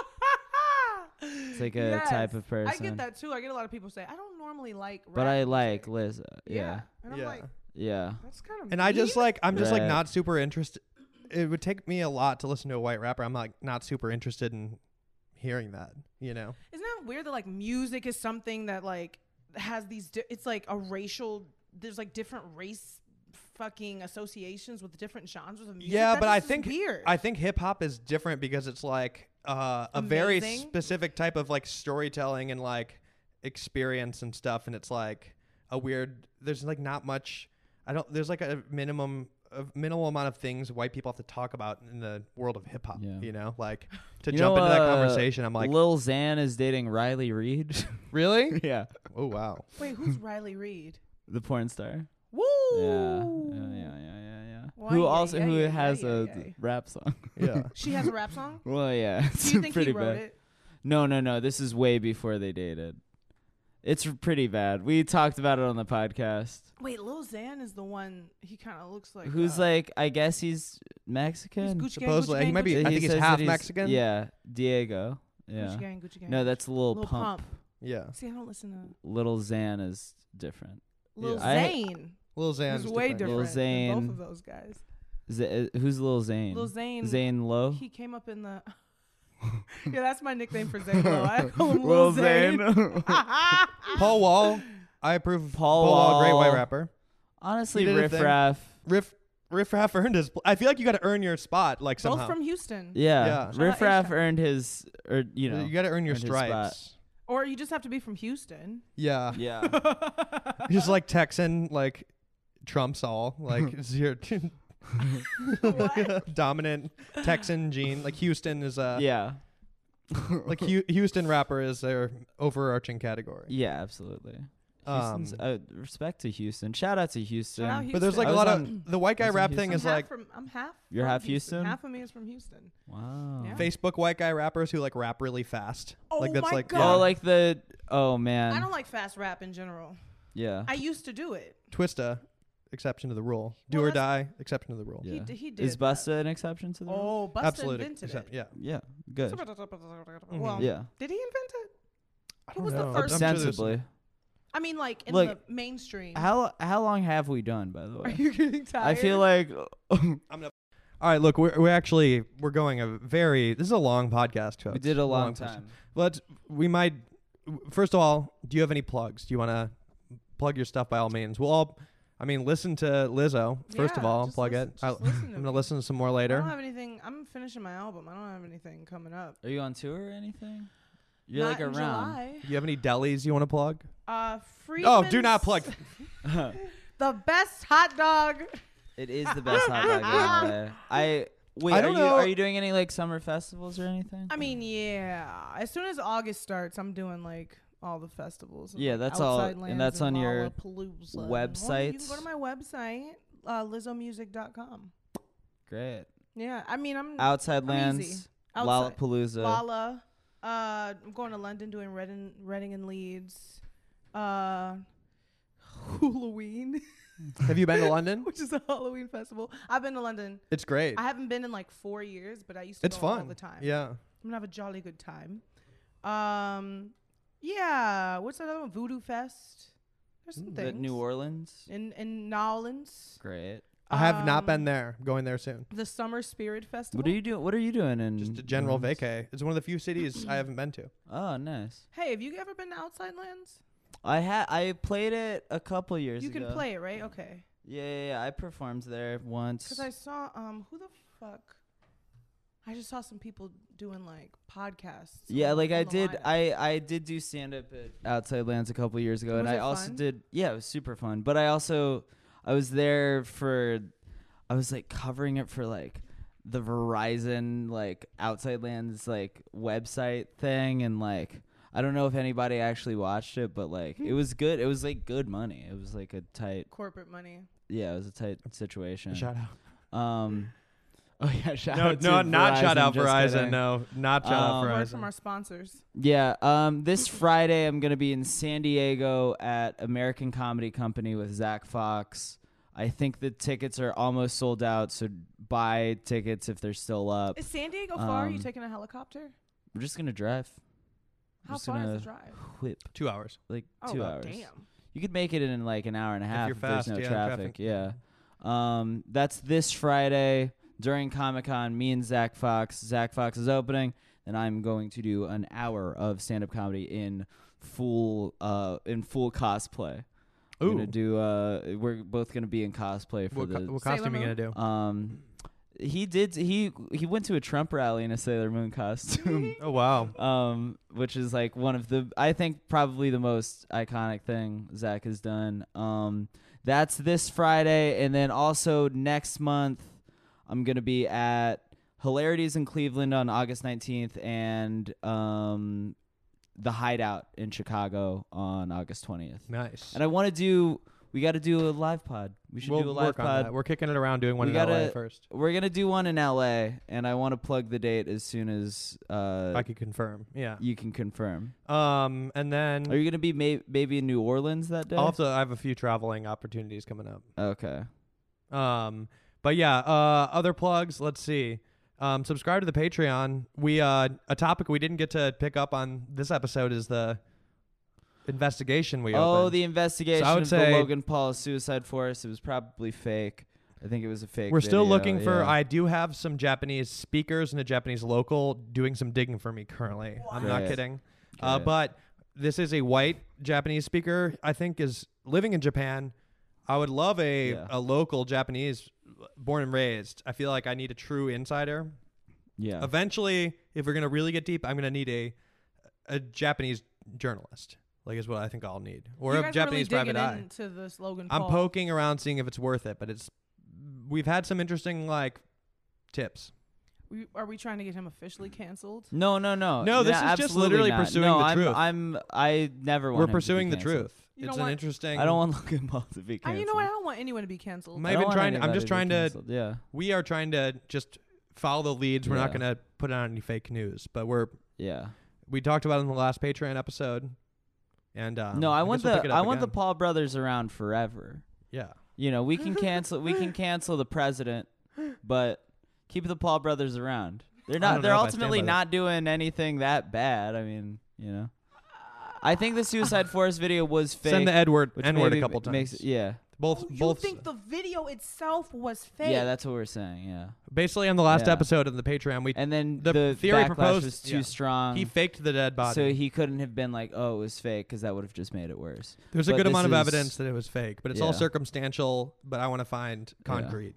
it's like a type of person. I get that too. I get a lot of people say, "I don't normally like," But rap I music." like Liz. uh, Yeah, And I'm Yeah. like, yeah. that's kind of. and I just like I'm just like Right. not super interested. It would take me a lot to listen to a white rapper. I'm like not super interested in hearing that. You know. Isn't that weird that like music is something that like has these? Di- it's like a racial. There's like different race fucking associations with different genres of music. Yeah, That but is I just think weird. I think hip hop is different because it's like uh, a very Amazing. specific type of like storytelling and like experience and stuff, and it's like a weird. There's like not much. I don't. There's like a minimum a minimal amount of things white people have to talk about in the world of hip hop. Yeah. You know, like (laughs) to You jump know, into that uh, conversation, I'm like, Lil Xan is dating Riley Reed. (laughs) really? yeah, Oh wow. Wait, who's Riley Reed? the porn star. Woo! Hmm. Yeah, yeah, yeah, yeah, yeah. yeah. Why, who yeah, also yeah, who yeah, yeah, has yeah, a yeah. d- rap song? (laughs) Yeah. She has a rap song. Well, yeah, it's Do you think pretty he wrote bad. it? No, no, no. This is way before they dated. It's r- pretty bad. We talked about it on the podcast. Wait, Lil Xan is the one. He kind of looks like. Who's uh, like? I guess he's Mexican. He's Gucci Gang. Supposedly, Gucci Gang, he might be- Uh, I Gucci, think he he's says that half Mexican? Yeah, Diego. Yeah. Gucci Gang. Gucci Gang. No, that's Lil, Lil Pump. (laughs) Yeah. See, I don't listen to Little Xan is different. Lil Yeah. I- Xan. Lil Xan's He's way different. different. Lil than Xan. both of those guys. Z- uh, who's Lil Xan? Lil Xan. Zane Low. He came up in the. (laughs) yeah, that's my nickname for Zane. Lowe. I call him Lil Xan. (laughs) Paul Wall. I approve of Paul Wall, great white Wall. rapper. Honestly, He did a Riff thing. Raff. Riff Riff Raff earned his. I feel like you got to earn your spot, like (laughs) somehow. Both from Houston. Yeah. Yeah. Shout Riff out Raff A$AP. earned his, or you know. got to earn your earned his spot. stripes. Or you just have to be from Houston. Yeah, (laughs) yeah. just like Texan, like Trump's all like (laughs) is your (laughs) dominant Texan gene. Like Houston is a (laughs) yeah. like Hu- Houston rapper is their overarching category. Yeah, absolutely. Um, Houston's uh, respect to Houston. Shout out to Houston. out Houston. but there's like I a was lot on- of the white I guy was in rap thing I'm is half like from. I'm half. You're from half Houston? Half of me is from Houston. Wow. Yeah. Facebook white guy rappers who like rap really fast. Oh like that's my like God. Oh, like the oh man. I don't like fast rap in general. yeah. I used to do it. Twista, exception to the rule. Do Well, or die, exception to the rule. yeah. He, d- he did. Is Busta an exception to the that. rule? Oh, Busta Absolute invented excep- it. (laughs) Yeah. Mm-hmm. Yeah. Good. Well, Yeah. did he invent it? I Who was the know. first- I'm sure there's- Ostensibly. I mean, like in Look, the mainstream. How how long have we done by the (laughs) Are way? you getting tired? I feel like (laughs) All right, look, we're, we're actually we're going a very this is a long podcast. we folks. did a long person. time. But we might first of all, do you have any plugs? Do you want to plug your stuff by all means? We'll all I mean, listen to Lizzo first of Yeah, all, just plug listen- it. just I, listen to I'm going to me. listen to some more I later. don't have anything. I'm finishing my album. I don't have anything coming up. Are you on tour or anything? You're Not like in around. July. do you have any delis you want to plug? Uh, Oh, do not Freedman's- (laughs) plug. the best hot dog. It is (laughs) the best hot dog in LA. I wait. I are don't you know. are you doing any like summer festivals or anything? I mean, yeah. As soon as August starts, I'm doing like all the festivals. Yeah, like, that's all- outside and lands that's on your Lollapalooza. Well, You can go websites. to my website, uh, lizzomusic.com. Great. Yeah, I mean I'm Outside I'm easy. Lands, outside. Lollapalooza. Lala. Uh, I'm going to London doing Reading, Reading and Leeds. Uh, (laughs) Halloween, Have you been to London? (laughs) which is a Halloween festival. I've been to London. It's great. I haven't been in like four years, but I used to It's go fun. all the time. Yeah. I'm gonna have a jolly good time. Um, yeah. What's that other one? Voodoo Fest. There's some The things. Mm, New Orleans. in in New Orleans. Great. I have not Um, been there. I'm going there soon. The Summer Spirit Festival. What are you doing? What are you doing in Just a general Orleans? vacay. It's one of the few cities I haven't been to. Oh, nice. Hey, have you ever been to Outside Lands? I had I played it a couple years you ago. can play it, right? Okay. Yeah, yeah, yeah. I performed there once. Because I saw um who the fuck. I just saw some people doing like podcasts. yeah, on- like I on the did. lineup. I I did do stand up at Outside Lands a couple years ago, and Was I it also fun? did. Yeah, it was super fun. But I also I was there for I was like covering it for like the Verizon like Outside Lands like website thing, and like I don't know if anybody actually watched it, but like Hmm. it was good. It was like good money. It was like a tight. corporate money. Yeah, it was a tight situation. Shout out. (laughs) Um, oh yeah, (laughs) shout No, out. no, to not shout out just Verizon. kidding. No, not shout Um, Word out from Verizon. our sponsors. Yeah. Um, this Friday I'm gonna be in San Diego at American Comedy Company with Zach Fox. I think the tickets are almost sold out, so buy tickets if they're still up. Is San Diego far? Are you Um, taking a helicopter? We're just gonna drive. How just far gonna- is the drive? Whip Two hours. like Oh, two hours. damn. You could make it in like an hour and a half you're if, there's fast, no yeah, traffic. traffic. Yeah. Um, that's this Friday during Comic Con. Me and Zach Fox. Zach Fox is opening, and I'm going to do an hour of stand up comedy in full uh in full cosplay. We're Ooh. gonna do uh we're both gonna be in cosplay for What, co- the what Sailor costume you Moon? gonna do? um he did he he went to a Trump rally in a Sailor Moon costume. Oh wow. um, which is like one of the I think probably the most iconic thing Zach has done. Um, that's this Friday, and then also next month I'm gonna be at Hilarities in Cleveland on August 19th, and um, the Hideout in Chicago on August 20th. Nice. And I want to do we got to do a live pod. We should we'll do a live work on pod. that. We're kicking it around, doing one We in LA gotta- first. We're gonna do one in LA, and I want to plug the date as soon as uh, I could confirm. Yeah. you can confirm. Um, and Are then you gonna be may- maybe in New Orleans that day? I'll have to. I have a few traveling opportunities coming up. okay. Um, but yeah, uh, other plugs. Let's see. Um, subscribe to the Patreon. We uh, a topic we didn't get to pick up on this episode is the investigation we Oh, opened. the investigation So I would of say- the Logan Paul suicide force. It was probably fake. I think it was a fake. We're still video, looking for. yeah. I do have some Japanese speakers and a Japanese local doing some digging for me currently. I'm not Great. kidding. Uh, Great. but this is a white Japanese speaker. I think is living in Japan. I would love a Yeah. a local Japanese, uh, born and raised. I feel like I need a true insider. yeah. Eventually, if we're gonna really get deep, I'm gonna need a a Japanese journalist. Like is what I think I'll need, or you a guys Japanese really digging private eye. into this Logan I'm Paul. poking around seeing if it's worth it, but it's we've had some interesting like tips. We- are we trying to get him officially canceled? No, no, no. No, this is just absolutely literally not. pursuing no, the I'm, truth. I'm. I never want. We're him to be pursuing the canceled. truth. You it's don't an want- interesting. I don't want (laughs) Logan Paul to be I, canceled. you know what? I don't want anyone to be canceled. My- I I've don't been want trying to- I'm anybody just be trying to- canceled, Yeah. We are trying to just follow the leads. We're not Yeah. gonna put out any fake news, but we're Yeah. we talked about it in the last Patreon episode. And um, no, I, guess want we'll pick the. it I up want the again. Paul brothers around forever. yeah. You know, we can cancel we can cancel the president, but keep the Paul brothers around. They're don't not they're know if I stand ultimately by that. not doing anything that bad. I mean, you know. I think the Suicide Forest video was fake. Send the Edward which N word a maybe couple times. makes it- yeah. both Oh, you both think the video itself was fake? Yeah, that's what we're saying, yeah. basically on the last Yeah. episode of the Patreon we And then The the, theory backlash proposed- was too yeah. strong. he faked the dead body. so he couldn't have been like, "Oh, it was fake," because that would have just made it worse. There's a but good amount of this is- evidence that it was fake, but it's all Yeah. circumstantial. But I want to find concrete.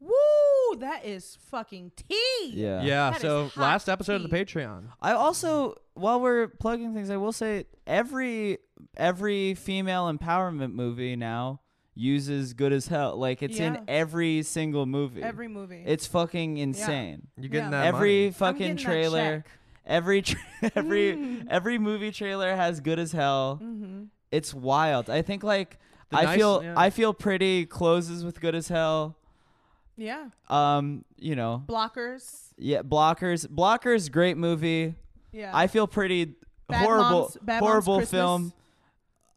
Woo! That is fucking tea. Yeah. Yeah. That is so hot last episode of the tea. Patreon. I also, while we're plugging things, I will say every every female empowerment movie now uses good as hell. Like it's Yeah. in every single movie. Every movie. it's fucking insane. You getting Yeah. that every money. I'm fucking getting that trailer, check. Mm. Every tra- (laughs) every every movie trailer has good as hell. Mm-hmm. It's wild. I think like The I nice- feel yeah. I feel pretty closes with good as hell. Yeah. Um, you know, Blockers. yeah, blockers. Blockers, great movie. Yeah. I feel pretty Bad horrible, Moms- Bad Moms horrible Christmas. film.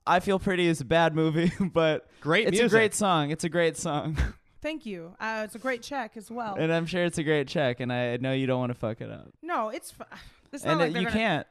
I feel pretty is a bad movie, (laughs) but Great It's music. a great song. It's a great song, Thank you. Uh, it's a great check as well. (laughs) and I'm sure it's a great check. And I know you don't want to fuck it up, no, it's. F- (sighs) it's not and like it- they're you gonna can't.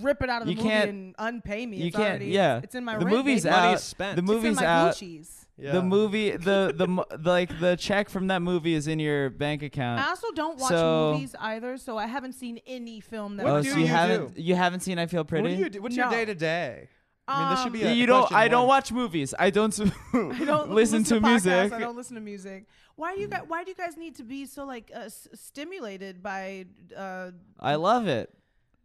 rip it out of the you movie can't- and unpay me. you it's can't. Already, yeah, It's in my the rent, movie's baby. Money out. is spent. uh, The It's It's in movie's my out. Gucci's. The movie, the the mo- (laughs) like the check from that movie is in your bank account. I also don't watch Uh, So- movies either, so I haven't seen any film that. What oh, I've do so done. you, you haven't do? you haven't seen I Feel Pretty? What do you do? What's your No. day to day? I mean, this should be. Um, A, You a don't. question I don't one. watch movies. I don't, s- (laughs) (laughs) I don't listen, to, podcasts, music. I don't listen to music. Why do you guys? Why do you guys need to be so like uh, s- stimulated by? Uh, I love it.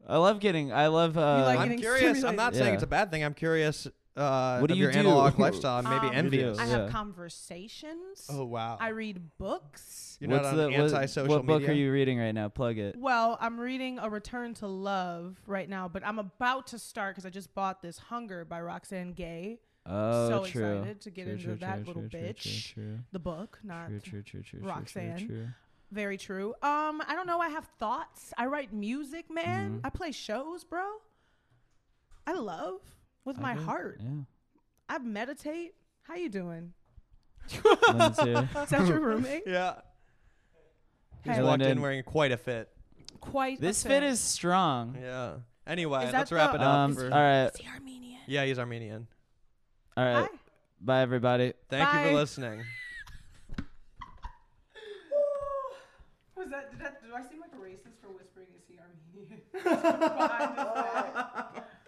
I love getting. I love. Uh, like I'm getting curious. I'm not saying Yeah. it's a bad thing. I'm curious. Uh, What do of you your do? (laughs) analog lifestyle? I'm Maybe Um, envious. I Yeah. have conversations. Oh wow. I read books. You're not what's on the, what- anti-social what book media? are you reading right now? Plug it. Well, I'm reading A Return to Love right now, but I'm about to start because I just bought this Hunger by Roxanne Gay, Oh, so true. excited to get True, into true, that true, little true, true, bitch. True, the book, not true, true, true, true, true, Roxanne. True, true. Very true. Um, I don't know. I have thoughts. I write music, man. Mm-hmm. I play shows, bro. I love with I my get it. heart. (laughs) Yeah. I meditate. How you (laughs) doing? Lynn's here. Is that your roommate? Yeah. He's Hey. walked in London. wearing quite a fit. Quite. a This fit fan. is strong. Yeah. Anyway, Is that let's wrap the- it up. Um, all for- right, Is he Armenian? Yeah, he's Armenian. all right. Hi. Bye, everybody. Thank you Bye. for listening. Was that? (laughs) Did, that, did I seem like a racist for whispering? Is he Armenian? Behind his back.